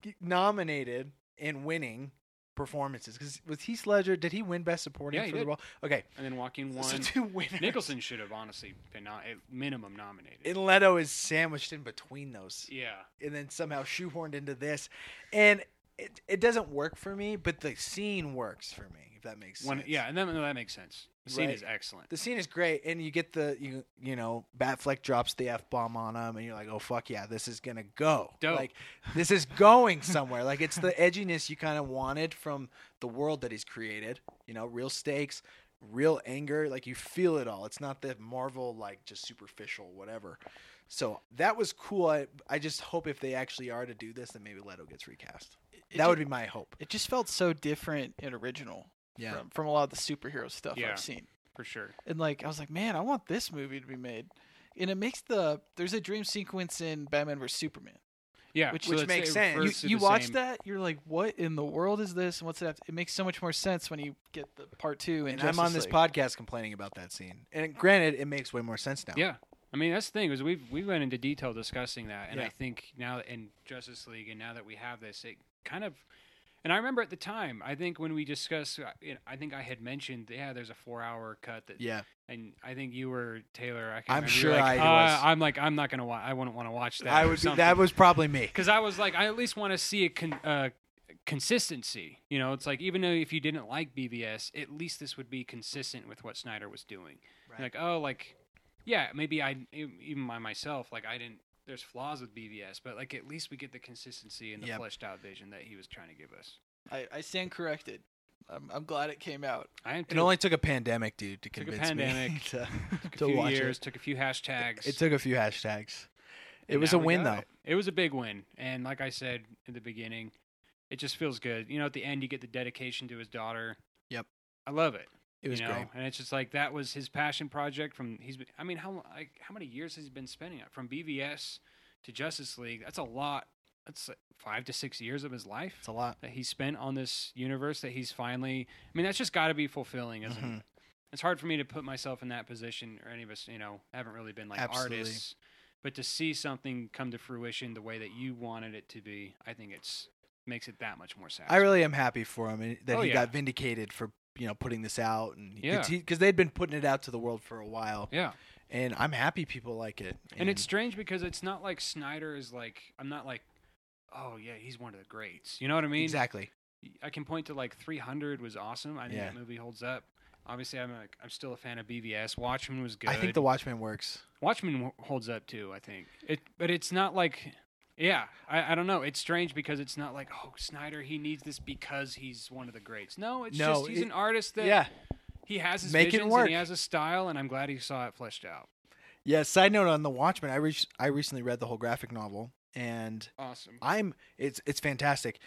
[SPEAKER 1] g- nominated and winning performances because was Heath Ledger did he win Best Supporting
[SPEAKER 3] Yeah, he
[SPEAKER 1] for the
[SPEAKER 3] did.
[SPEAKER 1] role? Okay,
[SPEAKER 3] And then Joaquin won.
[SPEAKER 1] so two winners.
[SPEAKER 3] Nicholson should have honestly been not at minimum nominated.
[SPEAKER 1] and Leto is sandwiched in between those,
[SPEAKER 3] yeah,
[SPEAKER 1] and then somehow shoehorned into this, and it, it doesn't work for me, but the scene works for me if that makes
[SPEAKER 3] one,
[SPEAKER 1] sense.
[SPEAKER 3] yeah, and then no, that makes sense. The scene
[SPEAKER 1] Right.
[SPEAKER 3] is excellent.
[SPEAKER 1] The scene is great, and you get the you you know Batfleck drops the f bomb on him, and you're like, oh fuck yeah, this is gonna go.
[SPEAKER 3] Dope.
[SPEAKER 1] Like this is going somewhere. like it's the edginess you kind of wanted from the world that he's created. You know, real stakes, real anger. Like you feel it all. It's not the Marvel like just superficial whatever. So that was cool. I I just hope if they actually are to do this, then maybe Leto gets recast.
[SPEAKER 2] It
[SPEAKER 1] that would
[SPEAKER 2] ju-
[SPEAKER 1] be my hope.
[SPEAKER 2] It just felt so different and original from from a lot of the superhero stuff
[SPEAKER 3] Yeah.
[SPEAKER 2] I've seen.
[SPEAKER 3] for sure.
[SPEAKER 2] and like I was like, man, I want this movie to be made. And it makes the there's a dream sequence in Batman vs Superman.
[SPEAKER 3] Yeah,
[SPEAKER 2] Which-
[SPEAKER 3] so
[SPEAKER 1] which
[SPEAKER 3] it's-
[SPEAKER 1] makes
[SPEAKER 3] it
[SPEAKER 1] sense.
[SPEAKER 2] You,
[SPEAKER 3] refers to
[SPEAKER 2] you
[SPEAKER 3] the
[SPEAKER 2] watch
[SPEAKER 3] same-
[SPEAKER 2] that, you're like, what in the world is this? And what's that? It makes so much more sense when you get the part two. And,
[SPEAKER 1] And I'm on this
[SPEAKER 2] Justice League.
[SPEAKER 1] podcast complaining about that scene. And granted, it makes way more sense now.
[SPEAKER 3] Yeah, I mean, that's the thing is we've we went into detail discussing that, and
[SPEAKER 1] Yeah.
[SPEAKER 3] I think now in Justice League, and now that we have this, it kind of. And I remember at the time, I think when we discussed, uh, you know, I think I had mentioned, yeah, there's a four-hour cut that,
[SPEAKER 1] Yeah.
[SPEAKER 3] and I think you were Taylor. I can't
[SPEAKER 1] I'm
[SPEAKER 3] remember, you
[SPEAKER 1] sure
[SPEAKER 3] were like,
[SPEAKER 1] I was.
[SPEAKER 3] "Uh, I'm like, I'm not gonna watch. I wouldn't want to watch that.
[SPEAKER 1] I
[SPEAKER 3] or
[SPEAKER 1] would be,
[SPEAKER 3] something.
[SPEAKER 1] that was probably me.
[SPEAKER 3] because I was like, I at least want to see a con- uh, consistency. You know, it's like even though if you didn't like BVS, at least this would be consistent with what Snyder was doing.
[SPEAKER 1] Right.
[SPEAKER 3] Like, oh, like yeah, maybe I e-, even by myself, like I didn't. There's flaws with BVS, but like at least we get the consistency and the
[SPEAKER 1] Yep.
[SPEAKER 3] fleshed out vision that he was trying to give us.
[SPEAKER 2] I, I stand corrected. I'm, I'm glad it came out.
[SPEAKER 3] I am
[SPEAKER 1] It
[SPEAKER 3] too.
[SPEAKER 1] only took a pandemic, dude, to
[SPEAKER 3] Took a
[SPEAKER 1] convince me
[SPEAKER 3] pandemic.
[SPEAKER 1] to,
[SPEAKER 3] took a
[SPEAKER 1] to
[SPEAKER 3] few
[SPEAKER 1] watch it.
[SPEAKER 3] years, took a few hashtags.
[SPEAKER 1] It took a few hashtags. It
[SPEAKER 3] and
[SPEAKER 1] was
[SPEAKER 3] now
[SPEAKER 1] a
[SPEAKER 3] we
[SPEAKER 1] win,
[SPEAKER 3] got
[SPEAKER 1] though.
[SPEAKER 3] It. It was a big win, and like I said in the beginning, it just feels good. You know, at the end, you get the dedication to his daughter.
[SPEAKER 1] Yep.
[SPEAKER 3] I love it.
[SPEAKER 1] It was
[SPEAKER 3] you know?
[SPEAKER 1] great.
[SPEAKER 3] and it's just like that was his passion project. From he's, been, I mean, how like how many years has he been spending it from BVS to Justice League? That's a lot. That's like five to six years of his life
[SPEAKER 1] It's a lot.
[SPEAKER 3] that he spent on this universe that he's finally I mean that's just got to be fulfilling isn't
[SPEAKER 1] Mhm.
[SPEAKER 3] it? It's hard for me to put myself in that position or any of us, you know, haven't really been like
[SPEAKER 1] Absolutely.
[SPEAKER 3] artists, but to see something come to fruition the way that you wanted it to be, I think it's makes it that much more sad.
[SPEAKER 1] I really am happy for him and that
[SPEAKER 3] Oh,
[SPEAKER 1] he
[SPEAKER 3] yeah.
[SPEAKER 1] got vindicated for you know putting this out and
[SPEAKER 3] Yeah.
[SPEAKER 1] because they'd been putting it out to the world for a while
[SPEAKER 3] yeah.
[SPEAKER 1] and I'm happy people like it
[SPEAKER 3] And it's strange because it's not like Snyder is like I'm not like oh yeah, he's one of the greats. You know what I mean?
[SPEAKER 1] exactly
[SPEAKER 3] I can point to like 300 was awesome. I think
[SPEAKER 1] Yeah.
[SPEAKER 3] that movie holds up. Obviously, I'm like I'm still a fan of BVS. Watchmen was good.
[SPEAKER 1] I think the Watchmen works
[SPEAKER 3] Watchmen w- holds up too, I think. It, but it's not like, yeah, I, I don't know. It's strange because it's not like, oh, Snyder, he needs this because he's one of the greats. No, it's
[SPEAKER 1] No,
[SPEAKER 3] just he's
[SPEAKER 1] it-
[SPEAKER 3] an artist that
[SPEAKER 1] yeah
[SPEAKER 3] he has his
[SPEAKER 1] Make it
[SPEAKER 3] visions and
[SPEAKER 1] work.
[SPEAKER 3] he has his style, and I'm glad he saw it fleshed out.
[SPEAKER 1] yeah side note on the Watchmen I re- I recently read the whole graphic novel and
[SPEAKER 3] Awesome.
[SPEAKER 1] I'm it's it's fantastic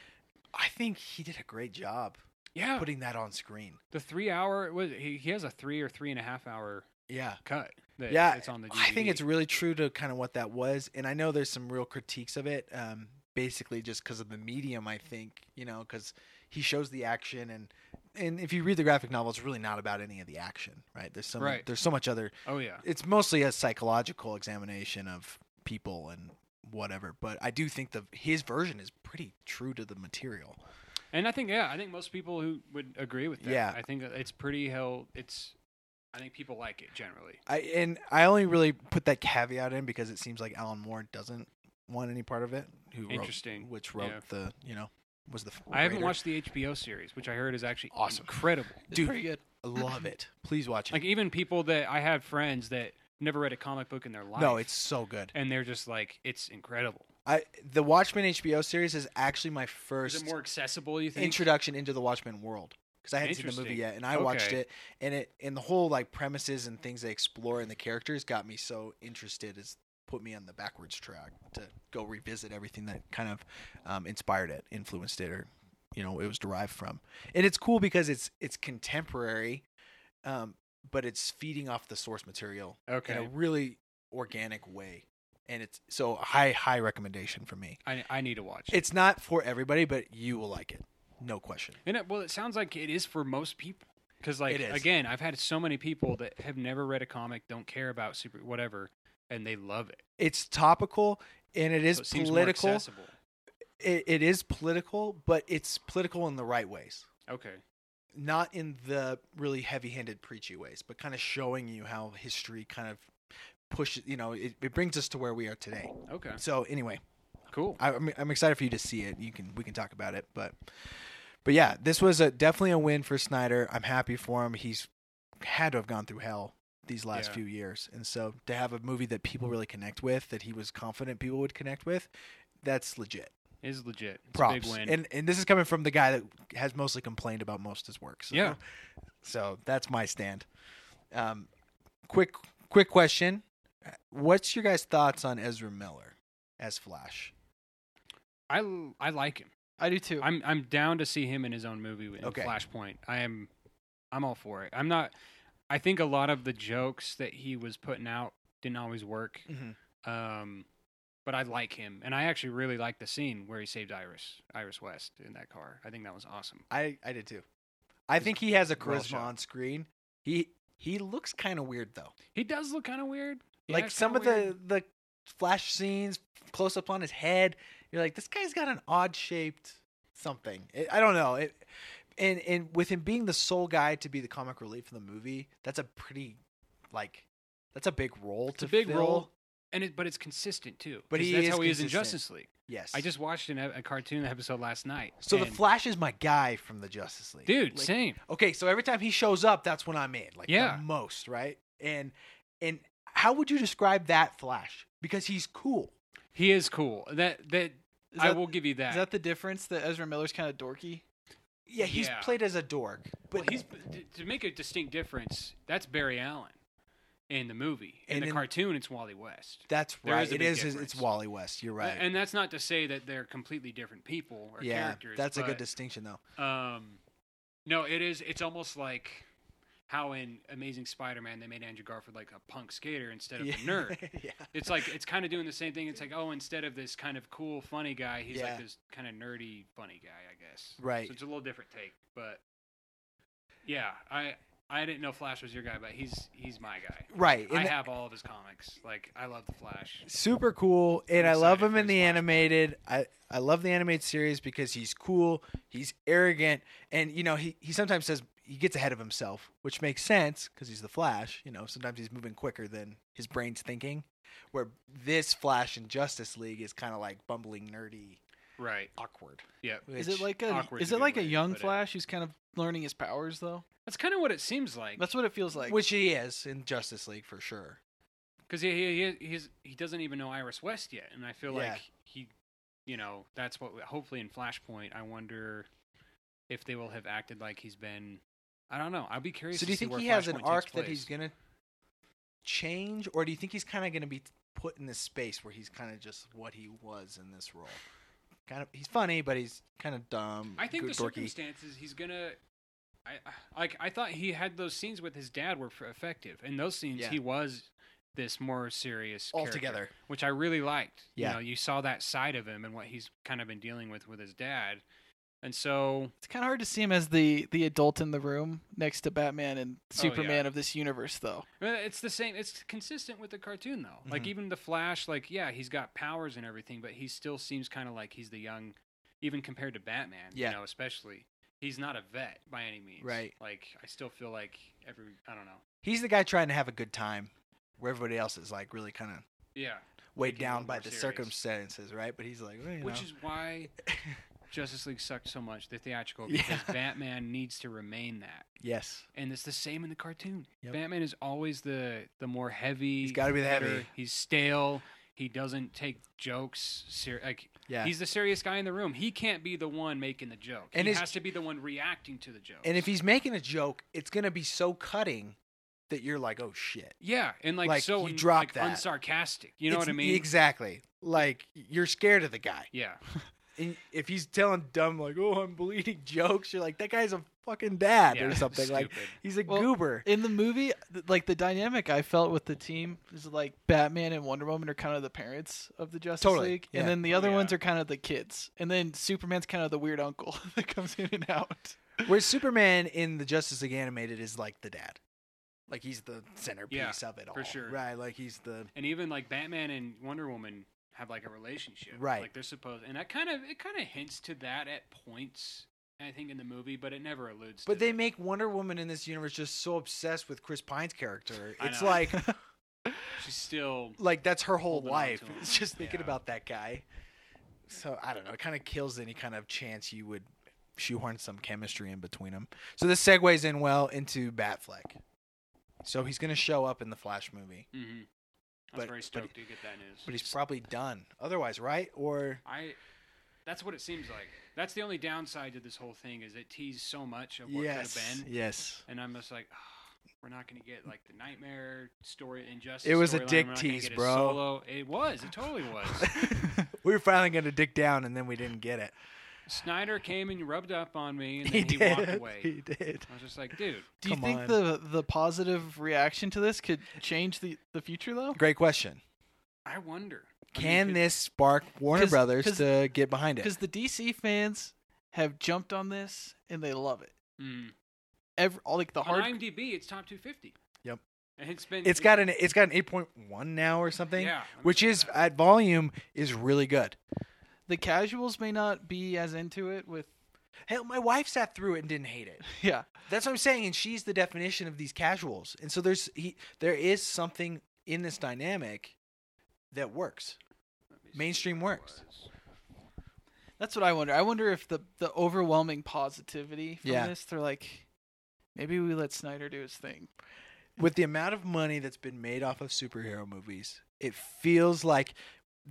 [SPEAKER 1] I think he did a great job
[SPEAKER 3] Yeah,
[SPEAKER 1] putting that on screen
[SPEAKER 3] the three hour was he, he has a three or three and a half hour
[SPEAKER 1] yeah
[SPEAKER 3] cut. That,
[SPEAKER 1] Yeah,
[SPEAKER 3] it's on the. DVD.
[SPEAKER 1] I think it's really true to kind of what that was, and I know there's some real critiques of it, um, basically just because of the medium. I think you know because he shows the action, and and if you read the graphic novel, it's really not about any of the action, right? There's so mu-
[SPEAKER 3] Right.
[SPEAKER 1] there's so much other.
[SPEAKER 3] oh yeah,
[SPEAKER 1] It's mostly a psychological examination of people and whatever, but I do think the his version is pretty true to the material.
[SPEAKER 3] and I think yeah, I think most people who would agree with that.
[SPEAKER 1] Yeah.
[SPEAKER 3] I think it's pretty hell. It's, I think people like it generally.
[SPEAKER 1] I and I only really put that caveat in because it seems like Alan Moore doesn't want any part of it. Who wrote
[SPEAKER 3] Interesting.
[SPEAKER 1] which wrote
[SPEAKER 3] Yeah.
[SPEAKER 1] the you know was the f-
[SPEAKER 3] I haven't
[SPEAKER 1] writer.
[SPEAKER 3] watched the HBO series, which I heard is actually
[SPEAKER 1] Awesome.
[SPEAKER 3] incredible.
[SPEAKER 2] It's
[SPEAKER 1] Dude.
[SPEAKER 2] pretty good.
[SPEAKER 1] I love it please watch it
[SPEAKER 3] Like even people that I have friends that never read a comic book in their life.
[SPEAKER 1] no it's so good
[SPEAKER 3] and they're just like it's incredible.
[SPEAKER 1] I the Watchmen HBO series is actually my
[SPEAKER 3] Is
[SPEAKER 1] first
[SPEAKER 3] it more accessible? You think?
[SPEAKER 1] introduction into the Watchmen world because I hadn't seen the movie
[SPEAKER 3] Interesting.
[SPEAKER 1] yet and I watched
[SPEAKER 3] Okay.
[SPEAKER 1] it and it and the whole like premises and things they explore and the characters got me so interested it's put me on the backwards track to go revisit everything that kind of um, inspired it influenced it or you know it was derived from and it's cool because it's it's contemporary um, but it's feeding off the source material
[SPEAKER 3] okay,
[SPEAKER 1] in a really organic way and it's so high high recommendation for me
[SPEAKER 3] I, I need to watch. It,
[SPEAKER 1] it's not for everybody but you will like it no question
[SPEAKER 3] and it, well, it sounds like it is for most people. Because like
[SPEAKER 1] It is.
[SPEAKER 3] again, I've had so many people that have never read a comic, don't care about super whatever, and they love it.
[SPEAKER 1] it's topical and it is
[SPEAKER 3] So it seems more
[SPEAKER 1] political
[SPEAKER 3] accessible.
[SPEAKER 1] it, it is political but it's political in the right ways
[SPEAKER 3] Okay,
[SPEAKER 1] not in the really heavy-handed preachy ways but kind of showing you how history kind of pushes you know it, it brings us to where we are today
[SPEAKER 3] okay,
[SPEAKER 1] so anyway
[SPEAKER 3] cool.
[SPEAKER 1] I, I'm, I'm excited for you to see it. You can we can talk about it, but but yeah, this was a definitely a win for Snyder. I'm happy for him. He's had to have gone through hell these last
[SPEAKER 3] Yeah.
[SPEAKER 1] few years, and so to have a movie that people really connect with, that he was confident people would connect with, that's legit.
[SPEAKER 3] It is legit. It's a
[SPEAKER 1] Props.
[SPEAKER 3] big win.
[SPEAKER 1] And and this is coming from the guy that has mostly complained about most of his work. So,
[SPEAKER 3] Yeah.
[SPEAKER 1] So that's my stand. Um, quick quick question: What's your guys' thoughts on Ezra Miller as Flash?
[SPEAKER 3] I l- I like him.
[SPEAKER 2] I do too.
[SPEAKER 3] I'm I'm down to see him in his own movie in
[SPEAKER 1] Okay.
[SPEAKER 3] Flashpoint. I am I'm all for it. I'm not I think a lot of the jokes that he was putting out didn't always work.
[SPEAKER 1] Mm-hmm.
[SPEAKER 3] Um but I like him and I actually really like the scene where he saved Iris Iris West in that car. I think that was awesome.
[SPEAKER 1] I I did too. I
[SPEAKER 3] He's
[SPEAKER 1] think he has a
[SPEAKER 3] well
[SPEAKER 1] charisma
[SPEAKER 3] shot.
[SPEAKER 1] on screen. He he looks kind of weird though.
[SPEAKER 3] He does look kind of weird, Yeah,
[SPEAKER 1] like
[SPEAKER 3] it's
[SPEAKER 1] some of
[SPEAKER 3] kinda weird.
[SPEAKER 1] the the flash scenes close up on his head, you're like, this guy's got an odd shaped something. It, I don't know. It, and and with him being the sole guy to be the comic relief in the movie, that's a pretty like that's a big role
[SPEAKER 3] It's
[SPEAKER 1] to
[SPEAKER 3] a big
[SPEAKER 1] fill.
[SPEAKER 3] role, and it but it's consistent too.
[SPEAKER 1] But
[SPEAKER 3] 'cause
[SPEAKER 1] he
[SPEAKER 3] that's
[SPEAKER 1] is
[SPEAKER 3] how he is in
[SPEAKER 1] consistent.
[SPEAKER 3] Justice League.
[SPEAKER 1] Yes,
[SPEAKER 3] I just watched an, ep- a cartoon episode last night.
[SPEAKER 1] so the
[SPEAKER 3] and-
[SPEAKER 1] Flash is my guy from the Justice League,
[SPEAKER 3] dude,
[SPEAKER 1] Like,
[SPEAKER 3] same.
[SPEAKER 1] okay, so every time he shows up, that's when I'm in, like
[SPEAKER 3] Yeah.
[SPEAKER 1] the most, right? And and how would you describe that Flash? Because he's cool.
[SPEAKER 3] He is cool. That that
[SPEAKER 2] Is
[SPEAKER 3] I
[SPEAKER 2] that-
[SPEAKER 3] will give you that.
[SPEAKER 2] Is that the difference that Ezra Miller's kind of dorky?
[SPEAKER 1] Yeah, he's
[SPEAKER 3] Yeah.
[SPEAKER 1] played as a dork, but
[SPEAKER 3] well, he's to- to make a distinct difference. That's Barry Allen in the movie. In
[SPEAKER 1] And
[SPEAKER 3] the
[SPEAKER 1] in-
[SPEAKER 3] cartoon, it's Wally West.
[SPEAKER 1] That's
[SPEAKER 3] There
[SPEAKER 1] right.
[SPEAKER 3] is a
[SPEAKER 1] it
[SPEAKER 3] big
[SPEAKER 1] is. it's- It's
[SPEAKER 3] difference.
[SPEAKER 1] Wally West. You're right.
[SPEAKER 3] And that's not to say that they're completely different people or
[SPEAKER 1] yeah,
[SPEAKER 3] characters.
[SPEAKER 1] that's a good
[SPEAKER 3] but-
[SPEAKER 1] distinction though.
[SPEAKER 3] Um, no, it is. It's almost like how in Amazing Spider-Man they made Andrew Garfield like a punk skater instead of
[SPEAKER 1] yeah.
[SPEAKER 3] a nerd.
[SPEAKER 1] yeah.
[SPEAKER 3] It's like it's kind of doing the same thing. It's like oh, instead of this kind of cool funny guy, he's
[SPEAKER 1] Yeah.
[SPEAKER 3] like this kind of nerdy funny guy, I guess.
[SPEAKER 1] Right.
[SPEAKER 3] So it's a little different take, but yeah, I I didn't know Flash was your guy, but he's he's my guy.
[SPEAKER 1] Right.
[SPEAKER 3] I
[SPEAKER 1] and
[SPEAKER 3] have all of his comics. Like I love the Flash.
[SPEAKER 1] super cool, and
[SPEAKER 3] I'm
[SPEAKER 1] I love
[SPEAKER 3] excited
[SPEAKER 1] him
[SPEAKER 3] for
[SPEAKER 1] in
[SPEAKER 3] this
[SPEAKER 1] the
[SPEAKER 3] Flash.
[SPEAKER 1] animated. I I love the animated series because he's cool. He's arrogant, and you know he he sometimes says he gets ahead of himself, which makes sense because he's the Flash. You know, sometimes he's moving quicker than his brain's thinking. Where this Flash in Justice League is kind of like bumbling, nerdy,
[SPEAKER 3] Right.
[SPEAKER 1] awkward.
[SPEAKER 3] Yeah.
[SPEAKER 2] Is it like a
[SPEAKER 3] awkward's
[SPEAKER 2] is
[SPEAKER 3] a
[SPEAKER 2] it
[SPEAKER 3] good
[SPEAKER 2] like
[SPEAKER 3] way
[SPEAKER 2] a
[SPEAKER 3] to
[SPEAKER 2] young
[SPEAKER 3] put it.
[SPEAKER 2] Flash who's kind of learning his powers though?
[SPEAKER 3] That's kind of what it seems like.
[SPEAKER 2] That's what it feels like.
[SPEAKER 1] which he is in Justice League for sure?
[SPEAKER 3] because he, he he- he's he doesn't even know Iris West yet, and I feel
[SPEAKER 1] Yeah.
[SPEAKER 3] like he, you know, that's what hopefully in Flashpoint. I wonder if they will have acted like he's been. I don't know. I'll be curious.
[SPEAKER 1] So
[SPEAKER 3] to
[SPEAKER 1] do you
[SPEAKER 3] see
[SPEAKER 1] think
[SPEAKER 3] where
[SPEAKER 1] he has an
[SPEAKER 3] Flashpoint takes
[SPEAKER 1] arc that he's
[SPEAKER 3] place.
[SPEAKER 1] gonna change, or do you think he's kind of gonna be put in this space where he's kind of just what he was in this role? Kind of, he's funny, but he's kind of dumb.
[SPEAKER 3] I think
[SPEAKER 1] go-
[SPEAKER 3] the
[SPEAKER 1] dorky.
[SPEAKER 3] circumstances he's gonna. I I- like. I thought he had those scenes with his dad were f- effective, and those scenes
[SPEAKER 1] Yeah.
[SPEAKER 3] he was this more serious character,
[SPEAKER 1] altogether.
[SPEAKER 3] which I really liked.
[SPEAKER 1] Yeah.
[SPEAKER 3] You know, you saw that side of him and what he's kind of been dealing with with his dad, and so
[SPEAKER 2] it's kind of hard to see him as the the adult in the room next to Batman
[SPEAKER 3] Oh,
[SPEAKER 2] and Superman of this universe though.
[SPEAKER 3] Well, It's the same. It's consistent with the cartoon, though. Like
[SPEAKER 1] Mhm.
[SPEAKER 3] even the Flash, like yeah, he's got powers and everything, but he still seems kind of like he's the young, even compared to Batman.
[SPEAKER 1] Yeah.
[SPEAKER 3] You know, especially he's not a vet by any means.
[SPEAKER 1] Right.
[SPEAKER 3] Like I still feel like every I don't know.
[SPEAKER 1] He's the guy trying to have a good time, where everybody else is like really kind of
[SPEAKER 3] Yeah.
[SPEAKER 1] weighed
[SPEAKER 3] Making it a
[SPEAKER 1] down
[SPEAKER 3] little
[SPEAKER 1] by
[SPEAKER 3] more
[SPEAKER 1] the
[SPEAKER 3] serious.
[SPEAKER 1] circumstances, right? But he's like, well, you
[SPEAKER 3] Which
[SPEAKER 1] know.
[SPEAKER 3] is why Justice League sucked so much the theatrical because
[SPEAKER 1] Yeah.
[SPEAKER 3] Batman needs to remain that,
[SPEAKER 1] yes,
[SPEAKER 3] and it's the same in the cartoon.
[SPEAKER 1] Yep.
[SPEAKER 3] Batman is always the the more heavy.
[SPEAKER 1] he's got to be the
[SPEAKER 3] better,
[SPEAKER 1] heavy.
[SPEAKER 3] He's stale. He doesn't take jokes ser- like
[SPEAKER 1] Yeah,
[SPEAKER 3] He's the serious guy in the room. He can't be the one making the joke.
[SPEAKER 1] And
[SPEAKER 3] he
[SPEAKER 1] his-
[SPEAKER 3] has to be the one reacting to the joke.
[SPEAKER 1] and if he's making a joke, it's gonna be so cutting that you're like, oh shit.
[SPEAKER 3] yeah, and like,
[SPEAKER 1] Like,
[SPEAKER 3] so
[SPEAKER 1] you
[SPEAKER 3] un-
[SPEAKER 1] drop
[SPEAKER 3] like
[SPEAKER 1] that.
[SPEAKER 3] unsarcastic. You know
[SPEAKER 1] It's-
[SPEAKER 3] what I mean?
[SPEAKER 1] Exactly. Like you're scared of the guy.
[SPEAKER 3] yeah,
[SPEAKER 1] And if he's telling dumb like, "Oh, I'm bleeding," jokes, you're like, "That guy's a fucking dad
[SPEAKER 3] yeah.
[SPEAKER 1] or something." Like
[SPEAKER 3] stupid.
[SPEAKER 1] he's a
[SPEAKER 2] Well,
[SPEAKER 1] goober.
[SPEAKER 2] In the movie, th- like the dynamic I felt with the team is like Batman and Wonder Woman are kind of the parents of the Justice
[SPEAKER 1] Totally,
[SPEAKER 2] League,
[SPEAKER 1] yeah.
[SPEAKER 2] and then the other
[SPEAKER 3] Yeah.
[SPEAKER 2] ones are kind of the kids, and then Superman's kind of the weird uncle that comes in and out.
[SPEAKER 1] Whereas Superman in the Justice League animated is like the dad. Like he's the centerpiece of it all.
[SPEAKER 3] for sure.
[SPEAKER 1] Right. Like he's the
[SPEAKER 3] and even like Batman and Wonder Woman have like a relationship,
[SPEAKER 1] Right.
[SPEAKER 3] Like they're supposed, and that kind of it kind of hints to that at points. I think in the movie, but it never alludes.
[SPEAKER 1] But
[SPEAKER 3] to
[SPEAKER 1] they
[SPEAKER 3] that.
[SPEAKER 1] make Wonder Woman in this universe just so obsessed with Chris Pine's character.
[SPEAKER 3] I
[SPEAKER 1] It's
[SPEAKER 3] know.
[SPEAKER 1] like
[SPEAKER 3] she's still
[SPEAKER 1] like that's her whole
[SPEAKER 3] Holding on
[SPEAKER 1] life.
[SPEAKER 3] to him.
[SPEAKER 1] It's just thinking
[SPEAKER 3] Yeah.
[SPEAKER 1] about that guy. So I don't know. It kind of kills any kind of chance you would shoehorn some chemistry in between them. So this segues in well into Batfleck. So he's going to show up in the Flash movie,
[SPEAKER 3] hmm I was
[SPEAKER 1] But-
[SPEAKER 3] very
[SPEAKER 1] but-
[SPEAKER 3] stoked to get that news.
[SPEAKER 1] but he's probably done otherwise, right? Or
[SPEAKER 3] I. That's what it seems like. That's the only downside to this whole thing is it teased so much of what
[SPEAKER 1] yes,
[SPEAKER 3] could have been.
[SPEAKER 1] yes.
[SPEAKER 3] and I'm just like, "Ah, we're not going to get like the nightmare story injustice.
[SPEAKER 1] It was a
[SPEAKER 3] storyline.
[SPEAKER 1] dick
[SPEAKER 3] We're not gonna
[SPEAKER 1] tease,
[SPEAKER 3] get a
[SPEAKER 1] bro.
[SPEAKER 3] Solo. It was. It totally was.
[SPEAKER 1] we were finally going to dig down, and then we didn't get it.
[SPEAKER 3] Snyder came and rubbed up on me, and then he, walked away.
[SPEAKER 1] He did.
[SPEAKER 3] I was just like, dude,
[SPEAKER 2] Do you
[SPEAKER 1] Come
[SPEAKER 2] think
[SPEAKER 1] on.
[SPEAKER 2] the the positive reaction to this could change the the future though?
[SPEAKER 1] Great question.
[SPEAKER 3] I wonder. I mean,
[SPEAKER 1] Can
[SPEAKER 3] could-
[SPEAKER 1] this spark Warner
[SPEAKER 2] 'Cause-
[SPEAKER 1] Brothers
[SPEAKER 2] 'cause-
[SPEAKER 1] to get behind it?
[SPEAKER 2] Because the DC fans have jumped on this and they love it.
[SPEAKER 3] Mm.
[SPEAKER 2] Every all like the
[SPEAKER 3] on
[SPEAKER 2] hard
[SPEAKER 3] IMDb? It's top 250. And it's been
[SPEAKER 1] It's got an it's got an 8.1 now or something,
[SPEAKER 3] yeah, I'm
[SPEAKER 1] which
[SPEAKER 3] sure
[SPEAKER 1] is
[SPEAKER 3] of that.
[SPEAKER 1] at volume is really good.
[SPEAKER 2] The casuals may not be as into it with
[SPEAKER 1] Hell, my wife sat through it and didn't hate it.
[SPEAKER 2] yeah.
[SPEAKER 1] That's what I'm saying, and she's the definition of these casuals. And so there's he, there is something in this dynamic that works.
[SPEAKER 3] Let me see
[SPEAKER 1] mainstream
[SPEAKER 3] what it
[SPEAKER 1] works.
[SPEAKER 3] was.
[SPEAKER 2] That's what I wonder. I wonder if the the overwhelming positivity from
[SPEAKER 1] Yeah.
[SPEAKER 2] this, they're like, maybe we let Snyder do his thing.
[SPEAKER 1] With the amount of money that's been made off of superhero movies, it feels like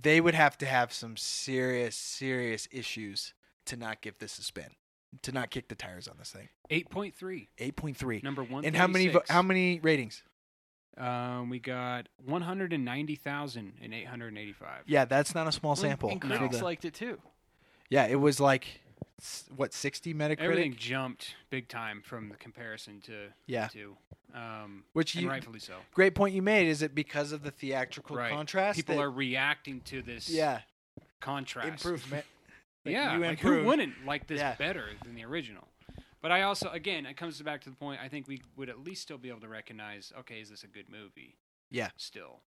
[SPEAKER 1] they would have to have some serious, serious issues to not give this a spin, to not kick the tires on this thing.
[SPEAKER 3] 8.3,
[SPEAKER 1] 8.3.
[SPEAKER 3] number one.
[SPEAKER 1] And how many vo- how many ratings?
[SPEAKER 3] Um, we got 190,885.
[SPEAKER 1] Yeah, that's not a small
[SPEAKER 2] Well, and-
[SPEAKER 1] sample.
[SPEAKER 2] And
[SPEAKER 1] for
[SPEAKER 2] critics
[SPEAKER 1] the-
[SPEAKER 2] liked it too.
[SPEAKER 1] yeah, it was like s- what 60 Metacritic.
[SPEAKER 3] Everything jumped big time from the comparison to
[SPEAKER 1] Yeah.
[SPEAKER 3] to, um,
[SPEAKER 1] Which
[SPEAKER 3] and
[SPEAKER 1] you
[SPEAKER 3] rightfully so.
[SPEAKER 1] great point you made is it because of the theatrical
[SPEAKER 3] Right.
[SPEAKER 1] contrast
[SPEAKER 3] People
[SPEAKER 1] that-
[SPEAKER 3] are reacting to this
[SPEAKER 1] yeah
[SPEAKER 3] contrast.
[SPEAKER 1] improvement Like,
[SPEAKER 3] yeah,
[SPEAKER 1] you
[SPEAKER 3] like, who
[SPEAKER 1] improved.
[SPEAKER 3] wouldn't like this
[SPEAKER 1] Yeah.
[SPEAKER 3] better than the original? But I also, again, it comes back to the point. I think we would at least still be able to recognize, okay, is this a good movie?
[SPEAKER 1] Yeah.
[SPEAKER 3] Still.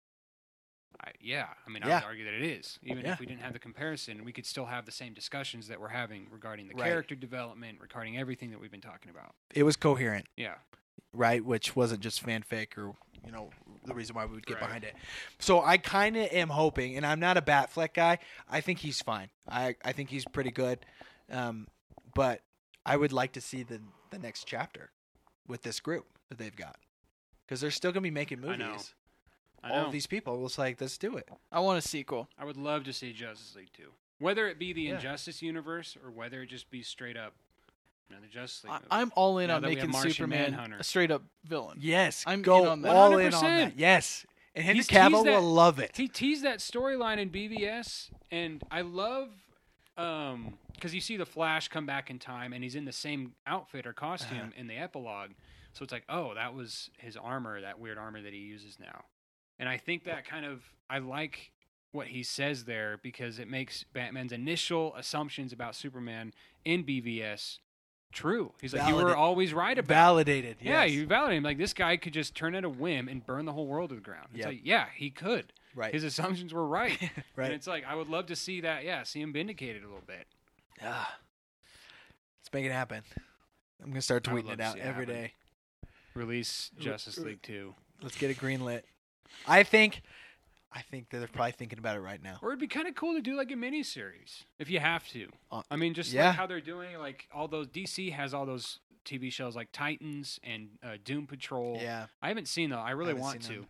[SPEAKER 3] I, yeah, I mean, I
[SPEAKER 1] Yeah.
[SPEAKER 3] would argue that it is. Even
[SPEAKER 1] Yeah.
[SPEAKER 3] if we didn't have the comparison, we could still have the same discussions that we're having regarding the
[SPEAKER 1] Right.
[SPEAKER 3] character development, regarding everything that we've been talking about.
[SPEAKER 1] it was coherent
[SPEAKER 3] Yeah,
[SPEAKER 1] right which wasn't just fanfic or you know the reason why we would get
[SPEAKER 3] Right.
[SPEAKER 1] behind it so i kind of am hoping and i'm not a batfleck guy i think he's fine i i think he's pretty good um but i would like to see the the next chapter with this group that they've got because they're still gonna be making
[SPEAKER 3] I
[SPEAKER 1] movies
[SPEAKER 3] know. I
[SPEAKER 1] all
[SPEAKER 3] know.
[SPEAKER 1] of these people it's like let's do it
[SPEAKER 2] I want a sequel.
[SPEAKER 3] I would love to see Justice League 2. Whether it be the
[SPEAKER 1] Yeah.
[SPEAKER 3] Injustice universe or whether it just be straight up another Justice League.
[SPEAKER 2] I,
[SPEAKER 3] movie.
[SPEAKER 2] I'm all in
[SPEAKER 3] Now
[SPEAKER 2] on
[SPEAKER 3] that we have
[SPEAKER 2] making
[SPEAKER 3] Martian
[SPEAKER 2] Superman
[SPEAKER 3] Manhunter.
[SPEAKER 2] a straight up villain.
[SPEAKER 1] yes
[SPEAKER 2] I'm
[SPEAKER 1] go
[SPEAKER 2] in on that.
[SPEAKER 1] all in on
[SPEAKER 3] 100%.
[SPEAKER 1] that yes and henry
[SPEAKER 3] He's teased
[SPEAKER 1] cavill
[SPEAKER 3] that-
[SPEAKER 1] will love it
[SPEAKER 3] He teased that storyline in BVS, and I love um because you see the Flash come back in time, and he's in the same outfit or costume
[SPEAKER 1] Uh-huh.
[SPEAKER 3] in the epilogue. So it's like, oh, that was his armor, that weird armor that he uses now. And I think that kind of I like what he says there because it makes Batman's initial assumptions about Superman in BVS true. He's like, you were
[SPEAKER 1] Validate-
[SPEAKER 3] always right about
[SPEAKER 1] validated.
[SPEAKER 3] yeah,
[SPEAKER 1] yes.
[SPEAKER 3] you validate him. Like this guy could just turn at a whim and burn the whole world to the ground. It's
[SPEAKER 1] Yep.
[SPEAKER 3] like, yeah, he could.
[SPEAKER 1] right,
[SPEAKER 3] His assumptions were right.
[SPEAKER 1] right.
[SPEAKER 3] And it's like I would love to see that. Yeah, see him vindicated a little bit.
[SPEAKER 1] Ah. let's make it happen. I'm gonna start
[SPEAKER 3] I would
[SPEAKER 1] tweeting
[SPEAKER 3] love
[SPEAKER 1] it
[SPEAKER 3] to
[SPEAKER 1] out
[SPEAKER 3] see it
[SPEAKER 1] every
[SPEAKER 3] happen.
[SPEAKER 1] day.
[SPEAKER 3] Release
[SPEAKER 1] Re-
[SPEAKER 3] Justice
[SPEAKER 1] re-
[SPEAKER 3] League Two,
[SPEAKER 1] Let's get it greenlit. I think, I think that they're probably thinking about it right now.
[SPEAKER 3] or it'd be kind of cool to do like a miniseries if you have to.
[SPEAKER 1] Uh,
[SPEAKER 3] I mean, just
[SPEAKER 1] yeah.
[SPEAKER 3] like how they're doing. Like all those DC has all those TV shows like Titans and uh, Doom Patrol.
[SPEAKER 1] Yeah,
[SPEAKER 3] I haven't seen though. I really
[SPEAKER 1] haven't
[SPEAKER 3] want to,
[SPEAKER 1] seen them.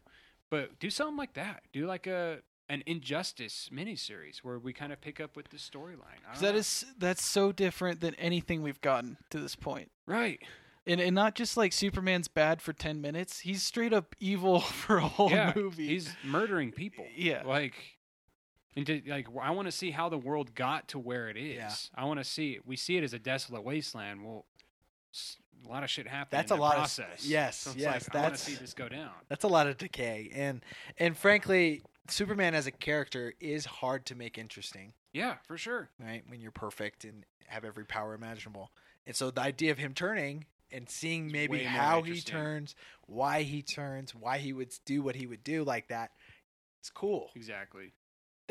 [SPEAKER 3] but do something like that. Do like a an Injustice miniseries where we kind of pick up with the storyline. I
[SPEAKER 2] 'Cause
[SPEAKER 3] don't
[SPEAKER 2] That
[SPEAKER 3] know.
[SPEAKER 2] is that's so different than anything we've gotten to this point.
[SPEAKER 3] right.
[SPEAKER 2] And and not just like Superman's bad for ten minutes. He's straight up evil for a whole
[SPEAKER 3] yeah,
[SPEAKER 2] movie.
[SPEAKER 3] He's murdering people.
[SPEAKER 2] Yeah.
[SPEAKER 3] Like, and to, like I want to see how the world got to where it is.
[SPEAKER 1] Yeah.
[SPEAKER 3] I want to see. We see it as a desolate wasteland. Well, s- a lot of shit happened.
[SPEAKER 1] That's a
[SPEAKER 3] in that
[SPEAKER 1] lot of-
[SPEAKER 3] process.
[SPEAKER 1] yes,
[SPEAKER 3] So it's
[SPEAKER 1] yes,
[SPEAKER 3] Like, I want to
[SPEAKER 1] that's-
[SPEAKER 3] see this go down.
[SPEAKER 1] that's a lot of decay, and and frankly, Superman as a character is hard to make interesting,
[SPEAKER 3] Yeah, for sure.
[SPEAKER 1] right? When you're perfect and have every power imaginable, and so the idea of him turning and seeing
[SPEAKER 3] It's
[SPEAKER 1] maybe
[SPEAKER 3] way more
[SPEAKER 1] how he
[SPEAKER 3] interesting.
[SPEAKER 1] turns, why he turns, why he would do what he would do like that, it's cool.
[SPEAKER 3] Exactly.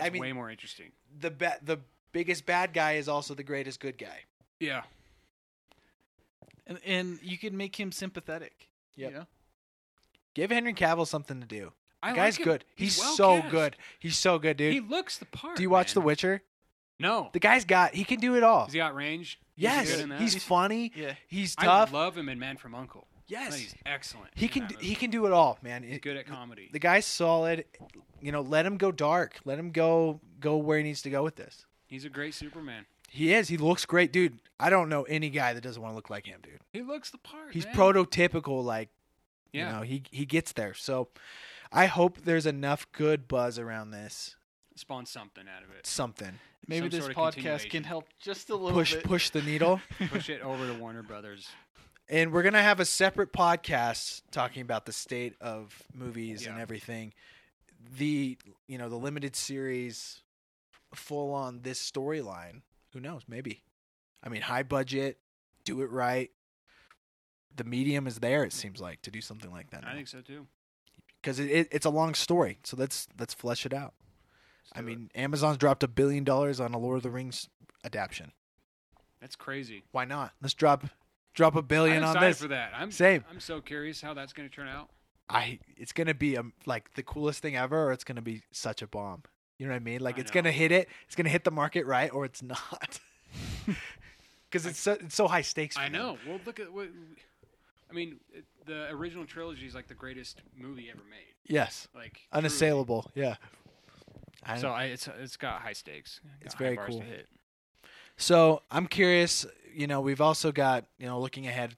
[SPEAKER 1] I
[SPEAKER 3] It's
[SPEAKER 1] mean,
[SPEAKER 3] way more interesting.
[SPEAKER 1] the ba- the biggest bad guy is also the greatest good guy.
[SPEAKER 3] Yeah.
[SPEAKER 2] and, and you could make him sympathetic.
[SPEAKER 1] Yep.
[SPEAKER 2] You know?
[SPEAKER 1] Give Henry Cavill something to do. The
[SPEAKER 3] I
[SPEAKER 1] guy's
[SPEAKER 3] like him.
[SPEAKER 1] good. He's,
[SPEAKER 3] He's, well
[SPEAKER 1] so
[SPEAKER 3] cast.
[SPEAKER 1] good. He's so good, dude.
[SPEAKER 3] He looks the part.
[SPEAKER 1] do you watch The
[SPEAKER 3] man.
[SPEAKER 1] Witcher?
[SPEAKER 3] No.
[SPEAKER 1] The guy's got. He can do it all.
[SPEAKER 3] Is he range?
[SPEAKER 1] yes,
[SPEAKER 3] He's,
[SPEAKER 1] he's,
[SPEAKER 3] good in that?
[SPEAKER 1] funny.
[SPEAKER 2] Yeah.
[SPEAKER 1] He's
[SPEAKER 3] I
[SPEAKER 1] tough.
[SPEAKER 3] love him in Man from Uncle. I think
[SPEAKER 1] yes,
[SPEAKER 3] He's excellent.
[SPEAKER 1] he
[SPEAKER 3] in
[SPEAKER 1] can.
[SPEAKER 3] that
[SPEAKER 1] d-
[SPEAKER 3] movie.
[SPEAKER 1] He can do it all, man.
[SPEAKER 3] He's
[SPEAKER 1] It-
[SPEAKER 3] good at comedy.
[SPEAKER 1] The guy's solid. You know, let him go dark. Let him go go where he needs to go with this.
[SPEAKER 3] He's a great Superman.
[SPEAKER 1] He is. He looks great, dude. I don't know any guy that doesn't want to look like him, dude.
[SPEAKER 3] He looks the part.
[SPEAKER 1] He's
[SPEAKER 3] man.
[SPEAKER 1] prototypical, like
[SPEAKER 3] Yeah,
[SPEAKER 1] You know, he he gets there. So I hope there's enough good buzz around this.
[SPEAKER 3] spawn something out of it.
[SPEAKER 1] Something
[SPEAKER 2] Maybe
[SPEAKER 3] Some
[SPEAKER 2] this
[SPEAKER 3] sort
[SPEAKER 2] podcast
[SPEAKER 3] of continuation.
[SPEAKER 2] can help just a little
[SPEAKER 1] push
[SPEAKER 2] bit.
[SPEAKER 1] push the needle,
[SPEAKER 3] Push it over to Warner Brothers.
[SPEAKER 1] and we're gonna have a separate podcast talking about the state of movies and
[SPEAKER 3] Yeah.
[SPEAKER 1] everything. The you know the limited series, full on this storyline. Who knows? Maybe. I mean, high budget, do it right. The medium is there. It seems like to do something like that.
[SPEAKER 3] I
[SPEAKER 1] now.
[SPEAKER 3] think so too.
[SPEAKER 1] because it, it, it's a long story. So let's let's flesh it out. I
[SPEAKER 3] So
[SPEAKER 1] mean, Amazon's dropped a billion dollars on a Lord of the Rings adaptation.
[SPEAKER 3] that's crazy.
[SPEAKER 1] Why not? Let's drop drop a billion
[SPEAKER 3] I'm
[SPEAKER 1] on
[SPEAKER 3] excited
[SPEAKER 1] this.
[SPEAKER 3] for that. I'm
[SPEAKER 1] Same.
[SPEAKER 3] I'm so curious how that's going to turn out.
[SPEAKER 1] I it's gonna be um like the coolest thing ever, or it's gonna be such a bomb. You know what I mean? Like
[SPEAKER 3] I
[SPEAKER 1] it's
[SPEAKER 3] know.
[SPEAKER 1] gonna hit it. It's gonna hit the market right, or it's not. Because it's so it's so high stakes. For
[SPEAKER 3] I
[SPEAKER 1] them.
[SPEAKER 3] know. Well, look at what. I mean, it- the original trilogy is like the greatest movie ever made.
[SPEAKER 1] Yes,
[SPEAKER 3] Like truly.
[SPEAKER 1] unassailable. Yeah. I
[SPEAKER 3] So I, it's it's got high stakes.
[SPEAKER 1] It's
[SPEAKER 3] Got high
[SPEAKER 1] very
[SPEAKER 3] bars
[SPEAKER 1] cool.
[SPEAKER 3] To hit.
[SPEAKER 1] So I'm curious. You know, we've also got you know looking ahead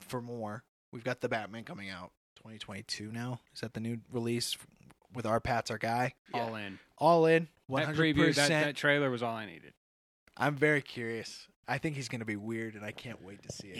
[SPEAKER 1] for more. We've got the Batman coming out 2022 now. Is that the new release with our Pat's our guy?
[SPEAKER 2] Yeah.
[SPEAKER 3] All in.
[SPEAKER 1] All in
[SPEAKER 3] That
[SPEAKER 1] 100.
[SPEAKER 3] preview, that,
[SPEAKER 1] percent
[SPEAKER 3] that trailer was all I needed.
[SPEAKER 1] I'm very curious. I think he's gonna be weird, and I can't wait to see it.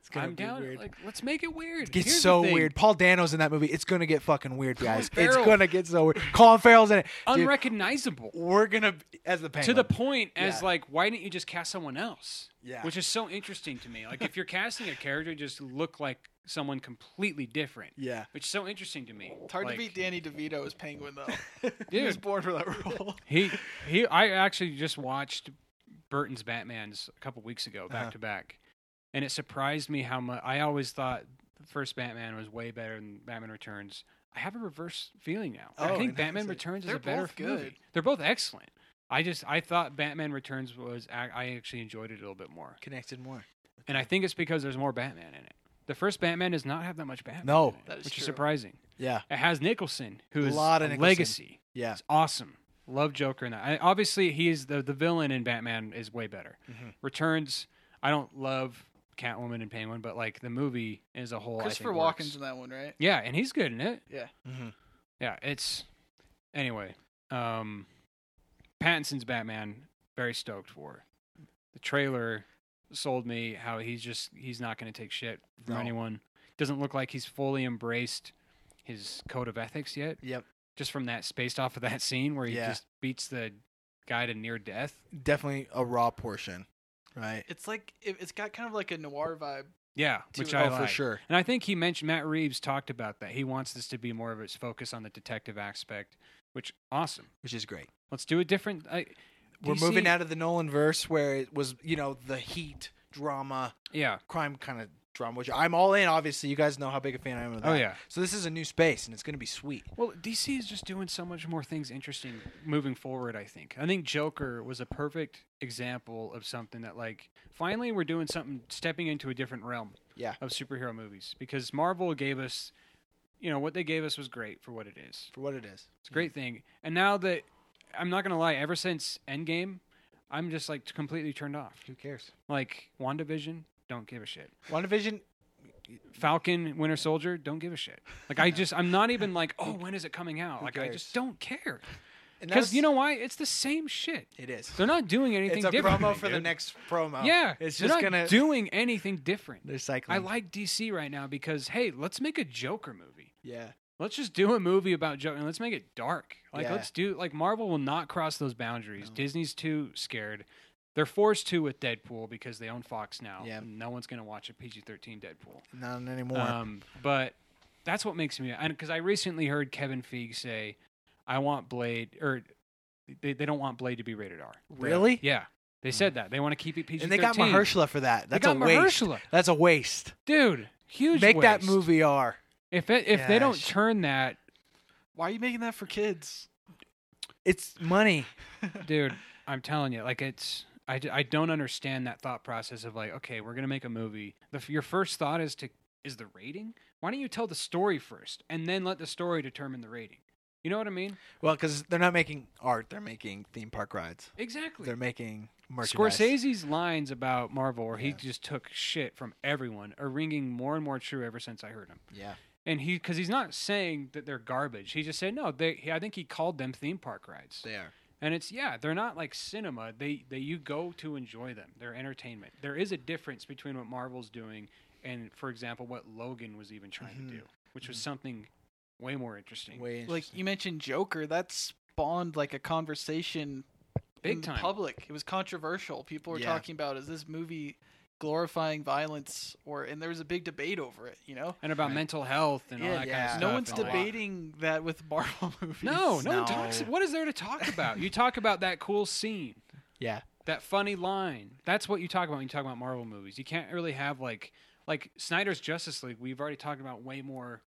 [SPEAKER 1] it's gonna
[SPEAKER 3] I'm
[SPEAKER 1] be
[SPEAKER 3] down.
[SPEAKER 1] weird.
[SPEAKER 3] Like, let's make it weird.
[SPEAKER 1] it gets
[SPEAKER 3] Here's the
[SPEAKER 1] so
[SPEAKER 3] thing.
[SPEAKER 1] weird. Paul Dano's in that movie. It's gonna get fucking weird,
[SPEAKER 3] Colin
[SPEAKER 1] guys. It's
[SPEAKER 3] Farrell.
[SPEAKER 1] gonna get so weird. Colin Farrell's in it. Dude,
[SPEAKER 3] Unrecognizable.
[SPEAKER 1] we're gonna as the penguin
[SPEAKER 3] to the point as
[SPEAKER 1] Yeah.
[SPEAKER 3] like why didn't you just cast someone else
[SPEAKER 1] Yeah.
[SPEAKER 3] which is so interesting to me like if you're casting a character just look like someone completely different
[SPEAKER 1] yeah.
[SPEAKER 3] which is so interesting to me
[SPEAKER 2] It's hard
[SPEAKER 3] Like,
[SPEAKER 2] to beat Danny DeVito as Penguin though. he was
[SPEAKER 3] Dude.
[SPEAKER 2] born for that role.
[SPEAKER 3] he he i actually just watched burton's batman's a couple weeks ago back
[SPEAKER 1] Uh-huh.
[SPEAKER 3] to back and it surprised me how much i always thought the first batman was way better than batman returns i have a reverse feeling now
[SPEAKER 1] Oh,
[SPEAKER 3] i think
[SPEAKER 1] and
[SPEAKER 3] batman
[SPEAKER 1] hindsight.
[SPEAKER 3] returns is
[SPEAKER 2] They're
[SPEAKER 3] a better
[SPEAKER 2] both good.
[SPEAKER 3] movie. they're both excellent i just i thought batman returns was i I actually enjoyed it a little bit more
[SPEAKER 1] Connected more.
[SPEAKER 3] And I think it's because there's more Batman in it. The first Batman does not have that much Batman.
[SPEAKER 1] No.
[SPEAKER 3] in it,
[SPEAKER 2] That is
[SPEAKER 3] which
[SPEAKER 2] true.
[SPEAKER 3] is surprising.
[SPEAKER 1] Yeah.
[SPEAKER 3] It has Nicholson, who is
[SPEAKER 1] Lot
[SPEAKER 3] Lot
[SPEAKER 1] of
[SPEAKER 3] of
[SPEAKER 1] Nicholson.
[SPEAKER 3] legacy.
[SPEAKER 1] Yeah.
[SPEAKER 3] It's awesome. Love Joker in that. I, obviously, he is the the villain in Batman is way better.
[SPEAKER 1] Mhm.
[SPEAKER 3] Returns. I don't love Catwoman and Penguin, but like the movie as a whole,
[SPEAKER 2] Christopher
[SPEAKER 3] I think works.
[SPEAKER 2] Walken's in that one, right?
[SPEAKER 3] Yeah, and he's good in it.
[SPEAKER 1] Mm-hmm.
[SPEAKER 3] Yeah, it's anyway. Um, Pattinson's Batman, very stoked for. The trailer sold me how he's just he's not going to take shit from
[SPEAKER 1] No.
[SPEAKER 3] anyone. Doesn't look like he's fully embraced his code of ethics yet.
[SPEAKER 1] Yep.
[SPEAKER 3] Just from that spaced off of that scene where he
[SPEAKER 1] Yeah.
[SPEAKER 3] just beats the guy to near death.
[SPEAKER 1] Definitely a raw portion, right?
[SPEAKER 2] It's like it, it's got kind of like a noir vibe.
[SPEAKER 3] Yeah,
[SPEAKER 2] To-
[SPEAKER 3] which
[SPEAKER 2] oh,
[SPEAKER 3] I
[SPEAKER 1] for
[SPEAKER 3] like.
[SPEAKER 1] sure.
[SPEAKER 3] And I think he mentioned Matt Reeves talked about that. He wants this to be more of its focus on the detective aspect, which awesome.
[SPEAKER 1] Which is great.
[SPEAKER 3] Let's do a different. I,
[SPEAKER 1] We're
[SPEAKER 3] DC
[SPEAKER 1] moving out of the Nolan verse where it was, you know, the heat drama,
[SPEAKER 3] Yeah,
[SPEAKER 1] crime kind of drama. Which I'm all in. Obviously, you guys know how big a fan I am of that.
[SPEAKER 3] Oh yeah.
[SPEAKER 1] So this is a new space, and it's going to be sweet.
[SPEAKER 3] Well, DC is just doing so much more things interesting moving forward. I think. I think Joker was a perfect example of something that, like, finally we're doing something, stepping into a different realm.
[SPEAKER 1] Yeah.
[SPEAKER 3] Of superhero movies, because Marvel gave us, you know, what they gave us was great for what it is.
[SPEAKER 1] for what it is.
[SPEAKER 3] It's a great thing. And now that I'm not gonna lie, ever since Endgame, I'm just like completely turned off.
[SPEAKER 1] Who cares?
[SPEAKER 3] Like WandaVision, don't give a shit.
[SPEAKER 1] WandaVision.
[SPEAKER 3] Falcon, Winter Soldier, don't give a shit. Like I just, I'm not even like, oh, when is it coming out?
[SPEAKER 1] Who
[SPEAKER 3] Like I
[SPEAKER 1] cares?
[SPEAKER 3] just don't care.
[SPEAKER 1] and that
[SPEAKER 3] Because
[SPEAKER 1] was-
[SPEAKER 3] you know why? It's the same shit.
[SPEAKER 1] it is.
[SPEAKER 3] They're not doing anything
[SPEAKER 1] It's a
[SPEAKER 3] different.
[SPEAKER 1] promo for the
[SPEAKER 3] dude.
[SPEAKER 1] next promo.
[SPEAKER 3] Yeah,
[SPEAKER 1] It's
[SPEAKER 3] they're
[SPEAKER 1] just
[SPEAKER 3] not
[SPEAKER 1] gonna.
[SPEAKER 3] doing anything different.
[SPEAKER 1] they're cycling.
[SPEAKER 3] I like DC right now because hey, let's make a Joker movie.
[SPEAKER 1] Yeah.
[SPEAKER 3] Let's just do a movie about Joker and let's make it dark. Like
[SPEAKER 1] Yeah.
[SPEAKER 3] let's do like Marvel will not cross those boundaries.
[SPEAKER 1] No.
[SPEAKER 3] Disney's too scared. They're forced to with Deadpool because they own Fox now.
[SPEAKER 1] Yeah.
[SPEAKER 3] No one's gonna watch a PG-13 Deadpool.
[SPEAKER 1] Not anymore.
[SPEAKER 3] Um, but that's what makes me and because I recently heard Kevin Feige say, "I want Blade," or they, they don't want Blade to be rated R.
[SPEAKER 1] Really? Hmm.
[SPEAKER 3] Yeah, they said that they want to keep it PG.
[SPEAKER 1] and they got Mahershala for that.
[SPEAKER 3] They
[SPEAKER 1] That's
[SPEAKER 3] got
[SPEAKER 1] a waste.
[SPEAKER 3] Mahershala,
[SPEAKER 1] That's a waste.
[SPEAKER 3] dude. Huge.
[SPEAKER 1] Make that
[SPEAKER 3] waste.
[SPEAKER 1] movie R.
[SPEAKER 3] If it, if they don't
[SPEAKER 1] Gosh.
[SPEAKER 3] turn that,
[SPEAKER 2] Why are you making that for kids?
[SPEAKER 1] It's money.
[SPEAKER 3] dude, I'm telling you, like it's. I, d- I don't understand that thought process of like okay we're gonna make a movie the, f- your first thought is to is the rating why don't you tell the story first and then let the story determine the rating you know what i mean
[SPEAKER 1] Well, because they're not making art. They're making theme park rides.
[SPEAKER 3] exactly
[SPEAKER 1] They're making merchandise.
[SPEAKER 3] Scorsese's lines about Marvel, where he
[SPEAKER 1] Yeah.
[SPEAKER 3] just took shit from everyone, are ringing more and more true ever since I heard him.
[SPEAKER 1] Yeah.
[SPEAKER 3] And he, because he's not saying that they're garbage. He just said no. They, he, I think he called them theme park rides.
[SPEAKER 1] They are.
[SPEAKER 3] And it's yeah, they're not like cinema. They, they you go to enjoy them. They're entertainment. There is a difference between what Marvel's doing and, for example, what Logan was even trying
[SPEAKER 1] Mhm.
[SPEAKER 3] to do, which was something way more interesting.
[SPEAKER 1] Way
[SPEAKER 2] Like
[SPEAKER 1] interesting.
[SPEAKER 2] you mentioned Joker, that spawned like a conversation in
[SPEAKER 3] Big
[SPEAKER 2] the
[SPEAKER 3] time.
[SPEAKER 2] public. It was controversial. People were
[SPEAKER 1] Yeah.
[SPEAKER 2] talking about is this movie glorifying violence or and there was a big debate over it, you know?
[SPEAKER 3] and about
[SPEAKER 1] Right.
[SPEAKER 3] mental health and all
[SPEAKER 2] Yeah,
[SPEAKER 3] that
[SPEAKER 1] yeah.
[SPEAKER 3] kind of stuff.
[SPEAKER 2] No one's
[SPEAKER 3] and all that.
[SPEAKER 2] debating that with Marvel movies.
[SPEAKER 3] No, no one
[SPEAKER 1] No.
[SPEAKER 3] talks. What is there to talk about? You talk about that cool scene,
[SPEAKER 1] Yeah.
[SPEAKER 3] that funny line. That's what you talk about when you talk about Marvel movies. You can't really have like like Snyder's Justice League. We've already talked about way more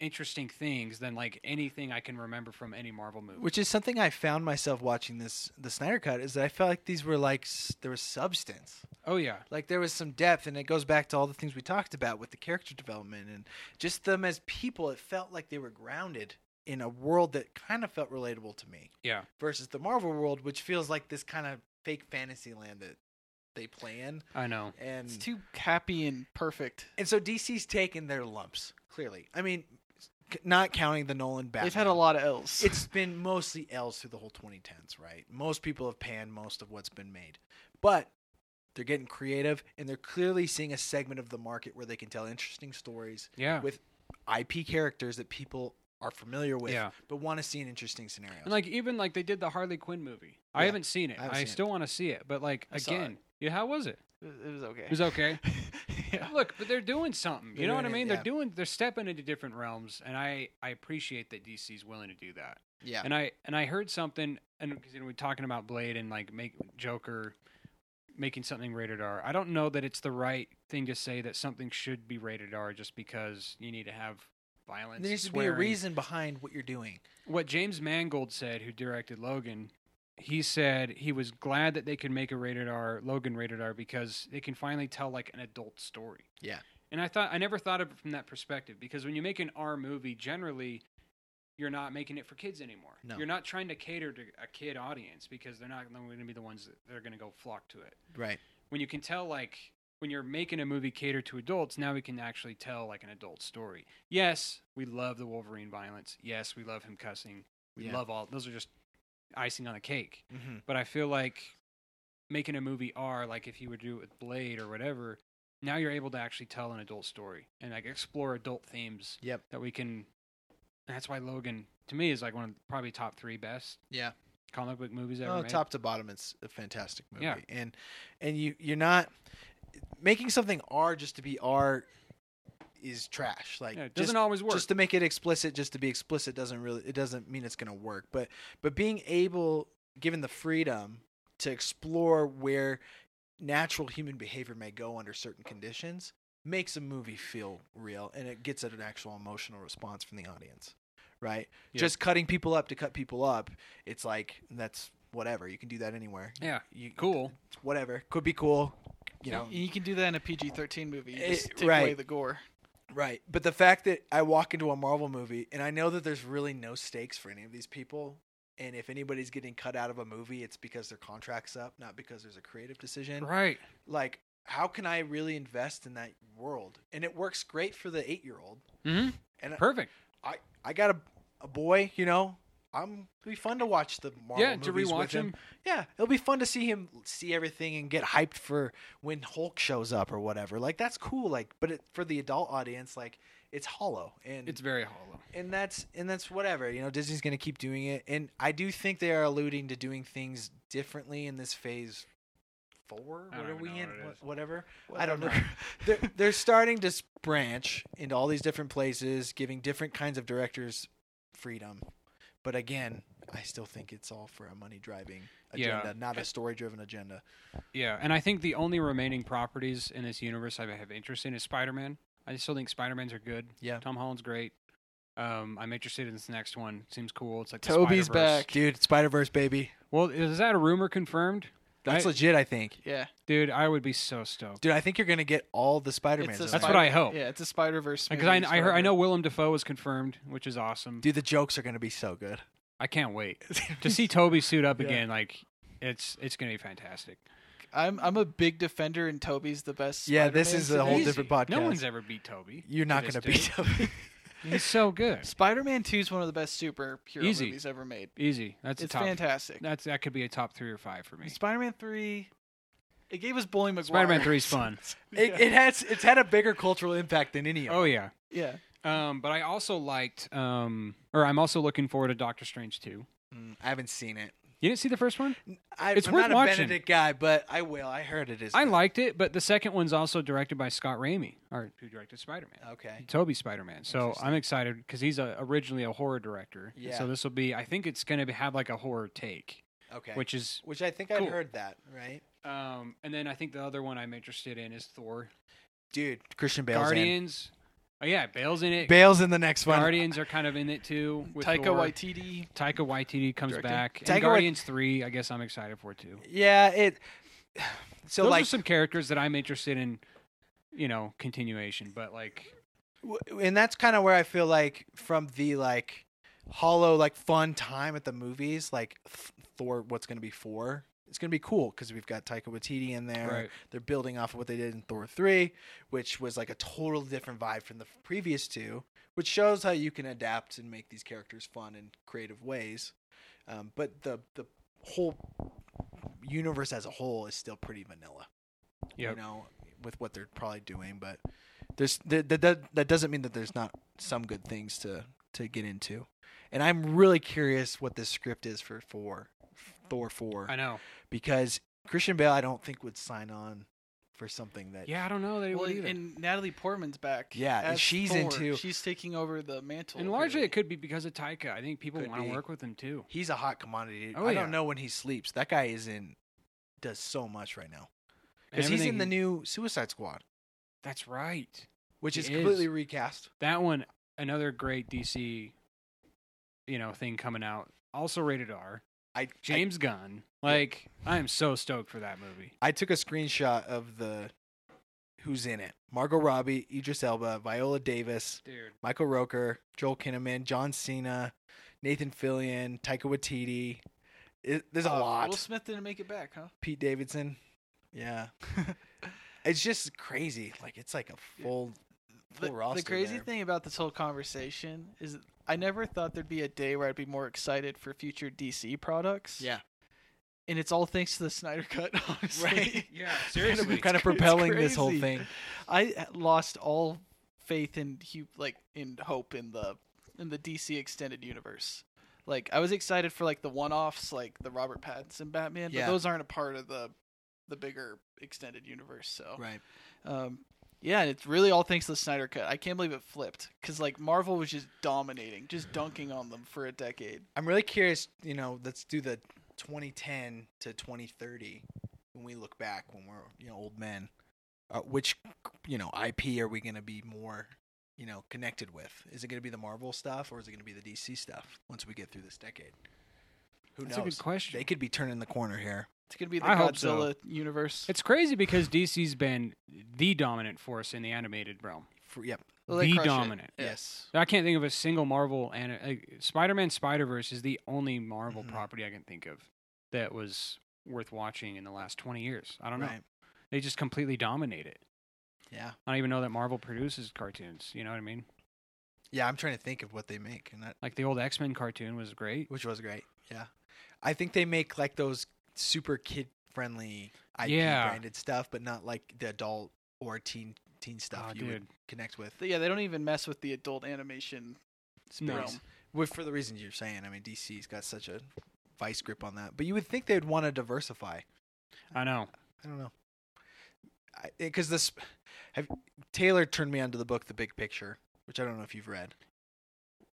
[SPEAKER 3] interesting things than like anything I can remember from any Marvel movie.
[SPEAKER 1] Which is something I found myself watching this the Snyder cut is that I felt like these were like s- there was substance.
[SPEAKER 3] oh yeah,
[SPEAKER 1] Like there was some depth, and it goes back to all the things we talked about with the character development and just them as people. It felt like they were grounded in a world that kind of felt relatable to me
[SPEAKER 3] yeah.
[SPEAKER 1] versus the Marvel world, which feels like this kind of fake fantasy land that they play in.
[SPEAKER 3] I know.
[SPEAKER 1] And
[SPEAKER 2] It's too happy and perfect.
[SPEAKER 1] and so DC's taken their lumps clearly. I mean, c- not counting the Nolan Batman.
[SPEAKER 2] They've had a lot of L's.
[SPEAKER 1] It's been mostly L's through the whole 2010s, right? Most people have panned most of what's been made, but they're getting creative and they're clearly seeing a segment of the market where they can tell interesting stories
[SPEAKER 3] Yeah.
[SPEAKER 1] with IP characters that people are familiar with,
[SPEAKER 3] Yeah.
[SPEAKER 1] but want to see an interesting scenario.
[SPEAKER 3] And like even like they did the Harley Quinn movie. I
[SPEAKER 1] Yeah,
[SPEAKER 3] haven't seen it.
[SPEAKER 1] I
[SPEAKER 3] I,
[SPEAKER 1] haven't seen it.
[SPEAKER 3] still want to see it, but like
[SPEAKER 2] I saw
[SPEAKER 3] again, yeah. How was it?
[SPEAKER 2] it it was okay.
[SPEAKER 3] It was okay.
[SPEAKER 2] yeah.
[SPEAKER 3] Look, but they're doing something.
[SPEAKER 1] They're
[SPEAKER 3] You know what I
[SPEAKER 1] doing it,
[SPEAKER 3] mean?
[SPEAKER 1] yeah.
[SPEAKER 3] They're doing. They're stepping into different realms, and I I appreciate that DC's willing to do that.
[SPEAKER 1] yeah,
[SPEAKER 3] And I and I heard something, and 'cause, you know, we're talking about Blade and like make Joker making something rated R. I don't know that it's the right thing to say that something should be rated R just because you need to have violence.
[SPEAKER 1] there needs to be a
[SPEAKER 3] swearing.
[SPEAKER 1] reason behind what you're doing.
[SPEAKER 3] What James Mangold said, who directed Logan, he said he was glad that they could make a rated R Logan rated R because they can finally tell like an adult story.
[SPEAKER 1] Yeah.
[SPEAKER 3] And I thought I never thought of it from that perspective because when you make an R movie, generally you're not making it for kids anymore.
[SPEAKER 1] No.
[SPEAKER 3] You're not trying to cater to a kid audience because they're not going to be the ones that they're going to go flock to it.
[SPEAKER 1] Right.
[SPEAKER 3] When you can tell like when you're making a movie cater to adults, now we can actually tell like an adult story. Yes, we love the Wolverine violence. Yes, we love him cussing. We
[SPEAKER 1] Yeah.
[SPEAKER 3] love all those are just icing on the cake
[SPEAKER 1] Mm-hmm.
[SPEAKER 3] but I feel like making a movie R, like if you would do it with Blade or whatever, now you're able to actually tell an adult story and like explore adult themes
[SPEAKER 1] Yep.
[SPEAKER 3] that we can. That's why Logan, to me, is like one of the- probably top three best
[SPEAKER 1] Yeah.
[SPEAKER 3] comic book movies ever
[SPEAKER 1] Oh,
[SPEAKER 3] made.
[SPEAKER 1] top to bottom, it's a fantastic movie.
[SPEAKER 3] Yeah.
[SPEAKER 1] And and you you're not making something R just to be R is trash. Like
[SPEAKER 3] Yeah, it
[SPEAKER 1] just,
[SPEAKER 3] doesn't always work.
[SPEAKER 1] just to make it explicit, just to be explicit doesn't really it doesn't mean it's gonna work. But but being able, given the freedom to explore where natural human behavior may go under certain conditions makes a movie feel real and it gets an actual emotional response from the audience right
[SPEAKER 3] Yeah.
[SPEAKER 1] just cutting people up to cut people up it's like that's whatever you can do that anywhere
[SPEAKER 3] yeah,
[SPEAKER 1] you,
[SPEAKER 3] cool.
[SPEAKER 1] it's whatever could be cool you know
[SPEAKER 2] you can do that in a PG thirteen movie. You just
[SPEAKER 1] Eh,
[SPEAKER 2] take away
[SPEAKER 1] right.
[SPEAKER 2] the gore.
[SPEAKER 1] right but the fact that i walk into a marvel movie and i know that there's really no stakes for any of these people and if anybody's getting cut out of a movie it's because their contract's up not because there's a creative decision
[SPEAKER 3] Right.
[SPEAKER 1] like how can i really invest in that world and it works great for the eight year old
[SPEAKER 3] hmm
[SPEAKER 1] and uh,
[SPEAKER 3] Perfect.
[SPEAKER 1] i i got a, a boy you know i'm it'll be fun to watch the Marvel
[SPEAKER 3] yeah, to
[SPEAKER 1] movies
[SPEAKER 3] rewatch
[SPEAKER 1] with him.
[SPEAKER 3] him.
[SPEAKER 1] yeah it'll be fun to see him see everything and get hyped for when hulk shows up or whatever like that's cool like but it, for the adult audience like it's hollow and
[SPEAKER 3] It's very hollow.
[SPEAKER 1] and that's and that's whatever you know disney's going to keep doing it and i do think they are alluding to doing things differently in this phase four what
[SPEAKER 3] I don't
[SPEAKER 1] are
[SPEAKER 3] even
[SPEAKER 1] we
[SPEAKER 3] know
[SPEAKER 1] in
[SPEAKER 3] what it
[SPEAKER 1] What-
[SPEAKER 3] is.
[SPEAKER 1] whatever i don't know they're, they're starting to s- branch into all these different places giving different kinds of directors freedom but again i still think it's all for a money driving
[SPEAKER 3] Yeah.
[SPEAKER 1] agenda not a story driven agenda
[SPEAKER 3] Yeah, and I think the only remaining properties in this universe I have interest in is Spider Man. I still think Spider Mans are good.
[SPEAKER 1] Yeah.
[SPEAKER 3] Tom Holland's great. Um, I'm interested in this next one. Seems cool. It's like the
[SPEAKER 2] Toby's
[SPEAKER 3] Spider-Verse.
[SPEAKER 2] back.
[SPEAKER 1] dude spider-verse baby
[SPEAKER 3] Well, is that a rumor confirmed?
[SPEAKER 1] that's
[SPEAKER 3] I-
[SPEAKER 1] legit i think
[SPEAKER 2] Yeah,
[SPEAKER 3] Dude, I would be so stoked.
[SPEAKER 1] dude i think you're going to get all the spider-mans
[SPEAKER 2] It's a
[SPEAKER 1] in
[SPEAKER 3] That's
[SPEAKER 1] there.
[SPEAKER 2] Spider-
[SPEAKER 3] what I hope.
[SPEAKER 2] yeah. It's a Spider Verse
[SPEAKER 3] Because I, I, heard, I know Willem Dafoe was confirmed, which is awesome.
[SPEAKER 1] dude the jokes are going to be so good
[SPEAKER 3] I can't wait to see Toby suit up
[SPEAKER 1] Yeah.
[SPEAKER 3] again. Like, it's it's gonna be fantastic.
[SPEAKER 2] I'm I'm a big defender, and Toby's the best.
[SPEAKER 1] Yeah, this is a
[SPEAKER 2] the
[SPEAKER 1] whole
[SPEAKER 3] Easy.
[SPEAKER 1] different podcast.
[SPEAKER 3] No one's ever beat Toby.
[SPEAKER 1] You're not
[SPEAKER 3] this
[SPEAKER 1] going to
[SPEAKER 3] day.
[SPEAKER 1] beat Toby.
[SPEAKER 3] He's so good.
[SPEAKER 2] Spider-Man Two is one of the best superhero
[SPEAKER 3] Easy.
[SPEAKER 2] movies ever made.
[SPEAKER 3] Easy. That's
[SPEAKER 2] It's,
[SPEAKER 3] a top.
[SPEAKER 2] fantastic.
[SPEAKER 3] That's that could be a top three or five for me.
[SPEAKER 2] Spider-Man Three, it gave us Bully McGuire.
[SPEAKER 3] Spider Man Three is fun.
[SPEAKER 1] it, it has it's had a bigger cultural impact than any of.
[SPEAKER 3] oh yeah.
[SPEAKER 2] Yeah,
[SPEAKER 3] Um, but I also liked, um, or I'm also looking forward to Doctor Strange 2.
[SPEAKER 1] them. Mm, I haven't seen it.
[SPEAKER 3] You didn't see the first one?
[SPEAKER 1] I,
[SPEAKER 3] It's
[SPEAKER 1] I'm
[SPEAKER 3] worth
[SPEAKER 1] not a
[SPEAKER 3] watching.
[SPEAKER 1] Benedict guy, but I will. I heard it is.
[SPEAKER 3] I
[SPEAKER 1] good.
[SPEAKER 3] liked it, but the second one's also directed by Scott Raimi, or who directed Spider Man,
[SPEAKER 1] Okay.
[SPEAKER 3] Toby Spider Man. So
[SPEAKER 1] Uh, Interesting.
[SPEAKER 3] I'm excited because he's a, originally a horror director.
[SPEAKER 1] Yeah.
[SPEAKER 3] So this will be. I think it's going to have like a horror take,
[SPEAKER 1] Okay. Which,
[SPEAKER 3] which is.
[SPEAKER 1] I think I've
[SPEAKER 3] Cool.
[SPEAKER 1] heard that right,
[SPEAKER 3] Um, and then I think the other one I'm interested in is Thor.
[SPEAKER 1] dude. Christian Bale's
[SPEAKER 3] Guardians. Oh yeah, Bale's in
[SPEAKER 1] in.
[SPEAKER 3] it.
[SPEAKER 1] Bale's in the next one.
[SPEAKER 3] Guardians are kind of in it too. With
[SPEAKER 2] Taika
[SPEAKER 3] Thor.
[SPEAKER 2] Waititi.
[SPEAKER 3] Taika Waititi comes
[SPEAKER 2] Directing.
[SPEAKER 3] back. And
[SPEAKER 1] Taika Wait-
[SPEAKER 3] Guardians three. I guess I'm excited for too.
[SPEAKER 1] Yeah. It. So
[SPEAKER 3] Those
[SPEAKER 1] like
[SPEAKER 3] are some characters that I'm interested in. You know, continuation, but like
[SPEAKER 1] W- and that's kind of where I feel like from the like hollow like fun time at the movies like Th- Thor what's going to be four it's going to be cool because we've got Taika Waititi in there
[SPEAKER 3] Right.
[SPEAKER 1] they're building off of what they did in Thor 3 which was like a totally different vibe from the f- previous two which shows how you can adapt and make these characters fun in creative ways um, but the the whole universe as a whole is still pretty vanilla
[SPEAKER 3] Yep.
[SPEAKER 1] you know, with what they're probably doing. But there's that that- that that doesn't mean that there's not some good things to to get into. And I'm really curious what this script is for four, Thor four,
[SPEAKER 3] I know.
[SPEAKER 1] because Christian Bale I don't think would sign on for something that.
[SPEAKER 3] Yeah, I don't know that it
[SPEAKER 2] Well,
[SPEAKER 3] would either. And,
[SPEAKER 2] and Natalie Portman's back.
[SPEAKER 1] Yeah, and
[SPEAKER 2] as
[SPEAKER 1] she's
[SPEAKER 2] Thor.
[SPEAKER 1] into-
[SPEAKER 2] She's taking over the mantle.
[SPEAKER 3] largely,
[SPEAKER 2] really.
[SPEAKER 3] it could be because of Taika. I think people
[SPEAKER 1] Could
[SPEAKER 3] want
[SPEAKER 1] be.
[SPEAKER 3] to work with him too.
[SPEAKER 1] He's a hot commodity. dude.
[SPEAKER 3] Oh,
[SPEAKER 1] I
[SPEAKER 3] yeah.
[SPEAKER 1] don't know when he sleeps. That guy is in does so much right now
[SPEAKER 3] And
[SPEAKER 1] because he's in
[SPEAKER 3] everything-
[SPEAKER 1] the new Suicide Squad,
[SPEAKER 3] That's right.
[SPEAKER 1] which
[SPEAKER 3] He
[SPEAKER 1] is
[SPEAKER 3] is.
[SPEAKER 1] completely recast.
[SPEAKER 3] That one, another great DC, you know, thing coming out. Also rated R.
[SPEAKER 1] I James.
[SPEAKER 3] James Gunn. Like, I am so stoked for that movie.
[SPEAKER 1] I took a screenshot of the who's in it: Margot Robbie, Idris Elba, Viola Davis,
[SPEAKER 3] Dude.
[SPEAKER 1] Michael Roker, Joel Kinnaman, John Cena, Nathan Fillion, Taika Waititi. It, there's a
[SPEAKER 2] Uh,
[SPEAKER 1] lot.
[SPEAKER 2] Will Smith didn't make it back, huh?
[SPEAKER 1] Pete Davidson. Yeah, it's just crazy. Like it's like a full.
[SPEAKER 2] The,
[SPEAKER 1] Full roster
[SPEAKER 2] the crazy
[SPEAKER 1] there.
[SPEAKER 2] thing about this whole conversation is that I never thought there'd be a day where I'd be more excited for future DC products. And it's all thanks to the Snyder Cut, honestly.
[SPEAKER 1] Right.
[SPEAKER 3] Yeah,
[SPEAKER 1] Seriously,
[SPEAKER 2] seriously.
[SPEAKER 1] kind of
[SPEAKER 2] It's
[SPEAKER 1] propelling this whole
[SPEAKER 2] crazy.
[SPEAKER 1] thing.
[SPEAKER 2] I lost all faith in hu- like in hope in the in the DC extended universe. Like I was excited for like the one-offs like the Robert Pattinson Batman,
[SPEAKER 1] Yeah.
[SPEAKER 2] but those aren't a part of the the bigger extended universe. So
[SPEAKER 1] Right.
[SPEAKER 2] um yeah, and it's really all thanks to the Snyder cut. I can't believe it flipped cuz like Marvel was just dominating, just dunking on them for a decade.
[SPEAKER 1] I'm really curious. You know, let's do the 2010 to 2030 when we look back when we're you know old men. Uh, which you know IP are we going to be more you know connected with? Is it going to be the Marvel stuff or is it going to be the DC stuff once we get through this decade? Who
[SPEAKER 3] That's a
[SPEAKER 1] knows?
[SPEAKER 3] good question.
[SPEAKER 1] They could be turning the corner here.
[SPEAKER 2] It's going to be the
[SPEAKER 3] I hope so.
[SPEAKER 2] Godzilla universe.
[SPEAKER 3] It's crazy because DC's been the dominant force in the animated realm.
[SPEAKER 1] For, yep.
[SPEAKER 2] Well, they
[SPEAKER 3] the
[SPEAKER 2] crush it.
[SPEAKER 3] dominant.
[SPEAKER 1] Yes.
[SPEAKER 3] I can't think of a single Marvel and like, Spider-Man Spider-Verse is the only Marvel
[SPEAKER 1] Mhm.
[SPEAKER 3] property I can think of that was worth watching in the last 20 years. I don't know.
[SPEAKER 1] Right.
[SPEAKER 3] They just completely dominate it.
[SPEAKER 1] Yeah.
[SPEAKER 3] I don't even know that Marvel produces cartoons, you know what I mean?
[SPEAKER 1] Yeah. I'm trying to think of what they make, and that
[SPEAKER 3] Like the old X-Men cartoon was great.
[SPEAKER 1] which was great. Yeah, I think they make like those super kid friendly IP
[SPEAKER 3] Yeah.
[SPEAKER 1] branded stuff, but not like the adult or teen teen stuff
[SPEAKER 3] Oh,
[SPEAKER 1] you would
[SPEAKER 3] dude.
[SPEAKER 1] connect with.
[SPEAKER 2] Yeah, they don't even mess with the adult animation
[SPEAKER 3] No.
[SPEAKER 2] realm.
[SPEAKER 1] With for the reasons you're saying, I mean DC's got such a vice grip on that, but you would think they'd want to diversify.
[SPEAKER 3] I know.
[SPEAKER 1] I don't know, because this have, Taylor turned me onto the book The Big Picture, which I don't know if you've read.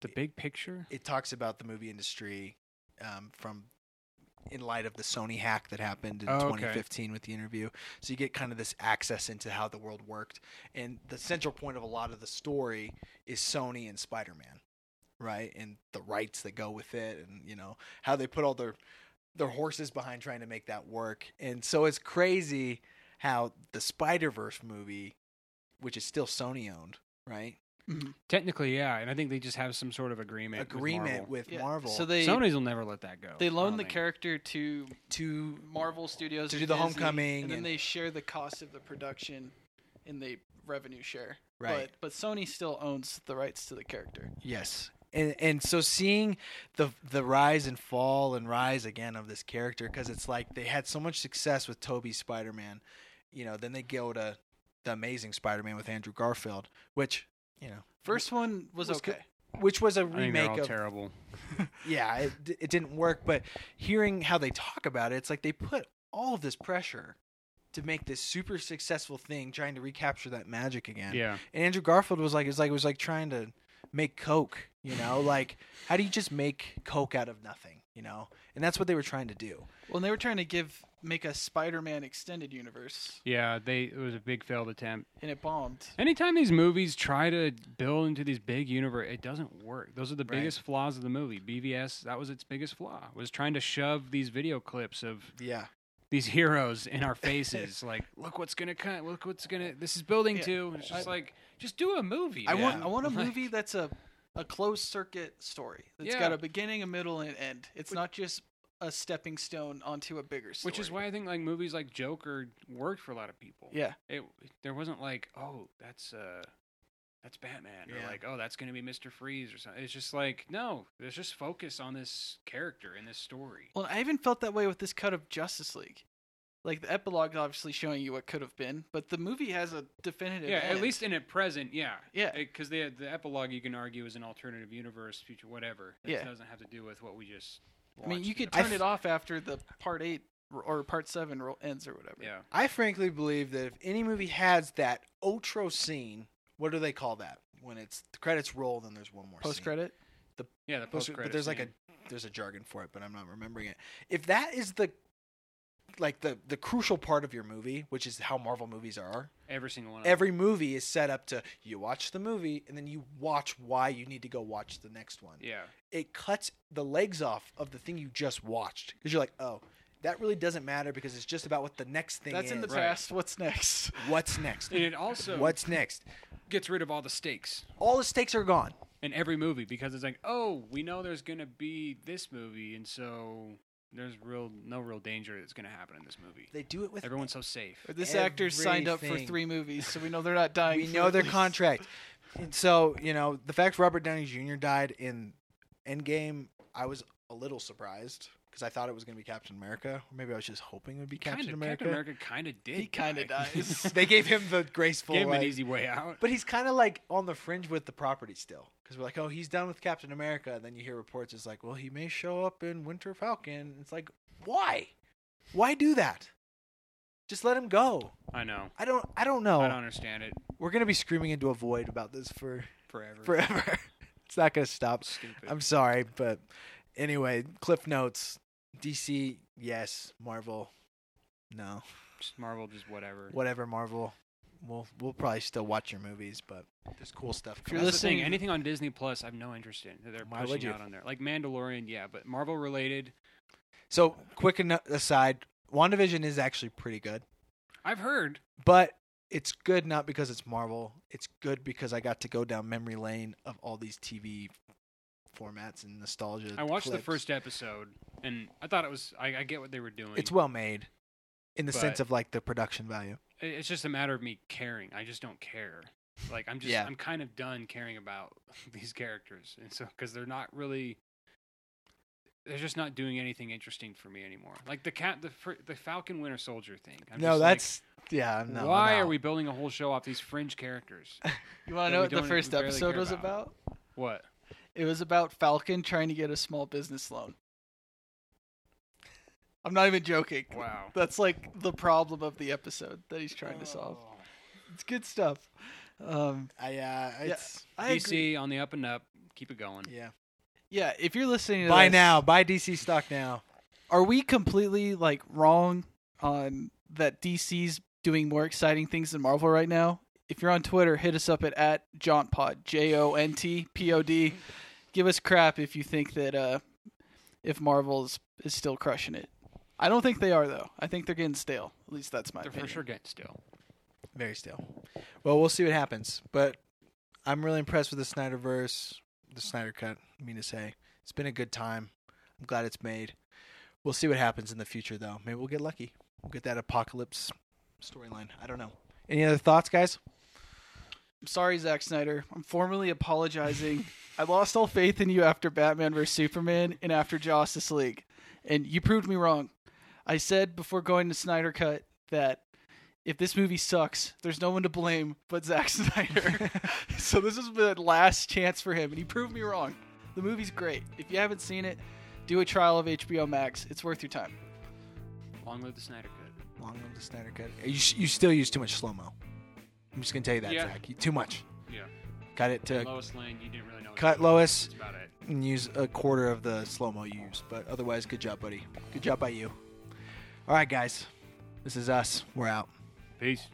[SPEAKER 3] The big picture?
[SPEAKER 1] it talks about the movie industry um, from in light of the Sony hack that happened in
[SPEAKER 3] Oh, okay.
[SPEAKER 1] 2015 with the interview. So you get kind of this access into how the world worked, and the central point of a lot of the story is Sony and Spider-Man, right? And the rights that go with it, and you know how they put all their their horses behind trying to make that work. And so it's crazy how the Spider-Verse movie, which is still Sony owned, right?
[SPEAKER 3] Technically, yeah, and I think they just have some sort of agreement. with
[SPEAKER 1] Agreement
[SPEAKER 3] Marvel.
[SPEAKER 1] with,
[SPEAKER 2] Yeah,
[SPEAKER 1] Marvel
[SPEAKER 2] So they
[SPEAKER 3] Sony's will never let that go.
[SPEAKER 2] they
[SPEAKER 3] I
[SPEAKER 2] loan
[SPEAKER 3] don't
[SPEAKER 2] the
[SPEAKER 3] think.
[SPEAKER 2] character to
[SPEAKER 1] to
[SPEAKER 2] Marvel Studios
[SPEAKER 1] To
[SPEAKER 2] or
[SPEAKER 1] do the
[SPEAKER 2] Disney,
[SPEAKER 1] Homecoming
[SPEAKER 2] and then
[SPEAKER 1] and-
[SPEAKER 2] they share the cost of the production and the revenue share.
[SPEAKER 1] Right.
[SPEAKER 2] But, but Sony still owns the rights to the character.
[SPEAKER 1] Yes. And and so seeing the the rise and fall and rise again of this character because it's like they had so much success with Toby Spider-Man, you know, then they go to the Amazing Spider-Man with Andrew Garfield, which, you know,
[SPEAKER 2] First one was,
[SPEAKER 1] Was good.
[SPEAKER 2] okay.
[SPEAKER 1] which was a
[SPEAKER 3] I think they're
[SPEAKER 1] remake
[SPEAKER 3] all
[SPEAKER 1] of
[SPEAKER 3] terrible.
[SPEAKER 1] yeah, it, d- it didn't work. But hearing how they talk about it, it's like they put all of this pressure to make this super successful thing, trying to recapture that magic again.
[SPEAKER 3] Yeah.
[SPEAKER 1] And Andrew Garfield was like, it's like it was like trying to make Coke. You know, like how do you just make Coke out of nothing? You know, and that's what they were trying to do.
[SPEAKER 2] Well, and they were trying to give make a Spider-Man extended universe,
[SPEAKER 3] Yeah, they it was a big failed attempt.
[SPEAKER 2] and it bombed.
[SPEAKER 3] Anytime these movies try to build into these big universe, it doesn't work. Those are the
[SPEAKER 1] Right.
[SPEAKER 3] biggest flaws of the movie. BVS, that was its biggest flaw, was trying to shove these video clips of
[SPEAKER 1] Yeah,
[SPEAKER 3] these heroes in our faces. like, look what's gonna cut. Look what's gonna. This is building
[SPEAKER 2] Yeah.
[SPEAKER 3] to. And It's just
[SPEAKER 2] I-
[SPEAKER 3] like, just do a movie.
[SPEAKER 2] I want
[SPEAKER 3] man.
[SPEAKER 2] I want a
[SPEAKER 3] Like,
[SPEAKER 2] movie that's a a closed circuit story that's
[SPEAKER 3] Yeah.
[SPEAKER 2] got a beginning, a middle, and an end. It's
[SPEAKER 3] Which-
[SPEAKER 2] not just a stepping stone onto a bigger story.
[SPEAKER 3] Which is why I think like movies like Joker worked for a lot of people.
[SPEAKER 2] yeah,
[SPEAKER 3] It there wasn't like, oh, that's uh, that's Batman,
[SPEAKER 1] Yeah.
[SPEAKER 3] or like, oh, that's gonna be Mister Freeze or something. It's just like, no, there's just focus on this character and this story.
[SPEAKER 2] Well, I even felt that way with this cut of Justice League. Like the epilogue, obviously showing you what could have been, but the movie has a definitive.
[SPEAKER 3] yeah,
[SPEAKER 2] end.
[SPEAKER 3] at least in a present, yeah,
[SPEAKER 2] Yeah.
[SPEAKER 3] because the the epilogue you can argue is an alternative universe, future, whatever. It
[SPEAKER 2] Yeah.
[SPEAKER 3] doesn't have to do with what we just.
[SPEAKER 2] I mean,
[SPEAKER 3] watched
[SPEAKER 2] you
[SPEAKER 3] in
[SPEAKER 2] could
[SPEAKER 3] the
[SPEAKER 1] I
[SPEAKER 2] turn
[SPEAKER 1] f-
[SPEAKER 2] it off after the part eight r- or part seven ro- ends or whatever.
[SPEAKER 3] Yeah.
[SPEAKER 1] I frankly believe that if any movie has that outro scene, what do they call that when it's the credits roll? Then there's one more
[SPEAKER 2] Post
[SPEAKER 1] scene.
[SPEAKER 2] credit.
[SPEAKER 3] Yeah, the
[SPEAKER 1] Post-
[SPEAKER 3] post
[SPEAKER 1] but there's like a there's a jargon for it, but I'm not remembering it. If that is the like the the crucial part of your movie, which is how Marvel movies are,
[SPEAKER 3] every single one. of
[SPEAKER 1] every movie is set up to you watch the movie and then you watch why you need to go watch the next one.
[SPEAKER 3] them. yeah,
[SPEAKER 1] It cuts the legs off of the thing you just watched because you're like, oh, that really doesn't matter because it's just about what the next thing
[SPEAKER 2] That's in the
[SPEAKER 1] is.
[SPEAKER 3] Right.
[SPEAKER 2] past. What's next?
[SPEAKER 1] What's next?
[SPEAKER 3] and it also
[SPEAKER 1] What's next?
[SPEAKER 3] gets rid of all the stakes.
[SPEAKER 1] All the stakes are gone.
[SPEAKER 3] in every movie because it's like, oh, we know there's gonna be this movie, and so there's real no real danger that's gonna happen in this movie.
[SPEAKER 1] They do it with
[SPEAKER 3] Everyone's so safe.
[SPEAKER 2] Or this actor signed up for
[SPEAKER 1] Everything.
[SPEAKER 2] three movies, so we know they're not dying.
[SPEAKER 1] we
[SPEAKER 2] for
[SPEAKER 1] know
[SPEAKER 2] at
[SPEAKER 1] their
[SPEAKER 2] least-
[SPEAKER 1] contract. And so, you know, the fact Robert Downey Jr. died in Endgame, I was a little surprised because I thought it was going to be Captain America. Or maybe I was just hoping it would be Captain
[SPEAKER 3] Kinda-
[SPEAKER 1] America.
[SPEAKER 3] Captain America kind of did.
[SPEAKER 2] He kind of
[SPEAKER 3] die.
[SPEAKER 2] dies.
[SPEAKER 1] they gave him the graceful.
[SPEAKER 3] Gave him an
[SPEAKER 1] like-
[SPEAKER 3] easy way out.
[SPEAKER 1] But he's kind of like on the fringe with the property still because we're like, oh, he's done with Captain America. And then you hear reports, it's like, well, he may show up in Winter Falcon. It's like, why? Why do that? Just let him go.
[SPEAKER 3] I know.
[SPEAKER 1] I don't. I don't know.
[SPEAKER 3] I don't understand it
[SPEAKER 1] We're gonna be screaming into a void about this for
[SPEAKER 3] forever.
[SPEAKER 1] forever. it's not going to stop.
[SPEAKER 3] Stupid.
[SPEAKER 1] I'm sorry, but anyway, Cliff Notes. DC, yes. Marvel, no.
[SPEAKER 3] Just Marvel, just whatever.
[SPEAKER 1] Whatever, Marvel. We'll we'll probably still watch your movies, but there's cool stuff.
[SPEAKER 2] you're
[SPEAKER 1] Coming.
[SPEAKER 3] That's
[SPEAKER 1] out.
[SPEAKER 3] the thing.
[SPEAKER 2] listening-
[SPEAKER 3] Anything on Disney Plus, I have no interest in. They're
[SPEAKER 1] Why would
[SPEAKER 3] pushing
[SPEAKER 1] you?
[SPEAKER 3] out on there, like Mandalorian, yeah, but Marvel related.
[SPEAKER 1] So, quick ano- aside, WandaVision is actually pretty good,
[SPEAKER 3] I've heard.
[SPEAKER 1] but it's good not because it's Marvel. It's good because I got to go down memory lane of all these TV formats and nostalgia.
[SPEAKER 3] I watched the
[SPEAKER 1] clips.
[SPEAKER 3] first episode, and I thought it was. I, I get what they were doing.
[SPEAKER 1] It's well made, in the
[SPEAKER 3] But-
[SPEAKER 1] sense of like the production value.
[SPEAKER 3] it- it's just a matter of me caring. I just don't care. Like I'm just
[SPEAKER 1] Yeah.
[SPEAKER 3] I'm kind of done caring about these characters, and so because they're not really, they're just not doing anything interesting for me anymore. Like the cat, the fr- the Falcon Winter Soldier thing. I'm
[SPEAKER 1] no,
[SPEAKER 3] just like,
[SPEAKER 1] that's yeah. No, I'm
[SPEAKER 3] why are
[SPEAKER 1] out.
[SPEAKER 3] we building a whole show off these fringe characters?
[SPEAKER 2] You want to
[SPEAKER 3] that
[SPEAKER 2] know
[SPEAKER 3] we
[SPEAKER 2] what the
[SPEAKER 3] don't-
[SPEAKER 2] first
[SPEAKER 3] we barely
[SPEAKER 2] episode
[SPEAKER 3] care
[SPEAKER 2] was
[SPEAKER 3] about.
[SPEAKER 2] about?
[SPEAKER 3] What?
[SPEAKER 2] It was about Falcon trying to get a small business loan. I'm not even joking.
[SPEAKER 3] Wow.
[SPEAKER 2] That's like the problem of the episode that he's trying to solve. It's good stuff. Um,
[SPEAKER 1] I, uh, it's,
[SPEAKER 2] I
[SPEAKER 3] DC
[SPEAKER 2] agree.
[SPEAKER 3] on the up and up. Keep it going.
[SPEAKER 1] yeah.
[SPEAKER 2] Yeah, if you're listening to
[SPEAKER 1] Buy
[SPEAKER 2] this-
[SPEAKER 1] now. Buy DC stock now.
[SPEAKER 2] are we completely like wrong on that DC's doing more exciting things than Marvel right now? If you're on Twitter, hit us up at, at JauntPod, J O N T P O D. Give us crap if you think that uh, if Marvel's is still crushing it. I don't think they are though. I think they're getting stale. At least that's my
[SPEAKER 3] They're for
[SPEAKER 2] opinion.
[SPEAKER 3] sure getting still.
[SPEAKER 1] Very still. Well, we'll see what happens. But I'm really impressed with the Snyderverse, the Snyder Cut. I mean to say, it's been a good time. I'm glad it's made. We'll see what happens in the future, though. Maybe we'll get lucky. We'll get that apocalypse storyline. I don't know. Any other thoughts, guys?
[SPEAKER 2] I'm sorry, Zack Snyder. I'm formally apologizing. I lost all faith in you after Batman vs Superman and after Justice League, and you proved me wrong. I said before going to Snyder Cut that if this movie sucks, there's no one to blame but Zack Snyder. so this is the last chance for him, and he proved me wrong. The movie's great. If you haven't seen it, do a trial of HBO Max. It's worth your time.
[SPEAKER 3] Long live the Snyder Cut.
[SPEAKER 1] Long live the Snyder Cut. You, s- you still use too much slow mo. I'm just gonna tell you that,
[SPEAKER 3] Yeah.
[SPEAKER 1] Zach. You- Too much.
[SPEAKER 3] Yeah.
[SPEAKER 1] Cut it to
[SPEAKER 3] Lois Lane, you didn't really know. what
[SPEAKER 1] Uh, cut
[SPEAKER 3] to do.
[SPEAKER 1] Lois
[SPEAKER 3] That's about it.
[SPEAKER 1] and use a quarter of the slow mo you used. But otherwise, good job, buddy. Good job by you. All right, guys. This is us. We're out.
[SPEAKER 3] Peace.